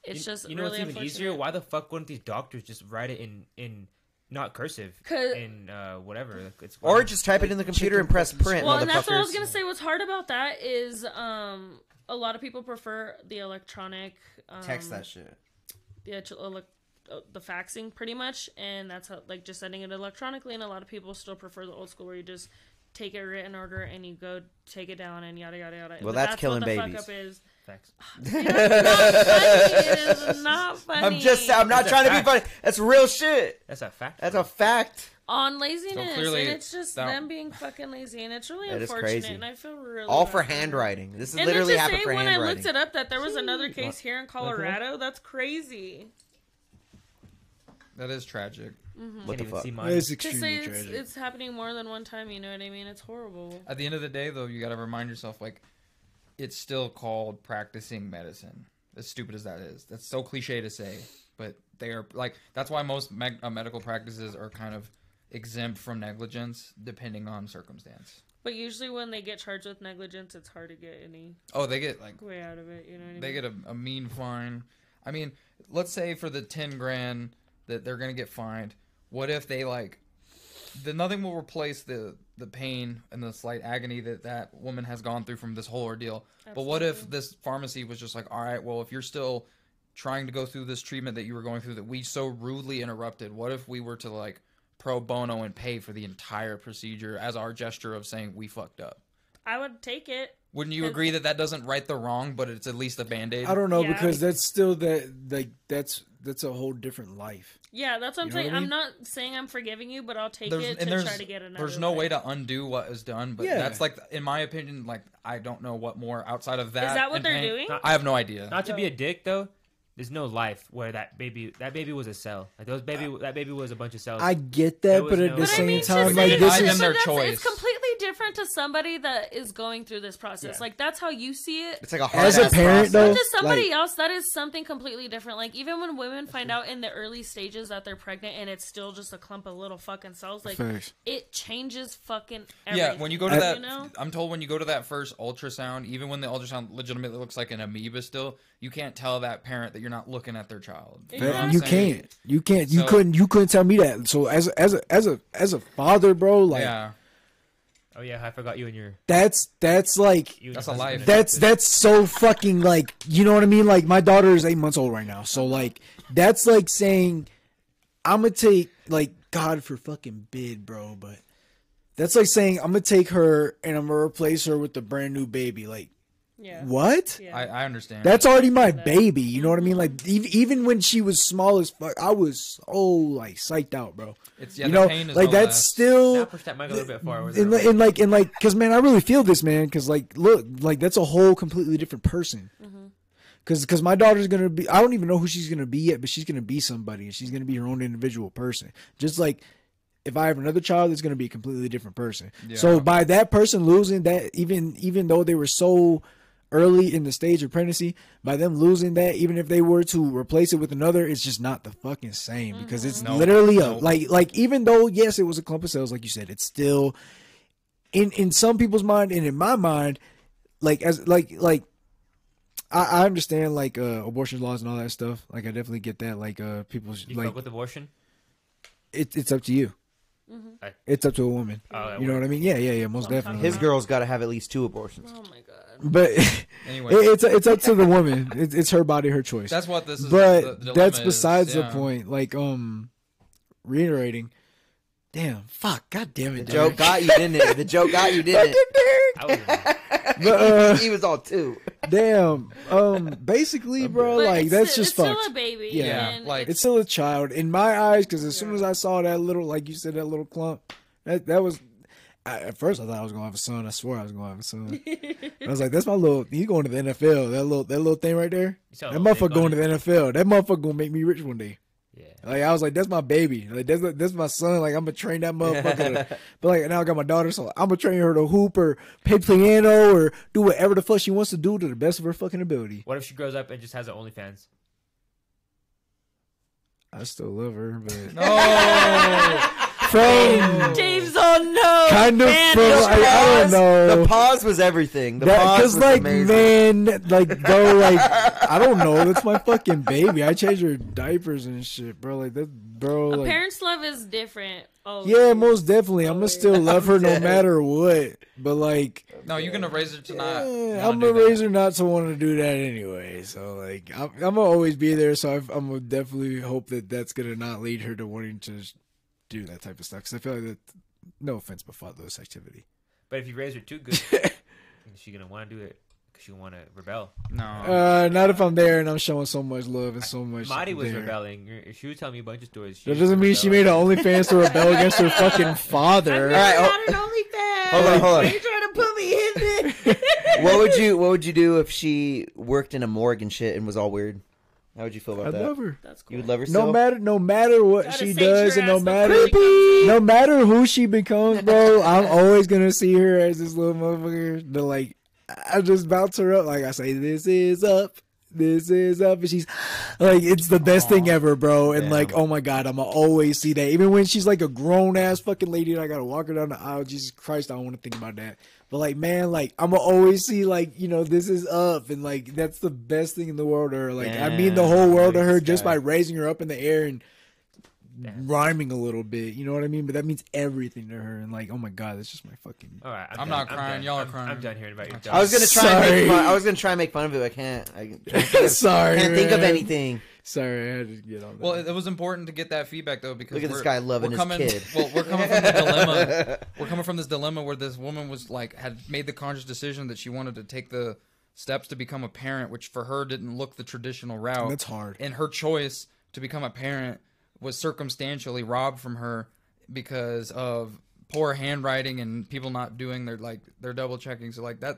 S5: it's
S2: you,
S5: just
S2: you know
S5: really
S2: what's even easier.
S5: unfortunate.
S2: Why the fuck wouldn't these doctors just write it in in not cursive
S5: 'Cause-
S2: in uh, whatever? Like, it's
S6: or
S2: fine.
S6: just type it in the computer and press print,
S5: well
S6: motherfuckers.
S5: and that's what i was gonna say what's hard about that is um a lot of people prefer the electronic um,
S6: Text that shit.
S5: the actual elec- uh, the faxing pretty much and that's how like just sending it electronically and a lot of people still prefer the old school where you just take a written order and you go take it down and yada yada yada
S6: Well, that's killing
S5: what the
S6: babies.
S5: fuck up is.
S2: Facts.
S5: It is not funny
S6: I'm just. I'm not
S2: That's a
S6: trying to be
S2: fact.
S6: funny. That's real shit.
S2: That's a fact.
S6: That's
S2: bro.
S6: a fact.
S5: on laziness
S3: So clearly
S5: and it's just
S3: that-
S5: them being fucking lazy and it's really
S6: That is
S5: unfortunate
S6: crazy.
S5: and i feel really
S6: All for
S5: bad them.
S6: handwriting. This is
S5: and
S6: literally
S5: it's the
S6: happened
S5: same
S6: for
S5: when i
S6: handwriting.
S5: looked it up that there was another case here in
S2: up?
S5: colorado that's crazy
S3: That is tragic.
S6: What
S2: Can't
S6: the
S2: even
S6: fuck?
S2: see mine.
S1: It's
S5: to say
S1: extremely
S5: it's,
S1: tragic.
S5: it's happening more than one time you know what i mean it's horrible
S3: At the end of the day, though, you got to remind yourself like it's still called practicing medicine. As stupid as that is, that's so cliche to say, but they are like that's why most meg- uh, medical practices are kind of exempt from negligence, depending on circumstance.
S5: But usually when they get charged with negligence, it's hard to get any
S3: Oh, they get like
S5: way out of it. You know what I mean?
S3: they get a, a mean fine. I mean, let's say for the ten grand that they're gonna get fined, what if they like? The nothing will replace the the pain and the slight agony that that woman has gone through from this whole ordeal. But what if this pharmacy was just like, all right, well, if you're still trying to go through this treatment that you were going through that we so rudely interrupted, what if we were to like pro bono and pay for the entire procedure as our gesture of saying we fucked up?
S5: I would take it.
S3: Wouldn't you agree that that doesn't right the wrong, but it's at least a band aid?
S1: I don't know
S5: Yeah.
S1: because that's still that like that's that's a whole different life.
S5: Yeah, that's what I'm
S1: You know
S5: saying.
S1: what I
S5: I'm
S1: mean?
S5: not saying I'm forgiving you, but I'll take
S3: there's
S5: it
S3: and
S5: to
S3: there's
S5: try to get another.
S3: there's no way
S5: life.
S3: to undo what is done, but
S1: Yeah.
S3: that's like in my opinion, like I don't know what more outside of that.
S5: Is that what
S3: and
S5: they're
S3: paying-
S5: doing?
S2: Not-
S3: I have no idea.
S2: Not to be a dick though. There's no life where that baby that baby was a cell. Like those baby that baby was a bunch of cells.
S1: I get
S2: There
S1: that,
S2: was
S1: but
S2: no-
S1: at the
S2: But I
S1: same
S2: mean,
S1: time,
S5: just
S1: like
S5: saying,
S1: this
S3: I
S5: but
S3: am
S1: is
S3: their
S5: that's-
S3: choice.
S5: It's completely different to somebody that is going through this process.
S2: Yeah.
S5: Like that's how you see it.
S6: It's like a hard
S1: as a parent though.
S5: But to somebody
S1: like,
S5: else, that is something completely different. Like even when women find out in the early stages that they're pregnant and it's still just a clump of little fucking cells, like
S1: Facts.
S5: it changes fucking. Everything,
S3: yeah, when you go to that,
S5: you know?
S3: I'm told when you go to that first ultrasound, even when the ultrasound legitimately looks like an amoeba, still you can't tell that parent that you're not looking at their child. You, know what I'm
S1: you
S3: saying?
S1: can't, you can't, you
S3: So-
S1: couldn't, you couldn't tell me that. So as a, as a as a as a father, bro, like
S3: yeah,
S2: oh yeah, I forgot you and your
S1: that's that's like
S2: you. and
S3: That's
S2: your
S3: a
S2: husband
S3: life.
S2: and
S1: That's
S2: everything.
S1: that's so fucking like you know what I mean. Like my daughter is eight months old right now, so like that's like saying I'm gonna take like God for fucking bid, bro. But that's like saying I'm gonna take her and I'm gonna replace her with a brand new baby. Like
S5: yeah.
S1: what?
S5: Yeah.
S3: I, I understand.
S1: That's already my baby. You know what I mean? Like ev- even when she was small as fuck, I was so like psyched out, bro.
S3: It's- yeah,
S1: you
S3: the
S1: know,
S3: pain is
S1: like
S3: no
S1: that's
S3: less.
S1: still
S2: Now push that mic a little bit forward.
S1: and, li- and like and like because man i really feel this man because like look like that's a whole completely different person because my daughter's gonna be i don't even know who she's gonna be yet but she's gonna be somebody and she's gonna be her own individual person just like if i have another child it's gonna be a completely different person
S3: Yeah.
S1: so by that person losing that even even though they were so early in the stage of pregnancy by them losing that even if they were to replace it with another it's just not the fucking same because it's
S2: Mm-hmm.
S3: No,
S1: literally a
S3: no.
S1: like like even though yes it was a clump of cells like you said it's still in in some people's mind and in my mind like as like like I, I understand like uh abortion laws and all that stuff like i definitely get that like uh people should,
S2: you
S1: like
S2: fuck with abortion.
S1: it, it's up to you
S2: Like-
S1: it's up to a woman
S2: Mm-hmm. Oh, that
S1: you know what i mean yeah yeah yeah most
S5: Well, I'm
S1: definitely
S6: His girl's got to have at least two abortions.
S5: oh my god.
S1: but it,
S3: anyway.
S1: it's it's up to the woman it's, it's her body her choice
S3: that's what this is. the- the
S1: but
S3: dilemma
S1: that's
S3: is,
S1: besides the
S3: yeah.
S1: point like um reiterating damn fuck god damn it
S6: The joke got you, didn't it? The joke got you, didn't
S2: I was
S6: it?
S1: But, uh,
S6: he was all two.
S1: damn um basically bro
S5: But
S1: like
S5: it's
S1: that's
S5: still-
S1: just
S5: it's still
S1: fucked
S5: a baby.
S1: Yeah.
S3: Yeah,
S5: and
S3: like-
S1: it's still a child in my eyes because as soon as I saw that little, like you said, that little clump, that that was. I, at first, I thought I was gonna have a son. I swear I was gonna have a son. I was like, "That's my little. He's going to the NFL. That little, that little thing right there.
S2: saw a
S1: that motherfucker
S2: little dick
S1: going
S2: on
S1: to the NFL. That motherfucker gonna make me rich one day."
S2: yeah.
S1: Like I was like, "That's my baby. Like that's that's my son. Like I'm gonna train that motherfucker." to-" but like now I got my daughter, so I'm gonna train her to hoop or play piano or do whatever the fuck she wants to do to the best of her fucking ability.
S2: What if she grows up and just has an OnlyFans?
S1: I still love her, but
S3: No,
S1: from
S5: Dave's on no.
S1: kind of
S5: Man,
S1: from
S5: no.
S1: I, I don't know.
S6: The pause was everything. The pause
S1: because
S6: was
S1: like
S6: amazing.
S1: man, like bro, like I don't know. That's my fucking baby. I change her diapers and shit, bro. Like that, bro.
S5: A
S1: Like
S5: parent's love is different. Oh
S1: yeah, most definitely.
S6: Oh,
S1: I'm gonna still love her no
S6: dead.
S1: matter what. But like,
S3: no, you're gonna raise her to
S6: Uh,
S3: not.
S1: eh,
S3: wanna
S1: I'm
S3: do
S1: gonna
S3: that.
S1: raise her not to want to do that anyway. So like, I'm, I'm gonna always be there. So I've, I'm gonna definitely hope that that's gonna not lead her to wanting to do that type of stuff. Because I feel like that. No offense, but fatherless activity.
S2: But if you raise her too good, she gonna want to do it because she want to rebel.
S3: No,
S1: Uh, not if I'm there and I'm showing so much love and so much.
S2: Marty was
S1: there.
S2: rebelling. She was telling me a bunch of stories. She
S1: That doesn't mean she made her OnlyFans to rebel against her fucking
S5: I've
S1: father.
S5: never
S6: Alright,
S5: had an OnlyFans.
S1: Oh.
S6: Hold on, hold on.
S5: Are you trying to put me in this?
S6: what would you What would you do if she worked in a morgue and shit and was all weird? How would you feel about
S1: I
S6: that?
S1: love her.
S5: That's cool.
S6: You would love her
S1: No
S6: still?
S1: matter, no matter what
S5: Gotta
S1: she
S5: save
S1: does,
S5: your
S1: and no
S5: ass
S1: matter,
S5: before you
S1: no matter who she becomes, bro, I'm always gonna see her as this little motherfucker. The like, I just bounce her up. Like I say, this is up. this is up. And she's like, it's the best thing ever, bro. And like, oh my God, I'm going to always see that. Even when she's like a grown ass fucking lady and I got to walk her down the aisle, Jesus Christ, I don't want to think about that. But like, man, like, I'm going to always see, like, you know, this is up. And like, that's the best thing in the world to her. Like, I mean the
S6: Man,
S1: whole world to
S6: look at
S1: her
S6: this
S1: just
S6: guy.
S1: by raising her up in the air and
S2: Damn.
S1: rhyming a little bit. You know what I mean? But that means everything to her. And like, oh my God, that's just my fucking.
S2: All right, I'm, done.
S3: I'm not crying,
S2: done.
S3: y'all are
S2: I'm-
S3: crying.
S2: I'm done hearing about your dog.
S6: I was gonna try. And
S1: Sorry.
S6: make fun, I was gonna try and make fun of it. But I can't. I can't,
S1: Sorry.
S6: Oh. can't think of
S1: man.
S6: anything.
S1: Sorry, I had to get on that.
S3: Well, it, it was important to get that feedback though because
S6: Look at this
S3: we're-
S6: guy loving
S3: we're
S6: his
S3: coming,
S6: kid.
S3: Well, we're coming from the dilemma. We're coming from this dilemma where this woman was like had made the conscious decision that she wanted to take the steps to become a parent, which for her didn't look the traditional route.
S1: That's hard.
S3: And her choice to become a parent was circumstantially robbed from her because of poor handwriting and people not doing their like their double checking. So like that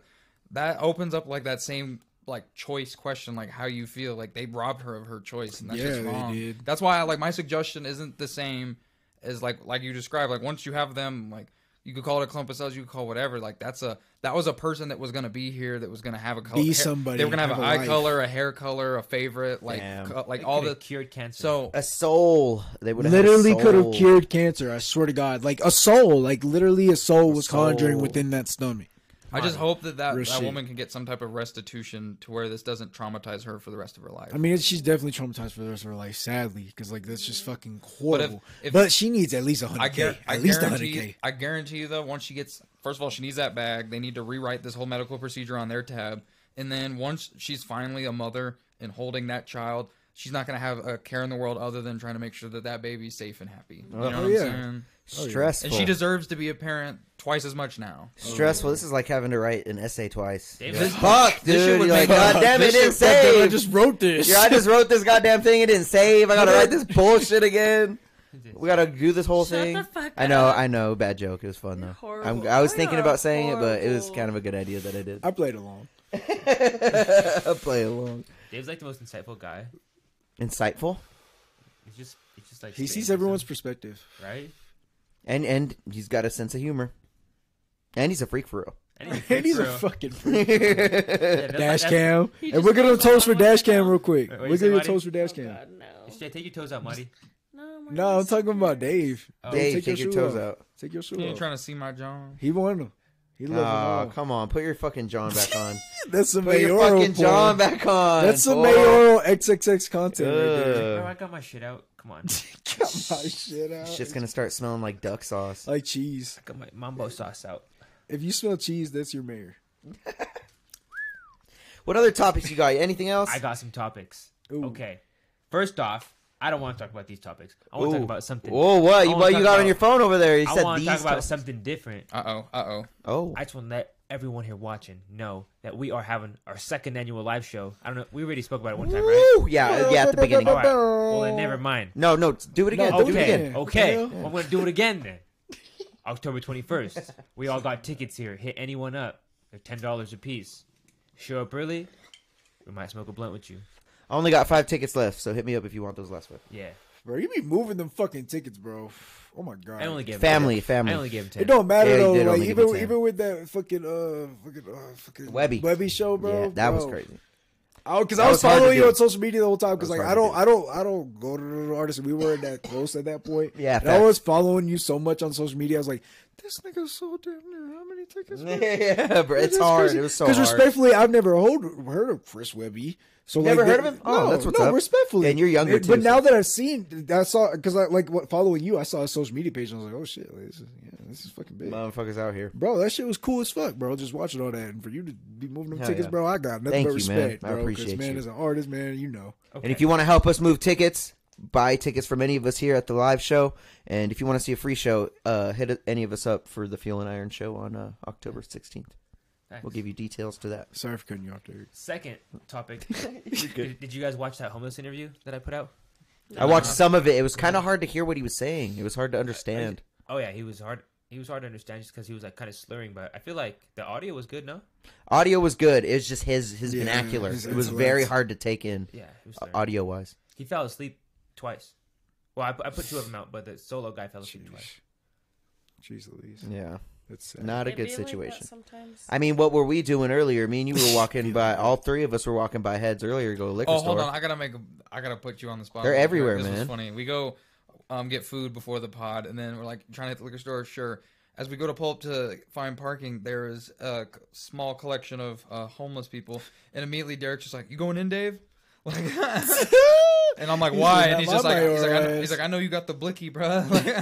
S3: that opens up like that same like choice question like how you feel like they robbed her of her choice and that's
S1: Yeah,
S3: just
S1: they
S3: wrong
S1: did.
S3: that's why like my suggestion isn't the same as like like you described like once you have them like you could call it a clump of cells you could call whatever like that's a that was a person that was going to be here that was going to have a color
S1: Be
S3: hair-
S1: somebody,
S3: they were going to have,
S1: have
S3: an
S1: a
S3: eye
S1: life.
S3: color a hair color a favorite like
S6: Damn.
S3: co- like
S2: They
S3: all
S2: coulda
S3: the
S2: cured cancer.
S3: so
S6: A soul. They would
S1: literally could have cured cancer. I swear to God, like a soul, like literally a soul was conjuring
S6: soul.
S1: within that stomach.
S3: i just hope that that,
S1: Real
S3: that
S1: shit.
S3: woman can get some type of restitution to where this doesn't traumatize her for the rest of her life
S1: I mean, it's, she's definitely traumatized for the rest of her life, sadly, because like that's just fucking horrible. But,
S3: if-
S1: she needs at least a hundred
S3: I,
S1: k,
S3: guar-
S1: at
S3: I
S1: least a hundred
S3: guarantee.
S1: k.
S3: I guarantee you though, once she gets, first of all, she needs that bag. They need to rewrite this whole medical procedure on their tab, and then once she's finally a mother and holding that child, she's not gonna have a care in the world other than trying to make sure that that baby's safe and happy. You know what I'm
S1: Oh, yeah.
S3: saying?
S6: Stressful.
S3: And she deserves to be a parent twice as much now.
S6: Stressful. This is like having to write an essay twice.
S2: David-
S6: You're like, Fuck,
S3: this shit
S6: dude.
S3: would
S6: You're like,
S3: make-
S6: God damn it, it didn't
S1: I
S6: save.
S1: just wrote this.
S6: Yeah, I just wrote this goddamn thing. It didn't save. I gotta write this bullshit again. We gotta do this whole
S5: Shut
S6: thing.
S5: the fuck
S6: I know,
S5: up.
S6: I know. Bad joke. It was fun though.
S5: You're
S6: I'm,
S5: horrible.
S6: I was
S5: Oh,
S6: thinking
S5: you're
S6: about saying it, but it was
S5: horrible.
S6: kind of a good idea that I did.
S1: I played along.
S6: Play along.
S2: Dave's like the most insightful guy.
S6: Insightful,
S2: He's just, he's just like
S1: He sees
S2: saying
S1: everyone's
S2: stuff,
S1: perspective.
S2: right.
S6: and and he's got a sense of humor, and he's a freak for real.
S2: And he's,
S1: And he's a
S2: real.
S1: fucking freak.
S6: Wait,
S2: Yeah, that's-
S1: dash
S2: that's-
S1: cam.
S5: He
S1: And
S5: just
S1: we're gonna
S5: goes
S1: toast for
S5: on one
S1: dash
S5: and
S1: cam
S5: on.
S1: real quick.
S2: Wait, what
S1: We're
S2: you say,
S1: gonna
S2: Marty?
S1: toast for dash
S5: Oh,
S1: cam.
S5: God, no.
S2: Yeah, take your toes out, Marty.
S5: No, we're
S1: No, I'm
S5: not
S1: talking about Dave.
S2: Oh.
S1: Dave,
S6: take
S1: shoe
S6: your toes out.
S1: Take your
S3: You
S1: shoe
S3: ain't
S1: off.
S3: trying to see my John.
S1: He won him. He loved
S6: Oh,
S1: him all.
S6: come on, put your fucking John back on.
S1: That's some
S6: put your
S1: mayoral
S6: fucking John
S1: porn.
S6: back on.
S1: That's some
S6: boy.
S1: mayoral XXX content right there.
S2: Bro,
S6: Ugh.
S2: I got my shit out. Come on. I
S1: Got my shit out.
S6: Shit's gonna start smelling like duck sauce.
S1: like cheese.
S2: got my mambo sauce out.
S1: If you smell cheese, that's your mayor.
S6: What other topics you got? Anything else?
S2: I got some topics.
S1: Ooh.
S2: Okay. First off, I don't want to talk about these topics. I want to talk
S6: Ooh.
S2: about something.
S6: Whoa, what?
S2: I
S6: You,
S2: wanna
S6: what you
S2: talk
S6: got on
S2: about-
S6: your phone over there? You
S2: I
S6: said
S2: want to
S6: these.
S2: talk about
S6: to-
S2: something different.
S3: Uh oh. Uh oh.
S6: oh,
S2: I just want to let everyone here watching know that we are having our second annual live show. I don't know. We already spoke about it one time, right?
S6: Woo! yeah, yeah, at the beginning.
S2: All right. Well, then never mind.
S6: No, no, do it again.
S1: No,
S6: do
S1: do it
S6: it
S2: Okay,
S6: again.
S1: again.
S2: okay.
S1: Yeah.
S2: I'm gonna do it again then. October 21st. We all got tickets here. Hit anyone up. They're ten dollars a piece. Show up early. We might smoke a blunt with you.
S6: I only got five tickets left, so hit me up if you want those last one.
S2: Yeah.
S1: Bro, you be moving them fucking tickets, bro. Oh my god.
S2: I only gave him
S6: Family,
S2: 10.
S6: family.
S2: I only gave him ten.
S1: it don't matter
S6: Yeah, you
S1: though.
S6: did
S1: Like
S6: only give me
S1: even
S6: 10.
S1: even with that fucking uh fucking uh fucking
S6: Webby.
S1: Webby show, bro.
S6: yeah, that was
S1: bro.
S6: crazy.
S1: because
S6: That
S1: Oh, I was
S6: was hard to
S1: following you
S6: do.
S1: on social media the whole time because
S6: That was
S1: like I don't
S6: hard to
S1: I don't I don't go to the artists. We weren't that close at that point.
S6: Yeah,
S1: and I
S6: facts.
S1: was following you so much on social media. I was like, this nigga sold damn near how many tickets? bro?
S6: yeah, bro, it's
S1: That's
S6: hard.
S1: crazy.
S6: It was so hard.
S1: Because respectfully, I've never hold, heard of Chris Webby. So
S6: Never
S1: like,
S6: heard
S1: the-
S6: of him? Oh,
S1: no,
S6: that's what's
S1: no,
S6: up.
S1: respectfully.
S6: And you're younger,
S1: But
S6: too,
S1: now
S6: so-
S1: that I've seen, I saw because I like what, following you, I saw his social media page. and I was like, oh shit, like, this is, yeah, this is fucking big.
S6: Motherfuckers out here.
S1: Bro, that shit was cool as fuck, bro. Just watching all that, and for you to be moving them
S6: Hell
S1: tickets,
S6: yeah.
S1: bro, I got nothing
S6: Thank
S1: but
S6: you, man.
S1: respect,
S6: I
S1: bro. 'cause,
S6: appreciate
S1: man,
S6: you.
S1: as an artist, man, you know.
S2: Okay.
S6: And if you want to help us move tickets, buy tickets from any of us here at the live show. And if you want to see a free show, uh, hit any of us up for the Fuel and Iron show on uh, October 16th.
S2: Nice.
S6: We'll give you details to that.
S1: Sorry for cutting you off there.
S2: Second topic. did, did you guys watch that homeless interview that I put out?
S6: I watched some of it. It was kind of hard to hear what he was saying. It was hard to understand.
S2: Oh yeah, he was hard. He was hard to understand just because he was like kind of slurring, but I feel like the audio was good. No.
S6: Audio was good. It was just his his
S1: Yeah,
S6: vernacular.
S1: his
S6: it was
S1: influence.
S6: very hard to take in
S2: Yeah, he was
S6: uh,
S2: slurring.
S6: audio wise.
S2: He fell asleep twice. Well, I, pu- I put two of them out, but the solo guy fell asleep twice.
S1: Jeez Louise.
S6: Yeah.
S1: That's sad.
S6: Not a
S5: It
S6: good
S5: be like that
S6: situation.
S5: sometimes.
S6: I mean, what were we doing earlier? Me and you were walking by. All three of us were walking by heads earlier to go to the liquor
S3: Oh,
S6: store.
S3: hold on. I gotta make. a- I gotta put you on the spot.
S6: They're
S3: real quick.
S6: everywhere,
S3: this
S6: man.
S3: Was funny. We go um, get food before the pod, and then we're like trying to hit the liquor store. Sure. As we go to pull up to find parking, there is a c- small collection of uh, homeless people, and immediately Derek's just like, "You going in, Dave?" Like, and I'm like,
S1: He's
S3: "Why?"
S1: like,
S3: And he's
S1: "Not
S3: just
S1: my
S3: like, he's like, I know,
S1: priorities.
S3: he's like, "I know you got the blicky, bro." Like,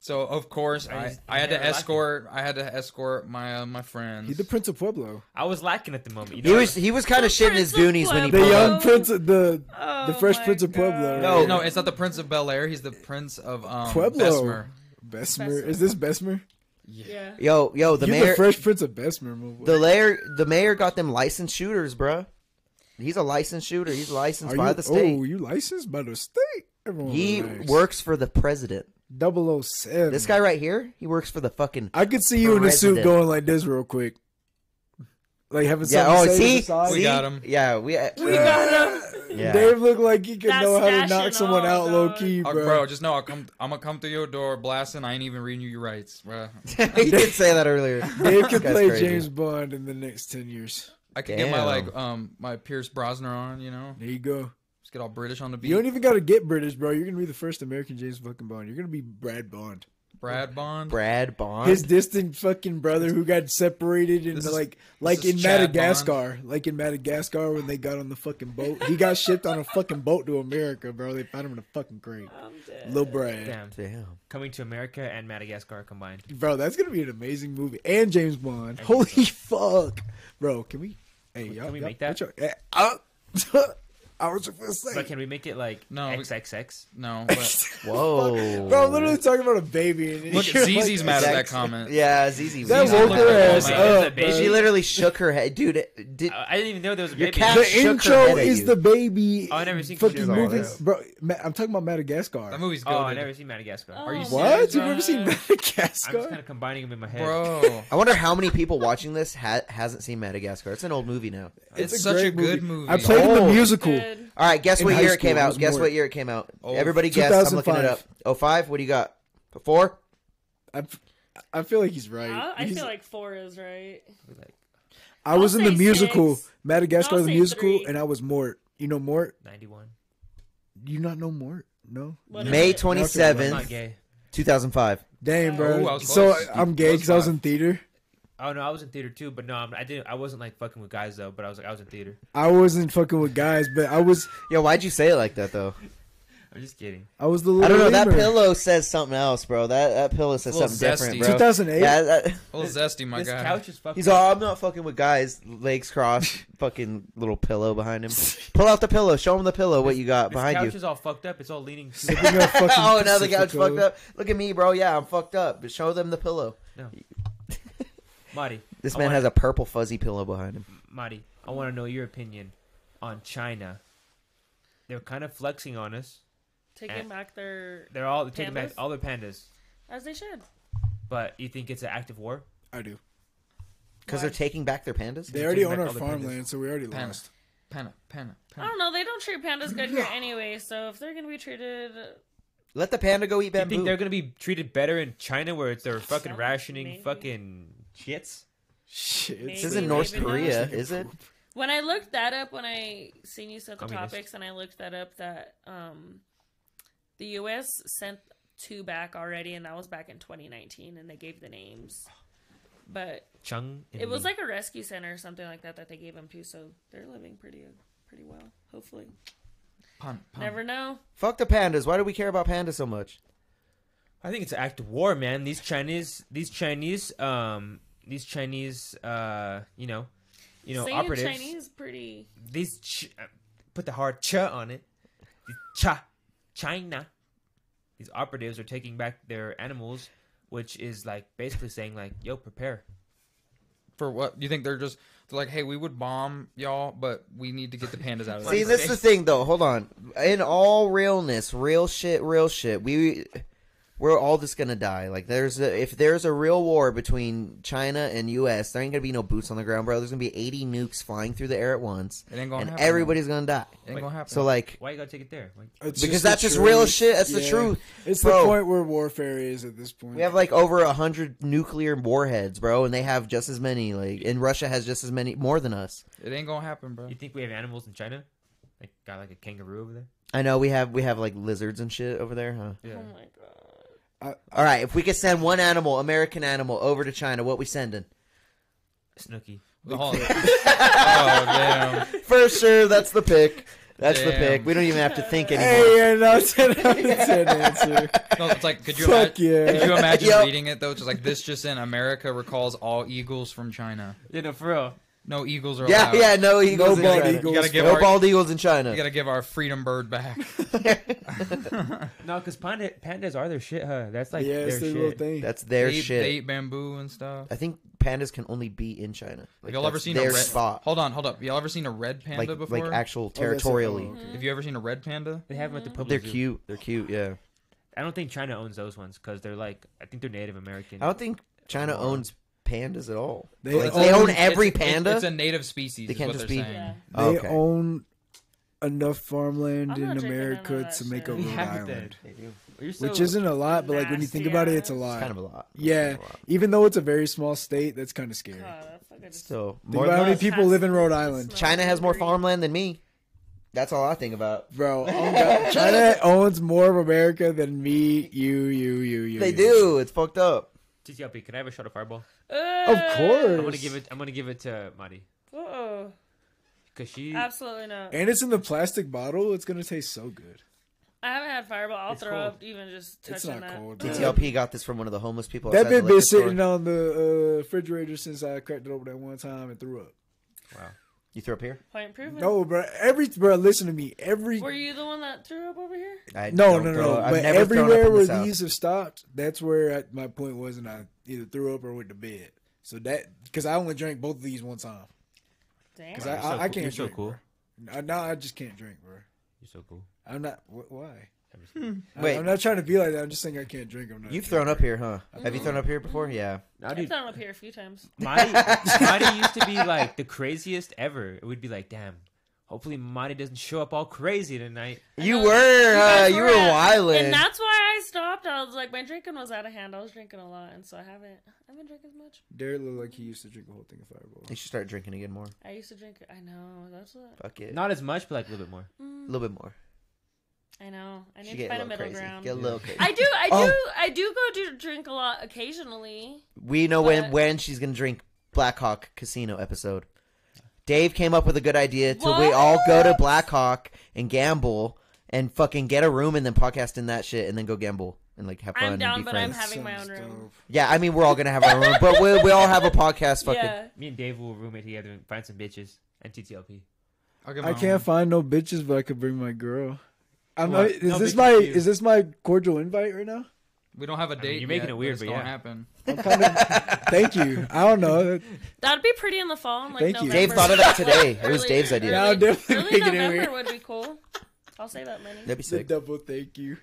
S3: so of course,
S2: I
S3: I,
S2: just-
S3: I had
S2: I
S3: to
S2: never liked him.
S3: escort. I had to escort my uh, my friends.
S1: He's the Prince of Pueblo.
S2: I was lacking at the moment. You
S6: He
S2: know,
S6: was he was kind of shitting his
S5: Prince
S6: doonies
S5: of
S6: when he
S1: The
S5: Pueblo.
S6: pulled
S1: young
S6: up.
S1: Prince, of the
S5: Oh
S1: the Fresh
S5: my
S1: Prince of Pueblo.
S5: God.
S6: No.
S3: no, it's not the Prince of Bel Air. He's the Prince of um,
S1: Pueblo.
S3: Bessemer.
S1: Bessemer. Is this Bessemer?
S5: Yeah.
S6: Yo, yo, the
S1: You're
S6: mayor,
S1: the Fresh Prince of Bessemer. my boy.
S6: the mayor, the mayor got them licensed shooters, bruh. He's a licensed shooter. He's licensed
S1: Are
S6: by
S1: you,
S6: the state.
S1: Oh, you licensed by the state? Everyone
S6: he
S1: relax.
S6: works for the president.
S1: 007.
S6: This guy right here, he works for the fucking.
S1: I could see you in a suit
S6: President.
S1: going like this real quick. Like having
S6: Yeah.
S1: something
S6: Oh,
S1: to say to
S6: see,
S1: the side.
S3: We
S6: See?
S3: got him.
S6: Yeah, we. uh,
S5: We got him.
S6: Yeah.
S1: Dave looked like he could
S5: That
S1: know how to
S5: stash
S1: knock
S5: and
S1: someone out
S5: all,
S1: low
S5: dog.
S1: key,
S3: Oh,
S1: bro.
S3: bro. just know I'll come. I'm gonna come through your door blasting. I ain't even reading you your rights, bro.
S6: he did say that earlier.
S1: Dave could
S6: That's
S1: play
S6: crazy.
S1: James Bond in the next ten years.
S3: I could get my
S6: Damn.
S3: like um my Pierce Brosnan on, you know,
S1: There you go.
S3: just get all British on the beat.
S1: You don't even gotta get British, bro. You're gonna be the first American James fucking Bond. You're gonna be Brad Bond.
S3: Brad Bond.
S6: Brad Bond.
S1: His distant fucking brother who got separated and
S3: This is-
S1: like like
S3: is
S1: in
S3: Chad
S1: Madagascar. Like in Madagascar when they got on the fucking boat. He got shipped on a fucking boat to America, bro. They found him in a fucking grave.
S5: I'm dead.
S1: Lil Brad.
S2: damn,
S6: Damn.
S2: coming to America and Madagascar combined.
S1: Bro, that's gonna be an amazing movie. And James Bond. Holy fuck. Bro, can we hey y'all,
S2: we
S1: y'all-
S2: make that?
S1: what y'all- eh, uh, I was just gonna say
S2: But can we make it like
S3: No, we-
S2: XXX?
S3: No, but
S6: Whoa.
S1: Bro, I'm literally talking about a baby and
S3: look,
S1: you're
S3: ZZ's
S1: like-
S3: mad at that
S6: Sex-
S3: comment.
S6: Yeah, ZZ.
S1: That
S6: was-
S1: woke
S3: looked
S1: her
S3: like a
S1: ass
S3: woman.
S1: up.
S2: It's a
S1: bro.
S6: She literally shook her head, dude. it- Did,
S2: I, I didn't even know there was a
S6: Your
S2: baby. Oh,
S6: cat-
S2: in it.
S6: shook
S1: The
S6: her
S1: intro
S6: head at
S1: is
S6: you.
S1: the baby.
S2: Oh, I never seen
S1: fucking
S2: Kids All
S1: movie,
S6: That.
S1: bro. Ma- I'm talking about Madagascar.
S3: that movie's good.
S2: Oh, I never seen Madagascar.
S5: Oh.
S3: Are you
S1: what?
S3: serious,
S1: You've never seen
S5: bro?
S2: I'm just kind
S1: Madagascar?
S2: of combining them in my head.
S3: bro?
S6: I wonder how many people watching this ha- hasn't seen Madagascar. It's an old movie now.
S3: It's, such a
S1: great
S3: good movie.
S1: I played in the
S6: Oh.
S1: musical.
S5: Good.
S6: All right, guess
S1: In
S6: what
S1: high
S6: year it
S1: school,
S6: came
S1: it
S6: out.
S1: was
S6: Guess
S1: more-
S6: what year it came out.
S3: Oh,
S6: Everybody guess. I'm looking it
S1: 2005.
S6: up. 05? What do you got? 04?
S1: I, I feel like he's right.
S5: I, I
S1: He's-
S5: feel like four is right.
S2: Like
S1: I was
S5: I'll
S1: in the
S5: say
S1: musical
S5: six.
S1: Madagascar,
S5: I'll
S1: the
S5: say
S1: musical,
S5: three.
S1: and I was Mort. You know Mort?
S2: 91.
S1: You not know Mort? No.
S5: What is
S6: May
S5: it?
S6: twenty
S2: I'm not
S6: seventh,
S2: gay.
S6: two thousand five.
S1: Damn,
S3: Ooh, I
S1: bro.
S3: was
S1: so
S3: close.
S1: I'm gay
S3: Close
S1: because I was
S3: five.
S1: in theater.
S2: Oh no, I was in theater too, but no, I'm, I didn't. I wasn't like fucking with guys though. But I was like, I was in theater.
S1: I wasn't fucking with guys, but I was.
S6: Yo, why'd you say it like that though?
S2: I'm just kidding.
S1: I was the little.
S6: I don't know. That
S1: lemur.
S6: pillow says something else, bro. That that pillow says
S3: A little
S6: something
S3: zesty.
S6: different, bro.
S1: 2008?
S6: Yeah, that-
S3: A little zesty, my
S2: this
S3: guy.
S2: couch is fucking.
S6: he's all. I'm not fucking with guys. Legs crossed. fucking little pillow behind him. Pull out the pillow. Show him the pillow. What you got
S2: this
S6: behind
S2: couch
S6: you?
S2: is all fucked up. It's all leaning. to-
S1: Speaking of fucking
S6: oh, now the couch
S1: Pacifico.
S6: fucked up. Look at me, bro. Yeah, I'm fucked up. But show them the pillow.
S2: Marty,
S6: This
S2: I
S6: man
S2: want-
S6: has a purple fuzzy pillow behind him.
S2: Marty, I want to know your opinion on China. They're kind of flexing on us.
S5: Taking back their
S2: They're all taking back
S5: Pandas?
S2: all their pandas.
S5: as they should.
S2: But you think it's an act of war?
S1: I do.
S6: Because they're taking back their pandas.
S1: They already
S2: back
S1: own our
S2: all the pandas.
S1: farmland, so we already
S3: Panna,
S1: lost.
S3: panna, panna,
S5: I
S3: panna.
S5: don't know. They don't treat pandas good here anyway. So if they're gonna be treated,
S6: Let the panda go eat
S2: You think
S6: bamboo.
S2: they're gonna be treated better in China, where it's their fucking
S5: Sounds
S2: rationing
S5: amazing.
S2: fucking shits?
S1: Shit.
S5: Maybe.
S6: This isn't
S5: Maybe
S6: North
S5: not.
S6: Korea, is it?
S5: when I looked that up, when I seen you said the
S2: Communist.
S5: topics, and I looked that up, that um, the U.S. sent two back already, and that was back in 2019, and they gave the names. But
S2: Chung. and
S5: it was
S2: Lee.
S5: like a rescue center or something like that that they gave them to, so they're living pretty pretty well. Hopefully,
S3: Panna, panna.
S5: never know.
S6: Fuck the pandas. Why do we care about pandas so much?
S2: I think it's an act of war, man. These Chinese, these Chinese, um, these Chinese, uh, you know, you know,
S5: Saying
S2: operatives.
S5: Chinese pretty.
S2: These ch- uh, put the hard ch on it. The Cha, China. These operatives are taking back their animals, which is like basically saying like, "Yo, prepare."
S3: For what? You think they're just they're like, hey, we would bomb y'all, but we need to get the pandas out of
S6: See,
S3: there.
S6: this is the thing, though. Hold on. In all realness, real shit, real shit. We we're all just gonna die. Like there's a, if there's a real war between China and U.S., there ain't gonna be no boots on the ground, bro. There's gonna be 80 nukes flying through the air at once,
S3: It ain't gonna
S6: and
S3: happen.
S6: everybody's gonna die.
S3: It ain't gonna happen.
S6: So like,
S2: Why you gotta take it there? Like,
S6: because that's just real shit. That's the truth.
S1: It's
S6: Bro.
S1: the point where warfare is at this point.
S6: We have like over a hundred nuclear warheads, bro, and they have just as many. Like, and Russia has just as many, more than us.
S3: it ain't gonna happen, bro.
S2: you think we have animals in China? Like got like a kangaroo over there?
S6: I know we have we have like lizards and shit over there, huh?
S2: Yeah.
S5: Oh my god.
S6: All right, if we could send one animal, American animal, over to China, what we sending?
S2: Snooky.
S3: oh damn.
S6: For sure, that's the pick. That's the
S3: Damn.
S6: pick. We don't even have to think anymore.
S1: Hey, yeah, no, it's an, it's an answer.
S3: No, it's like could you
S1: Fuck
S3: imagine?
S1: yeah.
S3: Could you imagine
S6: Yep.
S3: reading it though? Just like this, just in America recalls all eagles from China.
S2: Yeah, no, for real.
S3: No eagles are
S6: Yeah,
S3: allowed.
S6: yeah, no
S1: No
S6: eagles. in
S1: bald
S6: China.
S1: eagles.
S3: gotta give
S6: no
S3: our-
S6: bald eagles in China.
S3: You gotta give our freedom bird back.
S2: No, because panda, pandas are their shit, huh? That's like
S1: yeah, it's
S2: their
S1: their little
S2: shit.
S1: thing.
S6: That's their
S3: they, eat-
S6: shit.
S3: they eat bamboo and stuff.
S6: I think pandas can only be in China. Like,
S3: Have y'all ever
S6: that's
S3: seen a
S6: their
S3: red?
S6: spot?
S3: Hold on, hold up. Y'all ever seen a red panda
S6: like,
S3: before?
S6: like actual
S1: Oh, that's it.
S6: territorially.
S1: Oh, okay.
S3: Have you ever seen a red panda?
S2: They have them at the public
S6: They're
S2: zoo.
S6: cute. They're cute. Yeah.
S2: I don't think China owns those ones because they're like I think they're Native American.
S6: I don't think China owns pandas at all.
S1: They
S6: Like, They, own
S1: own-
S6: every
S3: It's-
S6: panda.
S3: It's a native species.
S6: They
S3: is
S6: can't
S3: what
S6: just
S3: they're
S6: be-
S3: saying.
S5: Yeah.
S6: Oh,
S1: They
S6: okay.
S1: own enough farmland
S5: I'm
S1: in
S5: not taking none of
S1: America
S5: that
S1: to make a
S5: shit.
S1: Rhode
S2: Yeah,
S1: Island,
S2: that- You're so,
S1: which isn't a lot, but like when you think
S5: Nasty
S1: about it, it's a
S5: ass.
S1: lot.
S6: kind of a lot. It's
S1: yeah,
S6: kind of a lot.
S1: even though it's a very small state, that's kind of scary.
S5: God, that fucker just-
S6: So
S1: Think
S6: more
S1: about how many
S6: than us.
S1: people live in Rhode Island,
S6: China has more
S5: Hungry.
S6: farmland than me. That's all I think about.
S1: bro. oh God, China owns more of America than me, you, you, you, you.
S6: They
S1: you.
S6: do. It's fucked up.
S2: TTLP, can I have a shot of fireball?
S1: Of
S5: Uh,
S1: course.
S2: I'm gonna give it. I'm gonna give it to Mari
S1: Oh.
S5: Uh-oh.
S2: because she.
S5: Absolutely not.
S1: And it's in the plastic bottle. It's gonna taste so good.
S5: I haven't had Fireball. I'll
S2: It's
S5: throw
S2: cold.
S5: up even just touching
S1: It's not
S5: that.
S1: cold. bro.
S6: TLP got this from one of the homeless people.
S1: That
S6: outside the
S1: bit been
S6: liquor store.
S1: sitting on the uh, refrigerator since I cracked it open that one time and threw up.
S6: You threw up here?
S5: Point proven.
S1: No, bro. Every bro, listen to me. Every
S5: Were you the one that threw up over here?
S6: I
S1: No,
S6: don't
S1: no, no,
S6: throw-
S1: no.
S6: I've
S1: But
S6: never thrown up
S1: everywhere
S6: in the
S1: where
S6: South.
S1: these have stopped, that's where I, my point was, and I either threw up or went to bed. So that because I only drank both of these one time.
S5: Damn.
S1: Because I,
S2: You're so
S1: I, I
S2: cool-
S1: can't
S2: You're so
S1: drink.
S2: cool.
S1: No, no, I just can't drink, bro.
S2: You're so cool.
S1: I'm not. Wh- why?
S2: I'm just
S5: Hmm.
S2: kidding.
S1: I-
S6: Wait.
S1: I'm not trying to be like that. I'm just saying I can't drink. I'm not. a
S6: You've
S1: drinker.
S6: thrown up here, huh? Have you thrown up here before? Yeah.
S2: Nah,
S5: I've
S2: dude,
S5: thrown up here a few times.
S2: Marty, Marty used to be like the craziest ever. It would be like, damn. Hopefully, Marty doesn't show up all crazy tonight.
S6: You
S5: know.
S6: were, huh?
S5: guys
S6: Uh, You were
S5: were at- And
S6: wildin'.
S5: that's why I stopped. I was like, my drinking was out of hand. I was drinking a lot, and so I haven't. I haven't drank as much.
S1: Derek looked like he used to drink a whole thing of Fireball.
S6: You should start drinking again more.
S5: I used to drink. I know. That's what.
S6: Fuck it.
S2: Not as much, but like a little bit more.
S6: a little bit more.
S5: I know. I
S6: Should
S5: need to
S6: get a
S5: find a
S6: little
S5: middle
S6: crazy.
S5: ground.
S6: Get a little crazy.
S5: I do. I do.
S6: Oh.
S5: I do go to drink a lot occasionally.
S6: We know when
S5: But-
S6: when she's gonna drink Blackhawk Casino episode. Dave came up with a good idea to we
S5: What?
S6: all go to Blackhawk and gamble and fucking get a room and then podcast in that shit and then go gamble and like have fun
S5: I'm down,
S6: and be
S5: but I'm
S6: friends.
S5: having my own
S1: Sounds
S5: room.
S1: dope.
S6: yeah, I mean we're all gonna have our own room, but we we all have a podcast. Fucking
S5: Yeah.
S2: Me and Dave will roommate together and find some bitches and TTLP.
S3: I'll give
S1: I
S3: my
S1: can't
S3: own.
S1: find no bitches, but I could bring my girl. I'm,
S2: What?
S1: is
S2: No
S1: this
S2: bitches
S1: my
S2: for you.
S1: is this my cordial invite right now?
S3: We don't have a
S2: mean,
S3: date.
S2: you're making
S3: yet,
S2: it weird,
S3: it's
S2: but
S3: gonna
S2: yeah.
S3: happen.
S1: I'm kind of, thank you. I don't know.
S5: That'd be pretty in the fall. In like
S1: Thank you.
S5: November.
S6: Dave thought of that today. It was Dave's idea.
S1: Yeah, I'll definitely
S5: early
S1: make it in
S5: November
S1: here.
S5: would be cool. I'll save that money.
S6: That'd be
S1: It's a
S6: sick.
S1: double thank you.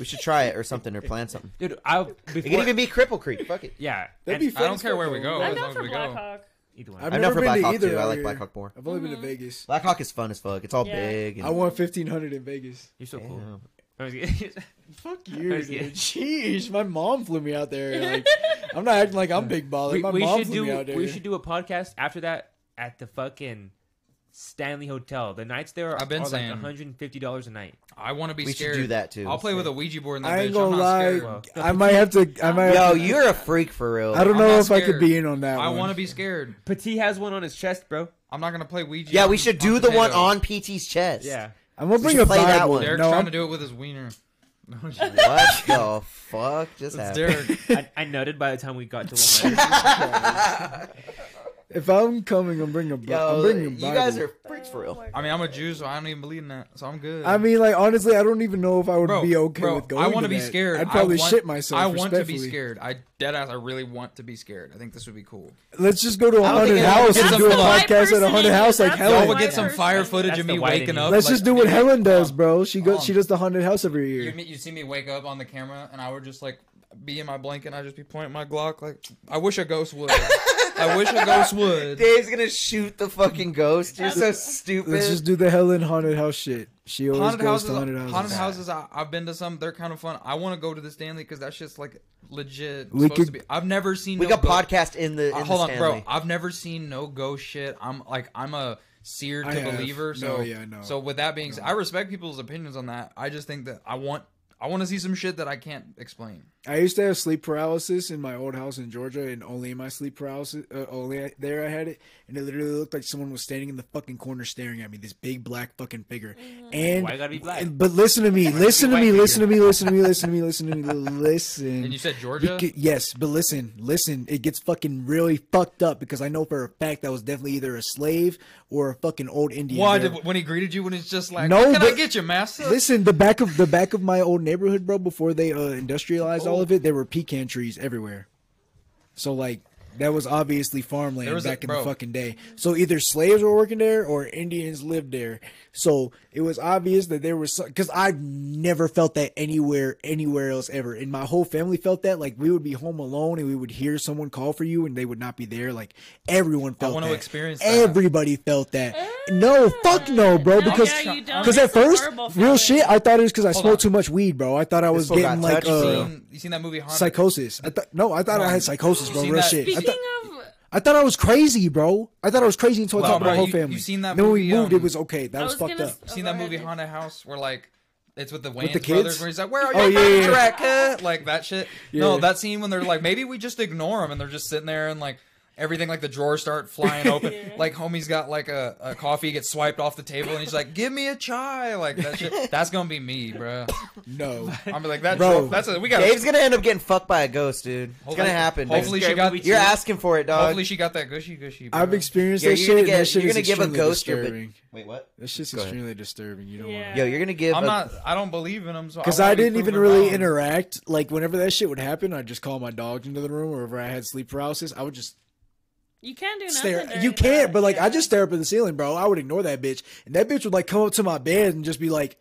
S6: We should try it or something or plan something.
S2: Dude, I
S6: It could
S2: before
S6: even be Cripple Creek. Fuck it.
S2: yeah.
S1: That'd
S2: and
S1: be.
S3: I
S1: fun
S3: don't
S1: as
S3: care
S1: fuck,
S3: where we
S1: though.
S3: go.
S5: I'm
S3: as long
S5: down
S3: as
S5: for
S3: we
S5: Black
S3: go.
S5: Hawk.
S2: either one.
S1: I've,
S6: I'm down
S1: never
S6: for
S1: been
S6: Black
S1: to
S6: Hawk
S1: either
S6: too. I
S1: out
S6: like
S1: here.
S6: Black Hawk more.
S1: I've only
S5: Mm-hmm.
S1: been to Vegas.
S6: Black Hawk is fun as fuck. It's all
S5: Yeah.
S6: big. And,
S1: I won fifteen hundred in Vegas.
S2: You're so cool.
S6: Damn.
S2: I was kidding.
S1: Fuck
S2: I
S1: you,
S2: was kidding.
S1: dude. Jeez, my mom flew me out there. Like, I'm not acting like I'm big baller.
S2: we,
S1: My
S2: we
S1: mom
S2: should
S1: flew me out
S2: do
S1: there.
S2: we should do a podcast after that at the fucking Stanley Hotel. The nights there are,
S3: I've been
S2: are like
S3: saying-
S2: 150 dollars a night.
S3: I want to be
S6: We should
S3: scared.
S6: do that, too.
S3: I'll play with a Ouija board in that
S1: I ain't
S3: bitch.
S1: gonna
S3: I'm not
S1: lie.
S3: scared.
S1: I might have to. I might.
S6: Yo,
S1: Have to,
S6: you're a freak for real.
S1: I don't
S3: I'm
S1: know
S3: not
S1: if I could
S3: scared.
S1: be in on that.
S3: I want
S1: want
S3: to be scared.
S2: Petit has one on his chest, bro.
S3: I'm not gonna play Ouija.
S6: Yeah, we
S3: on-
S6: should do the
S3: potato.
S6: one on PT's chest.
S2: Yeah.
S1: I'm gonna bring
S6: should
S1: a
S6: play that
S1: Bible.
S6: one.
S3: Derek's
S1: No,
S3: trying
S1: I'm-
S3: to do it with his wiener. No, I'm just-
S6: What the fuck
S3: it's
S6: just happened?
S3: Derek.
S2: I, I noted by the time we got to one.
S1: If I'm coming, I'm bringing a Bi- I'm
S6: Yo,
S1: bringing a
S6: you
S1: Bible.
S6: guys are freaks
S5: Oh
S6: for real.
S3: I mean, I'm a Jew, so I don't even believe in that. So I'm good.
S1: I mean, like honestly, I don't even know if I would
S3: Bro,
S1: be okay
S3: bro,
S1: with going.
S3: I want
S1: to
S3: to be
S1: that.
S3: scared.
S1: I'd probably
S3: I want,
S1: shit myself.
S3: I want to be
S1: respectfully.
S3: scared. I dead ass. I really want to be scared. I think this would be cool.
S1: Let's just go to a
S3: don't think
S1: haunted
S3: anyone
S1: house
S3: gets
S1: and
S3: a
S1: do a podcast
S5: white
S1: at
S5: person
S1: a haunted
S5: in
S1: house
S5: here.
S1: like
S5: That's
S1: hell.
S5: a
S3: Y'all
S5: Like-
S3: would get some
S5: That's
S3: fire
S5: the
S3: footage of me
S2: white in
S3: waking
S2: you.
S3: up.
S1: Let's
S3: like-
S1: just do what Helen does, bro. She goes.
S3: Um,
S1: She does the haunted house every year.
S3: You'd, meet- you'd see me wake up on the camera, and I would just like be in my blanket, and I'd just be pointing my Glock. Like, I wish a ghost would. I wish a ghost would.
S6: Dave's gonna shoot the fucking ghost. You're so stupid.
S1: Let's just do the Helen haunted house shit. She always
S3: Haunted
S1: goes
S3: houses,
S1: to haunted
S3: haunted
S1: houses.
S3: houses. I, I've been to some; they're kind of fun. I want to go to the Stanley because that shit's like legit.
S1: We
S3: supposed
S1: could-
S3: to be. I've never seen.
S6: we
S3: no
S6: got
S3: ghost-
S6: podcast in the. In
S3: Uh,
S6: the
S3: hold on,
S6: Stanley.
S3: bro. I've never seen no ghost shit. I'm like I'm a seer
S1: I
S3: to
S1: have.
S3: believer.
S1: No,
S3: So
S1: yeah, no.
S3: So with that being said, I respect people's opinions on that. I just think that I want I want to see some shit that I can't explain.
S1: I used to have sleep paralysis in my old house in Georgia, and only in my sleep paralysis, uh, only there I had it, and it literally looked like someone was standing in the fucking corner staring at me, this big black fucking figure. And
S2: Why you gotta be black?
S1: and- but listen to me, listen to
S2: white
S1: me,
S2: figure?
S1: listen to me, listen to me, listen to me, listen to me, listen.
S3: And you said Georgia?
S1: Beca- yes, but listen, listen. It gets fucking really fucked up because I know for a fact that was definitely either a slave or a fucking old Indian.
S3: Why
S1: there.
S3: did, when he greeted you when it's just like
S1: No,
S3: no, can I
S1: but-
S3: get you, master?
S1: Listen, the back of the back of my old neighborhood, bro. Before they uh, industrialized
S3: Oh.
S1: all of it, there were pecan trees everywhere. So like that was obviously farmland
S3: There was a-
S1: back in the
S3: bro.
S1: fucking day. So either slaves were working there or Indians lived there. So it was obvious that there was because I've never felt that anywhere anywhere else ever. And my whole family felt that. Like we would be home alone and we would hear someone call for you and they would not be there. Like everyone felt.
S3: wanna
S1: that.
S3: experience that.
S1: Everybody felt that. No, fuck no, bro.
S5: No,
S1: because
S5: yeah, you don't.
S1: because at
S5: It's a
S1: first,
S5: horrible
S1: real
S5: feeling.
S1: shit, I thought it was because I smoked
S3: on.
S1: too much weed, bro. I thought I was
S6: fool got
S1: getting like
S6: touched, bro.
S1: uh,
S3: Seen- you seen that movie Haunted?
S1: psychosis. I thought no, I thought I had psychosis, bro.
S3: seen
S1: Real
S3: that-
S1: shit. I,
S5: Speaking
S1: thought
S5: of,
S1: I thought I was crazy, bro. I thought I was crazy until I
S3: Well,
S1: talked to my
S3: bro,
S1: whole
S3: you-
S1: family.
S3: you seen that
S1: Then
S3: movie,
S1: we moved,
S3: um,
S1: it was okay. That
S5: I
S1: was,
S5: was
S1: fucked
S5: gonna
S1: up.
S5: s-
S3: seen
S5: Oh,
S3: that
S5: go
S3: movie
S5: ahead.
S3: Haunted House where like it's with the Wayans
S1: the
S3: brothers
S1: kids?
S3: where he's like, "Where are
S1: Oh,
S3: your
S1: yeah, yeah,
S3: yeah,
S1: yeah.
S3: Like that shit.
S1: Yeah.
S3: No, that scene when they're like, maybe we just ignore them and they're just sitting there and like everything like the drawers start flying open. Like homie's got like a, a coffee gets swiped off the table and he's like, "Give me a chai." Like that shit. That's gonna be me, bro.
S1: No,
S3: I'm like that.
S1: Bro.
S3: that's a, we got.
S6: Dave's gonna end up getting fucked by a ghost, dude. It's
S3: Hopefully-
S6: gonna happen. dude.
S3: Hopefully she
S2: Scary
S3: got.
S2: movie
S6: You're
S2: too.
S6: asking for it, dog.
S3: Hopefully she got that gushy gushy. Bro.
S1: I've experienced
S6: Yeah,
S1: that shit.
S6: you're gonna
S1: and that
S6: get-
S1: shit
S6: you're
S1: is
S6: gonna give a
S1: extremely
S6: ghost your bit-
S1: disturbing.
S6: Wait, what?
S1: That shit's
S6: Go ahead.
S1: extremely disturbing. You don't want to.
S5: yeah.
S6: Yo, you're gonna give.
S3: I'm
S6: a-
S3: not. I don't believe in him. So
S1: Because
S3: wanna
S1: uh, I,
S3: be
S1: didn't even
S3: proven
S1: really
S3: wrong.
S1: interact. Like whenever that shit would happen, I'd just call my dogs into the room. Wherever I had sleep paralysis, I would just
S5: you can do nothing.
S1: stare.
S5: during
S1: You can't.
S5: that,
S1: But like,
S5: yeah.
S1: I just stare up at the ceiling, bro. I would ignore that bitch, and that bitch would like come up to my bed and just be like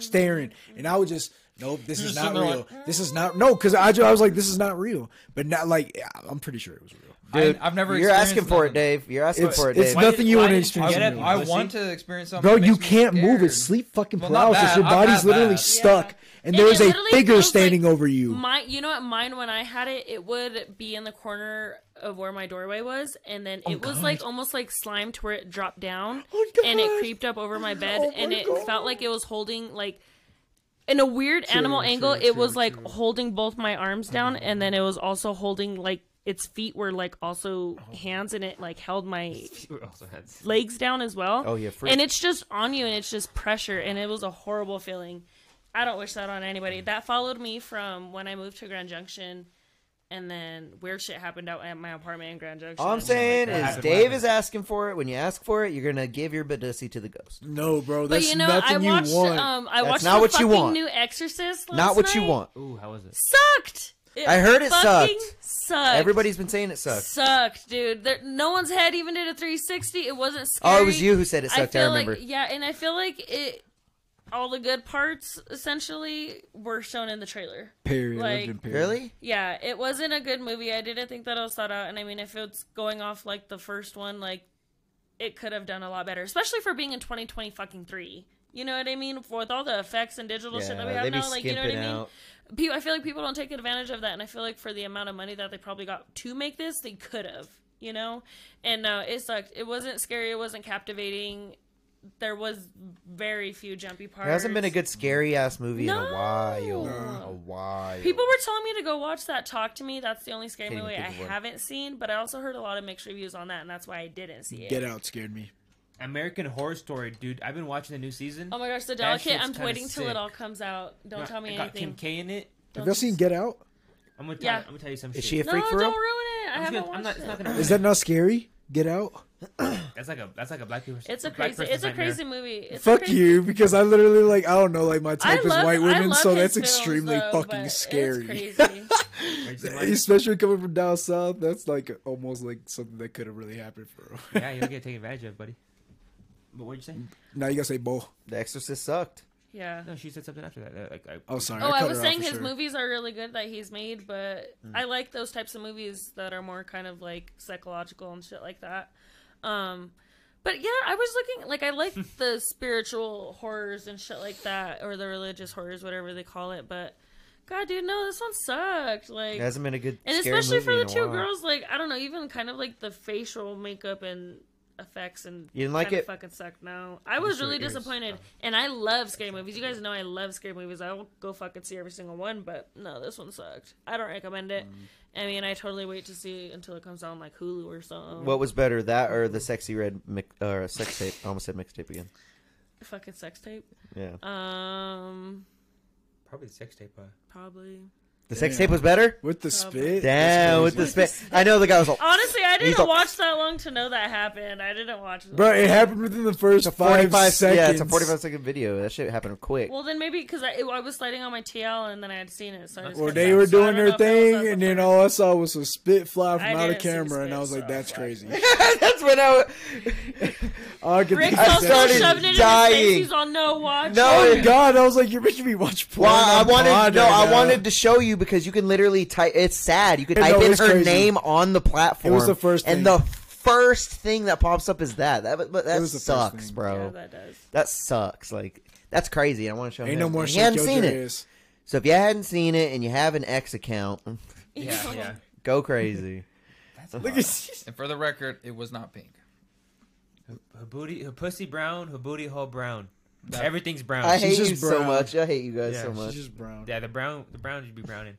S1: staring,
S5: Mm-hmm,
S1: and I would just. Nope, this
S3: You're
S1: is
S3: just
S1: not
S3: sitting there
S1: real. this is not no, because I, ju- I was like, this is not real. But not like I'm pretty sure it was real.
S3: I, I've never.
S6: You're asking
S3: experienced
S6: for
S3: nothing.
S6: it, Dave. You're asking
S1: It's-
S6: for it,
S1: it's
S6: Dave.
S1: not- Nothing you
S2: why
S1: wanna
S2: didn't
S1: experience
S2: get
S1: in
S2: it,
S1: real
S3: I
S2: pussy?
S3: want to experience something.
S1: Bro,
S3: that
S1: you
S3: makes me
S1: can't move. It's
S3: scared.
S1: sleep fucking
S3: Well, not
S1: paralysis.
S3: bad.
S1: Your
S3: I've
S1: body's
S3: had
S1: literally
S3: that.
S1: stuck,
S5: Yeah.
S1: and
S5: And
S1: there's
S5: it
S1: a
S5: literally
S1: figure
S5: feels like
S1: standing over you.
S5: My, you know what? Mine when I had it, it would be in the corner of where my doorway was, and then it was like almost like slime to where it dropped down,
S1: Oh, God.
S5: and it creeped up over my bed,
S1: Oh,
S5: and
S1: my
S5: it
S1: God.
S5: felt like it was holding like. In a weird animal
S1: True,
S5: angle,
S1: true,
S5: it
S1: true,
S5: was like
S1: true. Mm-hmm.
S5: holding both my arms down, and then it was also holding like its feet were like also
S1: Oh.
S5: hands, and it like held my
S2: You also had-
S5: legs down as well.
S6: Oh, yeah, freak.
S5: and it's just on you, and it's just pressure, and it was a horrible feeling. I don't wish that on anybody. That followed me from when I moved to Grand Junction, and then weird shit happened out at my apartment in Grand Junction.
S6: All I'm saying is,
S2: that.
S6: Dave is asking for it. When you ask for it, you're gonna give your badussy to the ghost.
S1: No, bro,
S5: but
S1: that's
S5: you know, I
S1: nothing
S5: watched
S1: you want.
S5: um, I
S6: That's
S5: watched
S6: not
S5: the
S6: what you
S5: fucking
S6: want.
S5: new Exorcist. Last
S6: Not what you
S5: night.
S6: want.
S2: Ooh, how was it?
S5: Sucked.
S6: I heard it
S5: fucking
S6: sucked.
S5: Sucked.
S6: Everybody's been saying it sucks.
S5: sucked, dude. There, no one's head even did a 360. It wasn't scary.
S6: Oh, it was you who said it
S5: I
S6: sucked. I,
S5: feel
S6: remember.
S5: like yeah, and I feel like it. All the good parts essentially were shown in the trailer.
S1: period. I've
S5: like-
S1: been period.
S6: really?
S5: Yeah, it wasn't a good movie. I didn't think that it was thought out, and I mean, if it's going off like the first one, like it could have done a lot better, especially for being in twenty twenty fucking three. You know what I mean? With all the effects and digital shit that we
S6: Yeah, they
S5: have
S6: be
S5: now, like you know what I
S6: skimping
S5: mean.
S6: out.
S5: Pe- I feel like people don't take advantage of that, and I feel like for the amount of money that they probably got to make this, they could have, you know. And no, it sucked. It wasn't scary. It wasn't captivating. There was very few jumpy parts.
S6: There hasn't been a good scary ass movie in a
S5: No.
S6: while.
S5: No.
S6: A while.
S5: People were telling me to go watch that. Talk to me. That's the only scary
S6: Can't even
S5: movie I
S6: think of one.
S5: haven't seen, but I also heard a lot of mixed reviews on that, and that's why I didn't see it.
S1: Get out scared me.
S2: American Horror Story, dude. I've been watching the new season.
S5: Oh my gosh, the
S2: That
S5: delicate.
S2: shit's
S5: I'm
S2: kinda
S5: waiting till
S2: sick.
S5: it all comes out. Don't
S2: No,
S5: tell me
S2: it got
S5: anything.
S2: Kim K in it.
S5: Don't
S1: Have y'all
S5: tell-
S1: seen Get Out?
S2: I'm gonna tell,
S5: Yeah.
S2: I'm gonna tell you some
S6: Is
S2: shit.
S6: she a
S5: No,
S6: freak
S5: don't
S6: for real?
S5: ruin it. I
S2: I'm, just
S5: haven't
S2: gonna,
S5: watched
S2: I'm not. It's not
S5: it.
S2: gonna.
S1: Is that not scary? Get Out.
S2: That's like a that's like a black person.
S5: It's a
S2: black
S5: crazy.
S2: person's
S5: It's a
S2: nightmare.
S5: crazy movie. It's a
S1: Fuck
S5: crazy-
S1: you, because I literally like I don't know, like my
S5: I
S1: type
S5: love-
S1: is white
S5: I
S1: women,
S5: love
S1: so that's
S5: his films,
S1: extremely
S5: though, but
S1: fucking
S5: it's
S1: scary.
S5: crazy.
S2: Wait, so like-
S1: Especially coming from down south, that's like almost like something that could have really happened for him.
S2: yeah, you'll get taken advantage of, buddy. But what did you say?
S1: now you gotta say Bo.
S6: The Exorcist sucked.
S5: yeah.
S2: No, she said something after that. that, Like, I,
S1: Oh, sorry.
S5: Oh,
S1: I,
S5: I,
S1: cut
S5: was
S1: her
S5: saying
S1: off for sure.
S5: his
S1: Hmm.
S5: movies are really good that he's made, but I like those types of movies that are more kind of like psychological and shit like that. Um, but yeah, I was looking like I like the spiritual horrors and shit like that, or the religious horrors, whatever they call it. But God, dude, no, this one sucked. Like,
S6: It hasn't been a good
S5: and
S6: scary
S5: especially
S6: movie
S5: for the
S6: in a
S5: two
S6: while.
S5: girls, like I don't know, even kind of like the facial makeup and effects and
S6: You didn't like
S5: kinda
S6: it?
S5: Fucking sucked. No, I was
S2: sure
S5: really
S2: it is.
S5: disappointed,
S6: Oh.
S5: and I love scary movies. You guys know I love scary movies. I will go fucking see every single one, but no, this one sucked. I don't recommend it.
S6: Mm.
S5: I mean, I totally wait to see until it comes on like Hulu or something.
S6: What was better, that or the sexy red mic- or sex tape? I almost said mixtape again.
S5: fucking sex tape?
S6: Yeah,
S5: Um,
S2: probably the sex tape. Uh,
S5: probably.
S6: the sex
S1: Damn.
S6: tape was better.
S1: with the
S5: Stop.
S1: spit.
S6: Damn, with the spit. I know the guy was like,
S5: Honestly, I
S6: He's
S5: didn't
S6: all-
S5: watch that long to know that happened. I didn't watch. that
S1: Bro,
S5: long.
S1: it happened within the first
S6: it's a
S1: five
S6: 45
S1: seconds.
S6: Yeah, it's a 45 second video. That shit happened quick.
S5: Well, then maybe because I, it- I was sliding on my TL and then I had seen it. So I just
S1: Well,
S5: kept
S1: they
S5: going.
S1: were
S5: So I
S1: doing
S5: don't
S1: their
S5: know if that was
S1: thing,
S5: the
S1: and then
S5: first-
S1: all I saw was some spit fly from
S5: I
S1: out of
S5: didn't see
S1: camera, and I
S5: spit,
S1: was like,
S5: so
S1: "That's
S5: I
S1: crazy."
S6: That's when I.
S1: All I could
S5: Rick's
S1: think was
S5: also
S1: that.
S6: started
S5: shoving it in his
S6: dying.
S5: face. He's on no watch.
S6: No,
S1: Oh my god! I was like, "You're making me watch porn."
S6: Well, I
S1: on
S6: wanted
S1: pod
S6: no.
S1: right
S6: I
S1: now."
S6: wanted to show you because you can literally type. It's sad. You can
S1: Yeah,
S6: type
S1: no,
S6: in
S1: it's
S6: her
S1: crazy.
S6: name on the platform.
S1: the first thing.
S6: and the first thing that pops up is that. That but- but that
S1: It was the first
S6: sucks,
S1: thing.
S6: bro.
S5: Yeah,
S6: that...
S5: that does.
S6: sucks. Like that's crazy. I want to show.
S1: Ain't
S6: him.
S1: no more
S6: He
S1: shit.
S6: hadn't
S1: Yo,
S6: seen
S1: seen
S6: it. So if you hadn't seen it and you have an X account,
S2: yeah, yeah.
S6: go crazy.
S1: Look at
S3: And for the record, it was not pink.
S2: Her booty, her pussy brown, her booty hole brown.
S3: That-
S2: Everything's brown.
S6: I hate
S1: just
S6: you so
S1: brown.
S6: much. I hate you guys
S2: Yeah,
S6: so
S2: she's
S6: much.
S1: she's just brown.
S2: yeah, the brown, the brown should be browning.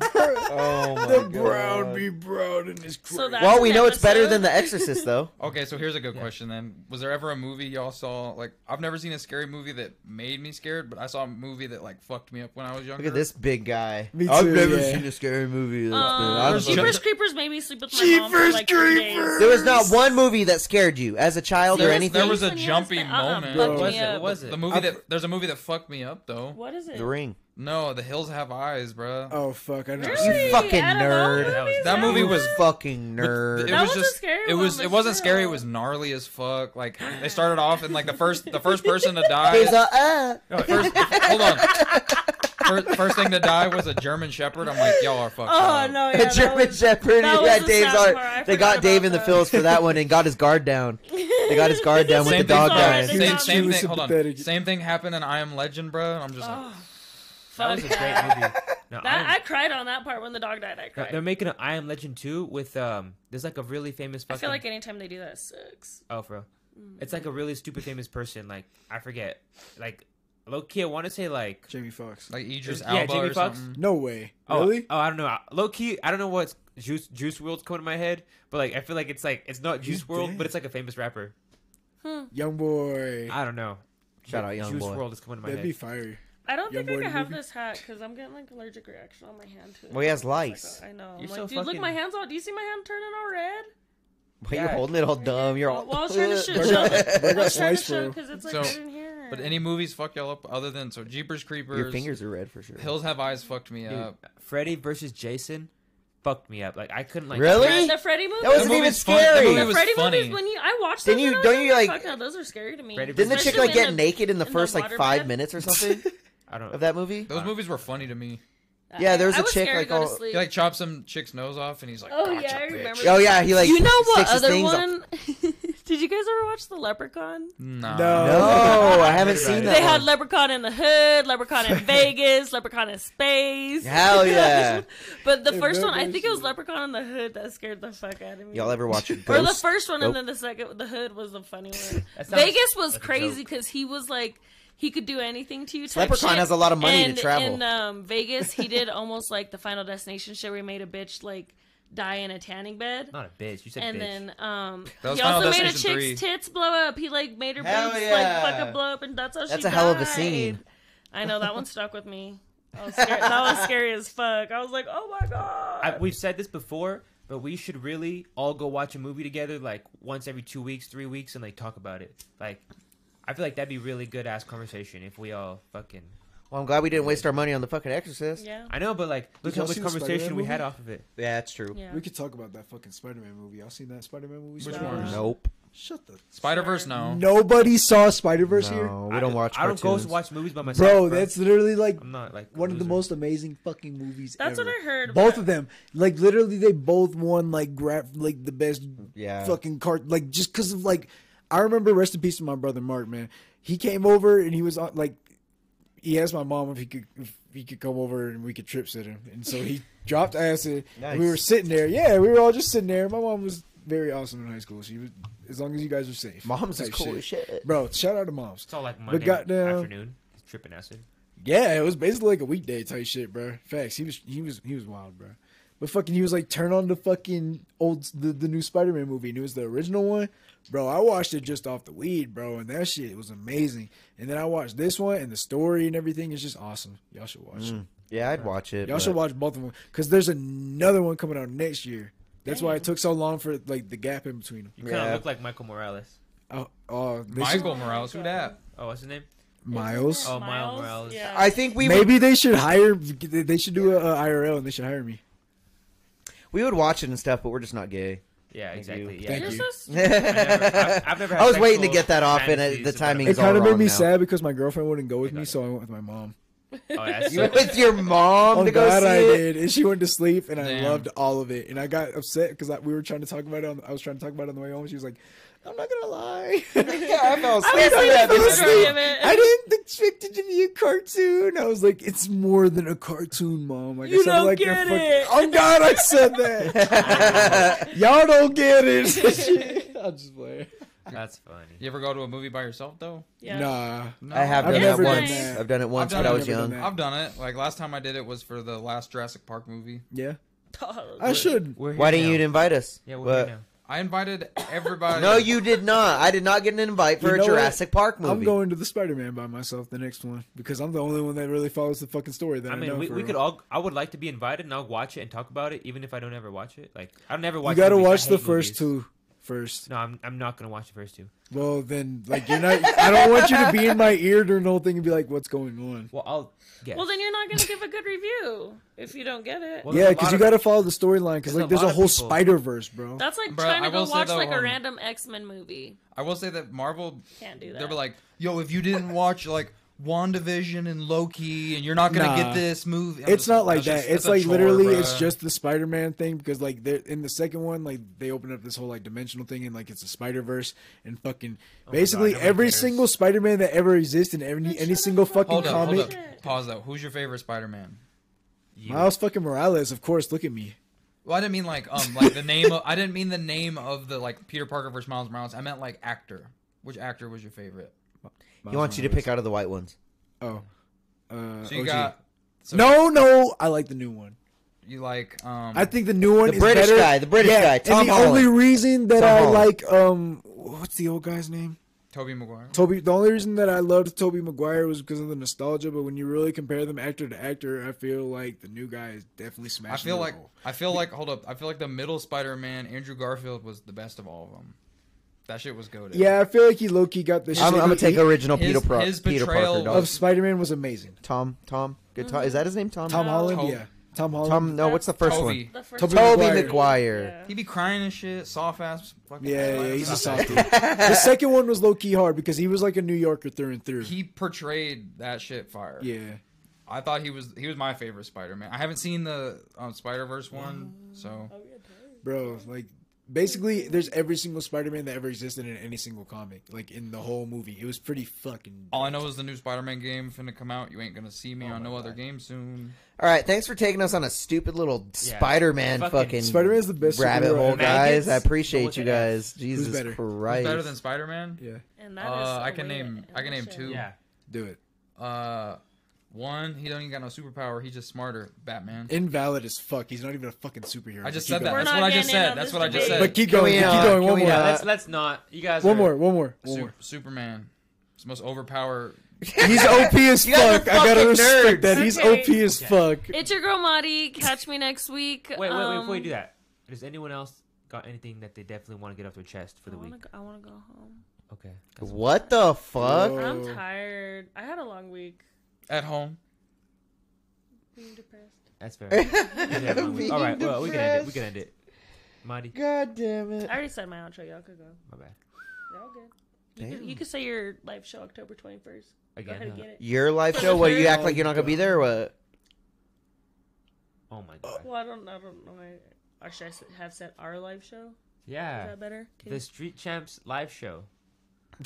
S6: Oh my
S1: The brown be brown in this.
S5: So that's
S6: Well, we
S5: an
S6: know it's better
S5: episode.
S6: than The Exorcist, though.
S3: Okay, so here's a good question then. Was there ever a movie y'all saw? Like, I've never seen a scary movie that made me scared, but I saw a movie that like fucked me up when I was younger.
S6: Look at this big guy.
S1: Me
S6: I've
S1: too,
S6: never
S1: yeah.
S6: seen a scary movie. That's been- I
S5: Um,
S6: don't know.
S5: Jeepers Creepers made me sleep with my mom for
S1: Jeepers
S5: like three days.
S6: There was not one movie that scared you as a child or
S5: Yes,
S6: anything.
S3: There was a
S5: yes,
S3: jumpy
S5: but, uh-uh,
S3: moment.
S1: Bro.
S5: fucked me
S1: Was it-
S5: up.
S2: was it?
S3: The movie that there's a movie that fucked me up though.
S5: What is it?
S6: The Ring.
S3: No, The Hills Have Eyes, bro.
S1: Oh fuck! I know.
S5: Really?
S6: You fucking
S5: Out of all
S6: nerd.
S5: movies,
S2: That was-
S3: That movie
S5: one?
S3: was
S6: fucking
S3: But
S6: nerd.
S3: th-
S5: That was a scary
S3: It
S5: one,
S3: was.
S5: but
S3: It wasn't scary. It
S5: still.
S3: was gnarly as fuck. Like they started off and like the first, the first person to die.
S6: He's a, uh,
S3: first, hold on. First, first thing to die was a German Shepherd. I'm like, y'all are fucked.
S5: Oh
S3: up.
S5: no, yeah, that
S6: German
S5: was-
S6: Shepherd.
S5: that
S6: and
S5: was
S6: Yeah,
S5: the
S6: Dave's
S5: sad
S6: art.
S5: part. I
S6: They got
S5: forgot
S6: Dave in the
S5: about that.
S6: fills for that one and got his guard down. They got his guard down with the
S3: Same
S6: dog
S5: thing- sorry,
S6: guy.
S5: the
S3: thing. Same,
S5: dog
S3: same
S1: guy.
S3: thing. Hold on.
S1: Sympathetic.
S3: Same thing happened in I Am Legend, bro. And I'm just
S6: Oh.
S3: like,
S2: That
S5: Fuck
S2: was a great
S5: that.
S2: movie. No,
S5: That-
S2: I
S5: I
S2: am,
S5: cried on that part when the dog died. I
S2: no,
S5: cried.
S2: they're making an I Am Legend 2 with um. There's like a really famous.
S5: I
S2: Fucking,
S5: feel like anytime they do that, it Mm. sucks.
S2: Oh, bro. It's like a really stupid famous person. Like I forget. Like low key, I want to say like.
S1: Jamie Foxx.
S3: like Idris
S2: Yeah,
S3: Alba
S2: Jamie
S3: or
S2: Foxx.
S3: something.
S1: No way.
S2: Oh,
S1: Really?
S2: Oh, I don't know. Low key, I don't know what's Juice Juice World's coming to my head, but like I feel like it's like it's not Juice World,
S1: dead.
S2: but it's like a famous rapper.
S1: Young boy.
S2: I don't know.
S6: Shout out, young
S2: Juice
S6: boy.
S2: World is coming to my
S1: That'd be
S2: head.
S1: fire.
S5: I don't
S1: Your
S5: think I
S1: boy
S5: could have
S1: movie?
S5: this hat because I'm getting like allergic reaction on my hand to it.
S6: Well, he has lice.
S5: I know. I'm
S2: You're
S5: like,
S2: so
S5: dude, look, my
S2: fucking-
S5: hands all. Do you see my hand turning all red?
S6: But you're
S2: Yeah.
S6: holding it all dumb. You're all.
S5: Well, I was trying to show.
S1: Burger-
S5: show I
S1: burger
S5: was trying to
S1: slice, bro.
S5: show because it's like
S3: So-
S5: right in here.
S3: But any movies fuck y'all up other than so Jeepers
S6: Your
S3: Creepers.
S6: fingers are red for sure.
S3: Hills Have Eyes fucked me
S2: Dude,
S3: up.
S2: Freddy Uh, versus Jason fucked me up. Like I couldn't like
S6: Really?
S5: Fred- the Freddy movie.
S6: That wasn't
S3: movie
S6: even
S3: was fun- that
S6: scary.
S3: movie
S5: the
S3: was
S5: Freddy
S3: funny.
S5: movies when you I watched.
S6: Didn't
S5: those
S6: you-
S5: when I
S6: don't
S5: was
S6: you,
S5: younger,
S6: like-
S5: Fuck no, those are scary to me.
S2: Freddy
S6: Didn't the chick
S5: Especially
S6: like
S5: when
S6: get
S5: the-
S6: naked in the
S5: in the
S6: first like
S5: water
S6: five
S5: bed?
S6: minutes or something
S2: I don't.
S6: of that movie?
S3: Those movies were funny to me.
S6: Yeah, there was
S5: I
S6: a chick,
S5: scared to
S6: like,
S5: go to
S6: all-
S5: sleep.
S3: He like chops some chick's nose off, and he's like,
S5: Oh, yeah,
S3: "Gotcha,
S5: I
S3: bitch."
S5: remember
S6: Oh yeah, he like.
S5: you know what
S6: sticks his
S5: other
S6: things up.
S5: one? Did you guys ever watch the Leprechaun?
S3: Nah.
S1: No.
S6: No, I haven't seen that.
S5: They had
S6: one.
S5: Leprechaun in the Hood, Leprechaun in Vegas, Leprechaun in space.
S6: Hell yeah!
S5: But the
S1: Hey,
S5: first
S1: no
S5: one, I think it was
S1: bullshit.
S5: Leprechaun in the Hood that scared the fuck out of me.
S6: Y'all ever watch
S5: or the
S6: Ghost?
S5: first one,
S6: Nope.
S5: and then the second, the Hood was the funny one.
S2: That sounds
S5: Vegas was
S2: like a
S5: crazy
S2: joke.
S5: because he was like he could do anything to you. Type
S6: Leprechaun
S5: shit.
S6: has a lot of money to
S5: And
S6: travel.
S5: In um, Vegas, he did almost like the Final Destination show where he made a bitch like die in a tanning bed.
S2: Not a bitch. You said
S5: And
S2: bitch.
S5: then um,
S3: That was
S5: he
S3: Final
S5: also made a chick's
S3: Destination 3.
S5: tits blow up. He like made her
S6: Hell
S5: boobs
S6: yeah.
S5: like fucking blow up, and that's how she.
S6: That's a hell of a
S5: died.
S6: scene.
S5: I know that one stuck with me. I was scared. that was scary as fuck. I was like, oh my god.
S2: I, we've said this before, But we should really all go watch a movie together, like once every two weeks, three weeks, and like talk about it. Like, I feel like that'd be really good ass conversation if we all fucking.
S6: Well, I'm glad we didn't waste our money on the fucking Exorcist. Yeah,
S5: Yeah.
S2: I know, but like, look
S1: y'all
S2: how much
S1: see the
S2: conversation
S1: Spider-Man
S2: we had
S1: movie?
S2: off of it.
S6: that's true.
S5: Yeah.
S1: We could talk about that fucking Spider-Man movie. Y'all seen that Spider-Man movie?
S3: Which
S1: Spider-Verse?
S3: one?
S6: Nope.
S1: Shut the.
S3: Spider Verse, no.
S1: Nobody saw Spider-Verse here,
S6: No, we don't watch.
S2: I don't go
S6: cartoons.
S2: to watch movies by myself,
S1: bro. That's literally like
S2: I'm not like a
S1: one of the
S2: loser.
S1: most amazing fucking movies.
S5: That's
S1: ever.
S5: what I heard,
S1: Both
S5: but-
S1: of them, like literally, they both won like graph, like the best
S6: Yeah.
S1: fucking cart, like just because of like. I remember rest in peace to my brother Mark, man. He came over and he was on like, he asked my mom if he could if he could come over and we could trip sit him, and so he dropped acid.
S6: Nice.
S1: We were sitting there, yeah, we were all just sitting there. My mom was very awesome in high school. She was as long as you guys are safe.
S6: Moms is
S1: type
S6: cool as shit.
S1: bro. Shout out to moms.
S2: It's all like Monday
S1: goddamn-
S2: afternoon. He's tripping acid.
S1: Yeah, it was basically like a weekday type shit, bro. Facts. He was he was he was wild, bro. But fucking, he was like, turn on the fucking old the, the new Spider Man movie, and it was the original one, bro. I watched it just off the weed, bro, and that shit was amazing. And then I watched this one, and the story and everything is just awesome. Y'all should watch. it.
S6: Yeah, I'd watch it.
S1: Y'all
S6: but-
S1: should watch both of them because there's another one coming out next year. That's why it took so long for like the gap in between them.
S2: You kind of
S6: Yeah.
S2: look like Michael Morales.
S1: Oh, oh, this is-
S3: Michael Morales, who that?
S2: Oh, what's his name?
S1: Miles.
S2: Oh, Miles Morales.
S5: Yeah.
S6: I think we would,
S1: Maybe they should hire. They should do a, a IRL and they should hire me.
S6: we would watch it and stuff, but we're just not gay.
S2: Yeah,
S6: Thank
S2: exactly.
S6: you.
S2: Yeah,
S1: Thank
S5: You're
S1: you.
S5: so stupid.
S2: I never- I've, I've never had
S6: I was waiting to
S2: sexual
S6: get that off, and, uh, the
S2: fantasies about
S6: timing-
S1: It
S6: Things
S2: it.
S6: all
S1: kind of made
S6: wrong
S1: me
S6: now.
S1: sad because my girlfriend wouldn't go with
S2: I
S1: me,
S2: got
S1: so I went with my mom.
S2: Oh, that's
S6: You went
S2: so-
S6: with your mom
S1: Oh
S6: to go
S1: God,
S6: see
S1: I
S6: it.
S1: did, and she went to sleep, and
S3: Damn.
S1: I loved all of it. And I got upset because we were trying to talk about it. On, I was trying to talk about it on the way home. She was like, "I'm not gonna lie,
S6: Yeah, I fell
S5: I was
S6: asleep
S5: like,
S6: at
S5: "This
S6: this
S5: is right."
S6: point.
S5: it.
S1: I didn't expect it to be a cartoon." I was like, "It's more than a cartoon, mom." Like,
S5: You
S1: I sounded
S5: don't
S1: like a
S5: get
S1: fuck-
S5: it.
S1: Oh God, I said that. Y'all don't get it. I'm just playing.
S2: That's funny.
S3: You ever go to a movie by yourself though?
S5: Yeah.
S1: Nah,
S3: No.
S6: I have
S1: I've
S6: done that
S1: never
S6: once.
S5: done that.
S6: I've done it once
S3: done
S6: when I
S3: it,
S6: was
S1: never done
S6: young.
S1: that.
S3: I've done it. Like last time I did it was for the last Jurassic Park movie.
S1: yeah,
S5: Oh,
S1: I should.
S2: We're
S6: Why
S2: here
S6: didn't you
S2: now.
S6: invite us?
S2: Yeah, we're
S6: What?
S2: here
S3: I invited everybody.
S6: No, you did not. I did not get an invite for
S1: You know
S6: a
S1: what?
S6: Jurassic Park movie.
S1: I'm going to the Spider-Man by myself, the next one, because I'm the only one that really follows the fucking story. That
S2: now.
S1: I,
S2: I mean,
S1: know
S2: we,
S1: for
S2: we
S1: real.
S2: could all. I would like to be invited, and I'll watch it and talk about it, even if I don't ever watch it. Like I don't ever
S1: You
S2: watch.
S1: gotta
S2: movies. I
S1: watch the
S2: hate
S1: first
S2: movies.
S1: two first.
S2: No, I'm, I'm not gonna watch the first two.
S1: Well, then, like, you're not. I don't want you to be in my ear during the whole thing and be like, "What's going on?"
S2: Well, I'll guess.
S5: Well, then you're not going to give a good review if you don't get it.
S2: Well,
S1: Yeah,
S2: there's a
S1: because
S2: lot
S1: you
S2: of-
S1: gotta follow the storyline. Because
S2: There's
S1: like,
S2: a
S1: there's a
S2: lot of
S1: whole
S2: people.
S1: Spider Verse, bro.
S5: That's like
S3: Bro,
S5: trying
S3: I
S5: to go
S3: will say
S5: watch
S3: though,
S5: like a
S3: um,
S5: random X Men movie.
S3: I will say that Marvel
S5: Can't do that.
S3: They'll be like, yo, if you didn't watch like WandaVision and Loki, and you're not gonna
S1: Nah.
S3: get this movie. I'm
S1: It's
S3: just-
S1: not like
S3: that's
S1: that.
S3: just-
S1: it's
S3: that's a
S1: like
S3: chore,
S1: literally,
S3: bruh.
S1: it's just the Spider-Man thing because like they're in the second one, like they open up this whole like dimensional thing and like it's a Spider-Verse and fucking basically
S2: Oh nobody
S1: every
S2: cares.
S1: single Spider-Man that ever exists in any
S5: Shut
S1: any
S5: up,
S1: single
S5: bro.
S1: fucking
S3: Hold up, hold
S1: comic.
S3: up. Pause though. Who's your favorite Spider-Man?
S2: You-
S1: Miles fucking Morales, of course. Look at me.
S3: Well, I didn't mean like um like the name. Of, I didn't mean the name of the like Peter Parker versus Miles Morales. I meant like actor. Which actor was your favorite?
S6: He wants you to pick out of the white ones.
S1: Oh, uh,
S3: So you
S1: OG.
S3: got so
S1: no, no. I like the new one.
S3: You like um
S1: I think the new one.
S6: The
S1: is
S6: British
S1: better.
S6: guy, the British guy, Tom
S1: and the
S6: Holland.
S1: only reason that
S6: Tom
S1: I
S6: Holland.
S1: like um, what's the old guy's name?
S3: Toby Maguire.
S1: Toby. The only reason that I loved Toby Maguire was because of the nostalgia. But when you really compare them actor to actor, I feel like the new guy is definitely smashing.
S3: I feel
S1: the
S3: like
S1: role.
S3: I feel like hold up. I feel like the middle Spider-Man, Andrew Garfield, was the best of all of them. That shit was goaded.
S1: Yeah, I feel like he low key got this.
S6: I'm, I'm
S1: shit
S6: gonna take original
S3: his-
S6: Peter, Pro-
S3: his
S6: Peter Parker.
S3: betrayal
S6: Dog.
S1: of Spider Man was amazing.
S6: Tom, Tom, good Tom. Is that his name? Tom.
S1: Tom
S5: No.
S1: Holland,
S3: Toby.
S1: yeah. Tom Holland.
S6: Tom. No, what's the first
S3: Toby.
S6: one?
S5: the first
S1: Toby
S5: one.
S1: Maguire.
S6: Toby McGuire.
S5: Yeah.
S3: He be crying and shit, soft ass. Fucking
S1: yeah, yeah,
S3: Spider-Man.
S1: he's a softie. the second one was low key hard because he was like a New Yorker through and through.
S3: He portrayed that shit fire.
S1: yeah.
S3: I thought he was he was my favorite Spider-Man. I haven't seen the um, Spider-Verse one, so
S1: bro like basically there's every single spider-man that ever existed in any single comic like in the whole movie it was pretty fucking
S3: all I know is the new Spider-Man game finna come out. You ain't gonna see me on no other game soon.
S6: All right, thanks for taking us on a stupid little
S2: Yeah.
S6: Spider-Man
S2: Fucking-
S6: fucking,
S1: Spider-Man's the best
S6: rabbit
S1: superhero
S6: hole,
S1: ever.
S6: guys.
S2: Maggots?
S6: I
S2: Go
S6: appreciate
S2: with
S6: you
S2: the F.
S6: guys. Jesus
S1: better? Who's
S6: Christ.
S3: Better than Spider-Man?
S1: yeah
S5: And that is
S3: Uh, I
S5: a
S3: can
S5: way
S3: name-
S5: to
S3: I can
S5: end
S3: name
S5: the
S3: two.
S5: show.
S2: Yeah.
S1: do it
S3: Uh, one he don't even got no superpower. He's just smarter. Batman.
S1: invalid as fuck he's not even a fucking superhero
S3: I
S1: But
S3: just
S1: keep
S3: said that.
S1: going.
S5: We're
S3: That's
S5: not
S3: what I
S5: getting
S3: just
S5: in
S3: said.
S5: on
S3: That's
S5: this
S3: what I just
S5: debate.
S3: said.
S1: but keep
S6: Can
S1: going
S6: we,
S1: keep
S6: uh,
S1: going
S6: can
S1: one
S6: we,
S1: more
S2: Yeah,
S6: uh,
S2: let's let's not. You guys.
S1: one
S2: are-
S1: more one more one
S3: Su-
S1: more
S3: Superman. It's the most overpowered.
S1: he's op as
S6: You guys are
S1: fuck i gotta
S6: fucking
S1: respect
S6: nerds.
S1: that he's
S5: Okay.
S1: op as fuck
S5: It's your girl Madi. Catch me next week.
S2: Wait, wait, wait. Before
S5: Um,
S2: you do that, Does anyone else got anything that they definitely want to get off their chest for
S5: I
S2: the
S5: wanna
S2: week?
S5: go, I want to go home.
S2: Okay. that's-
S6: What the fuck?
S1: Whoa.
S5: I'm
S1: Oh.
S5: tired. I had a long week.
S3: At home.
S5: Being depressed.
S2: That's fair. You did have one week.
S6: Being
S2: All right. Well, we can end it. We
S6: depressed.
S2: can end it. Marty,
S6: God damn
S5: I
S6: it.
S5: already said my outro. Y'all could go.
S2: my bad.
S5: Y'all good. You
S6: Damn.
S5: could, you could say your live show October 21st. Go
S2: Again.
S5: ahead and
S2: huh?
S5: get it.
S6: Your live show? What, you act like you're not going to be there or what?
S2: Oh my god.
S5: Well, I don't, I don't know. I, or should I s- have said our live show? Is
S2: Yeah.
S5: that better? Can
S2: The Street Champs live show.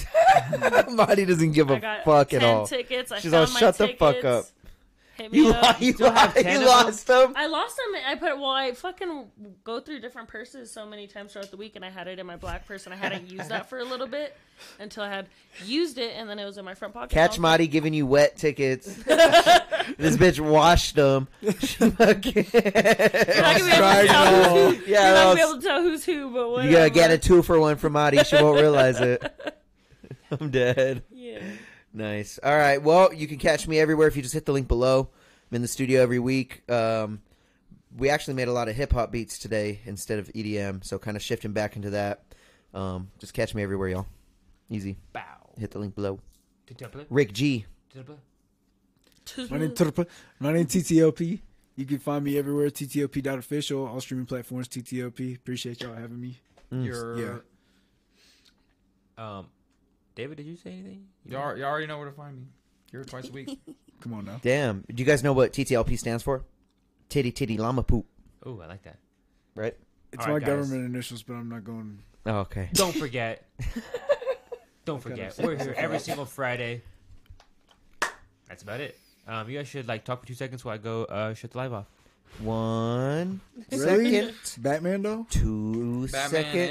S6: Marty doesn't give
S5: you-
S6: a fuck at all.
S5: tickets. I
S6: She's
S5: found
S6: all,
S5: my
S6: "Shut the fuck
S5: tickets.
S6: up."
S5: Hit me
S6: You,
S5: up.
S6: li- you,
S2: still have
S6: li-
S2: 10
S6: you
S2: of them?
S6: lost them?
S5: I lost them. I put well, I fucking go through different purses so many times throughout the week, and I had it in my black purse, and I hadn't used that for a little bit until I had used it, and then it was in my front pocket.
S6: Catch
S5: my.
S6: Marty giving you wet tickets. this bitch washed them. She fucking-
S5: You're not gonna be able to
S1: Strike
S5: tell who's who.
S6: Yeah,
S5: You're not gonna be
S6: that's-
S5: able to tell who's who, but whatever.
S6: you gotta get a two for one from Marty. She won't realize it. I'm dead.
S5: Yeah.
S6: Nice. All right. Well, you can catch me everywhere if you just hit the link below. I'm in the studio every week. Um, we actually made a lot of hip hop beats today instead of EDM, so kind of shifting back into that. Um, just catch me everywhere, y'all. Easy.
S2: Bow.
S6: Hit the link below.
S2: To template.
S6: Rick G.
S2: To template.
S1: My name Turpa. My name TTLP. You can find me everywhere. TTLP.official. All streaming platforms. TTLP. Appreciate y'all having me.
S3: You're,
S1: Yeah.
S2: Um, David, did you say anything?
S3: you, are, you already know where to find me. You're twice a week.
S1: Come on now.
S6: Damn. Do you guys know what TTLP stands for? Titty titty llama poop.
S2: Oh, I like that.
S6: Right.
S1: It's
S2: All
S1: my
S2: right, guys.
S1: government initials, but I'm not going.
S6: Oh, okay.
S2: Don't forget. Don't
S1: kind of
S2: forget.
S1: sick
S2: We're
S1: is
S2: here
S1: that?
S2: every single Friday. That's about it. Um, you guys should like talk for two seconds while I go uh shut the live off.
S6: One
S1: Really?
S6: second,
S1: Batman though.
S6: two
S3: Batman
S6: second.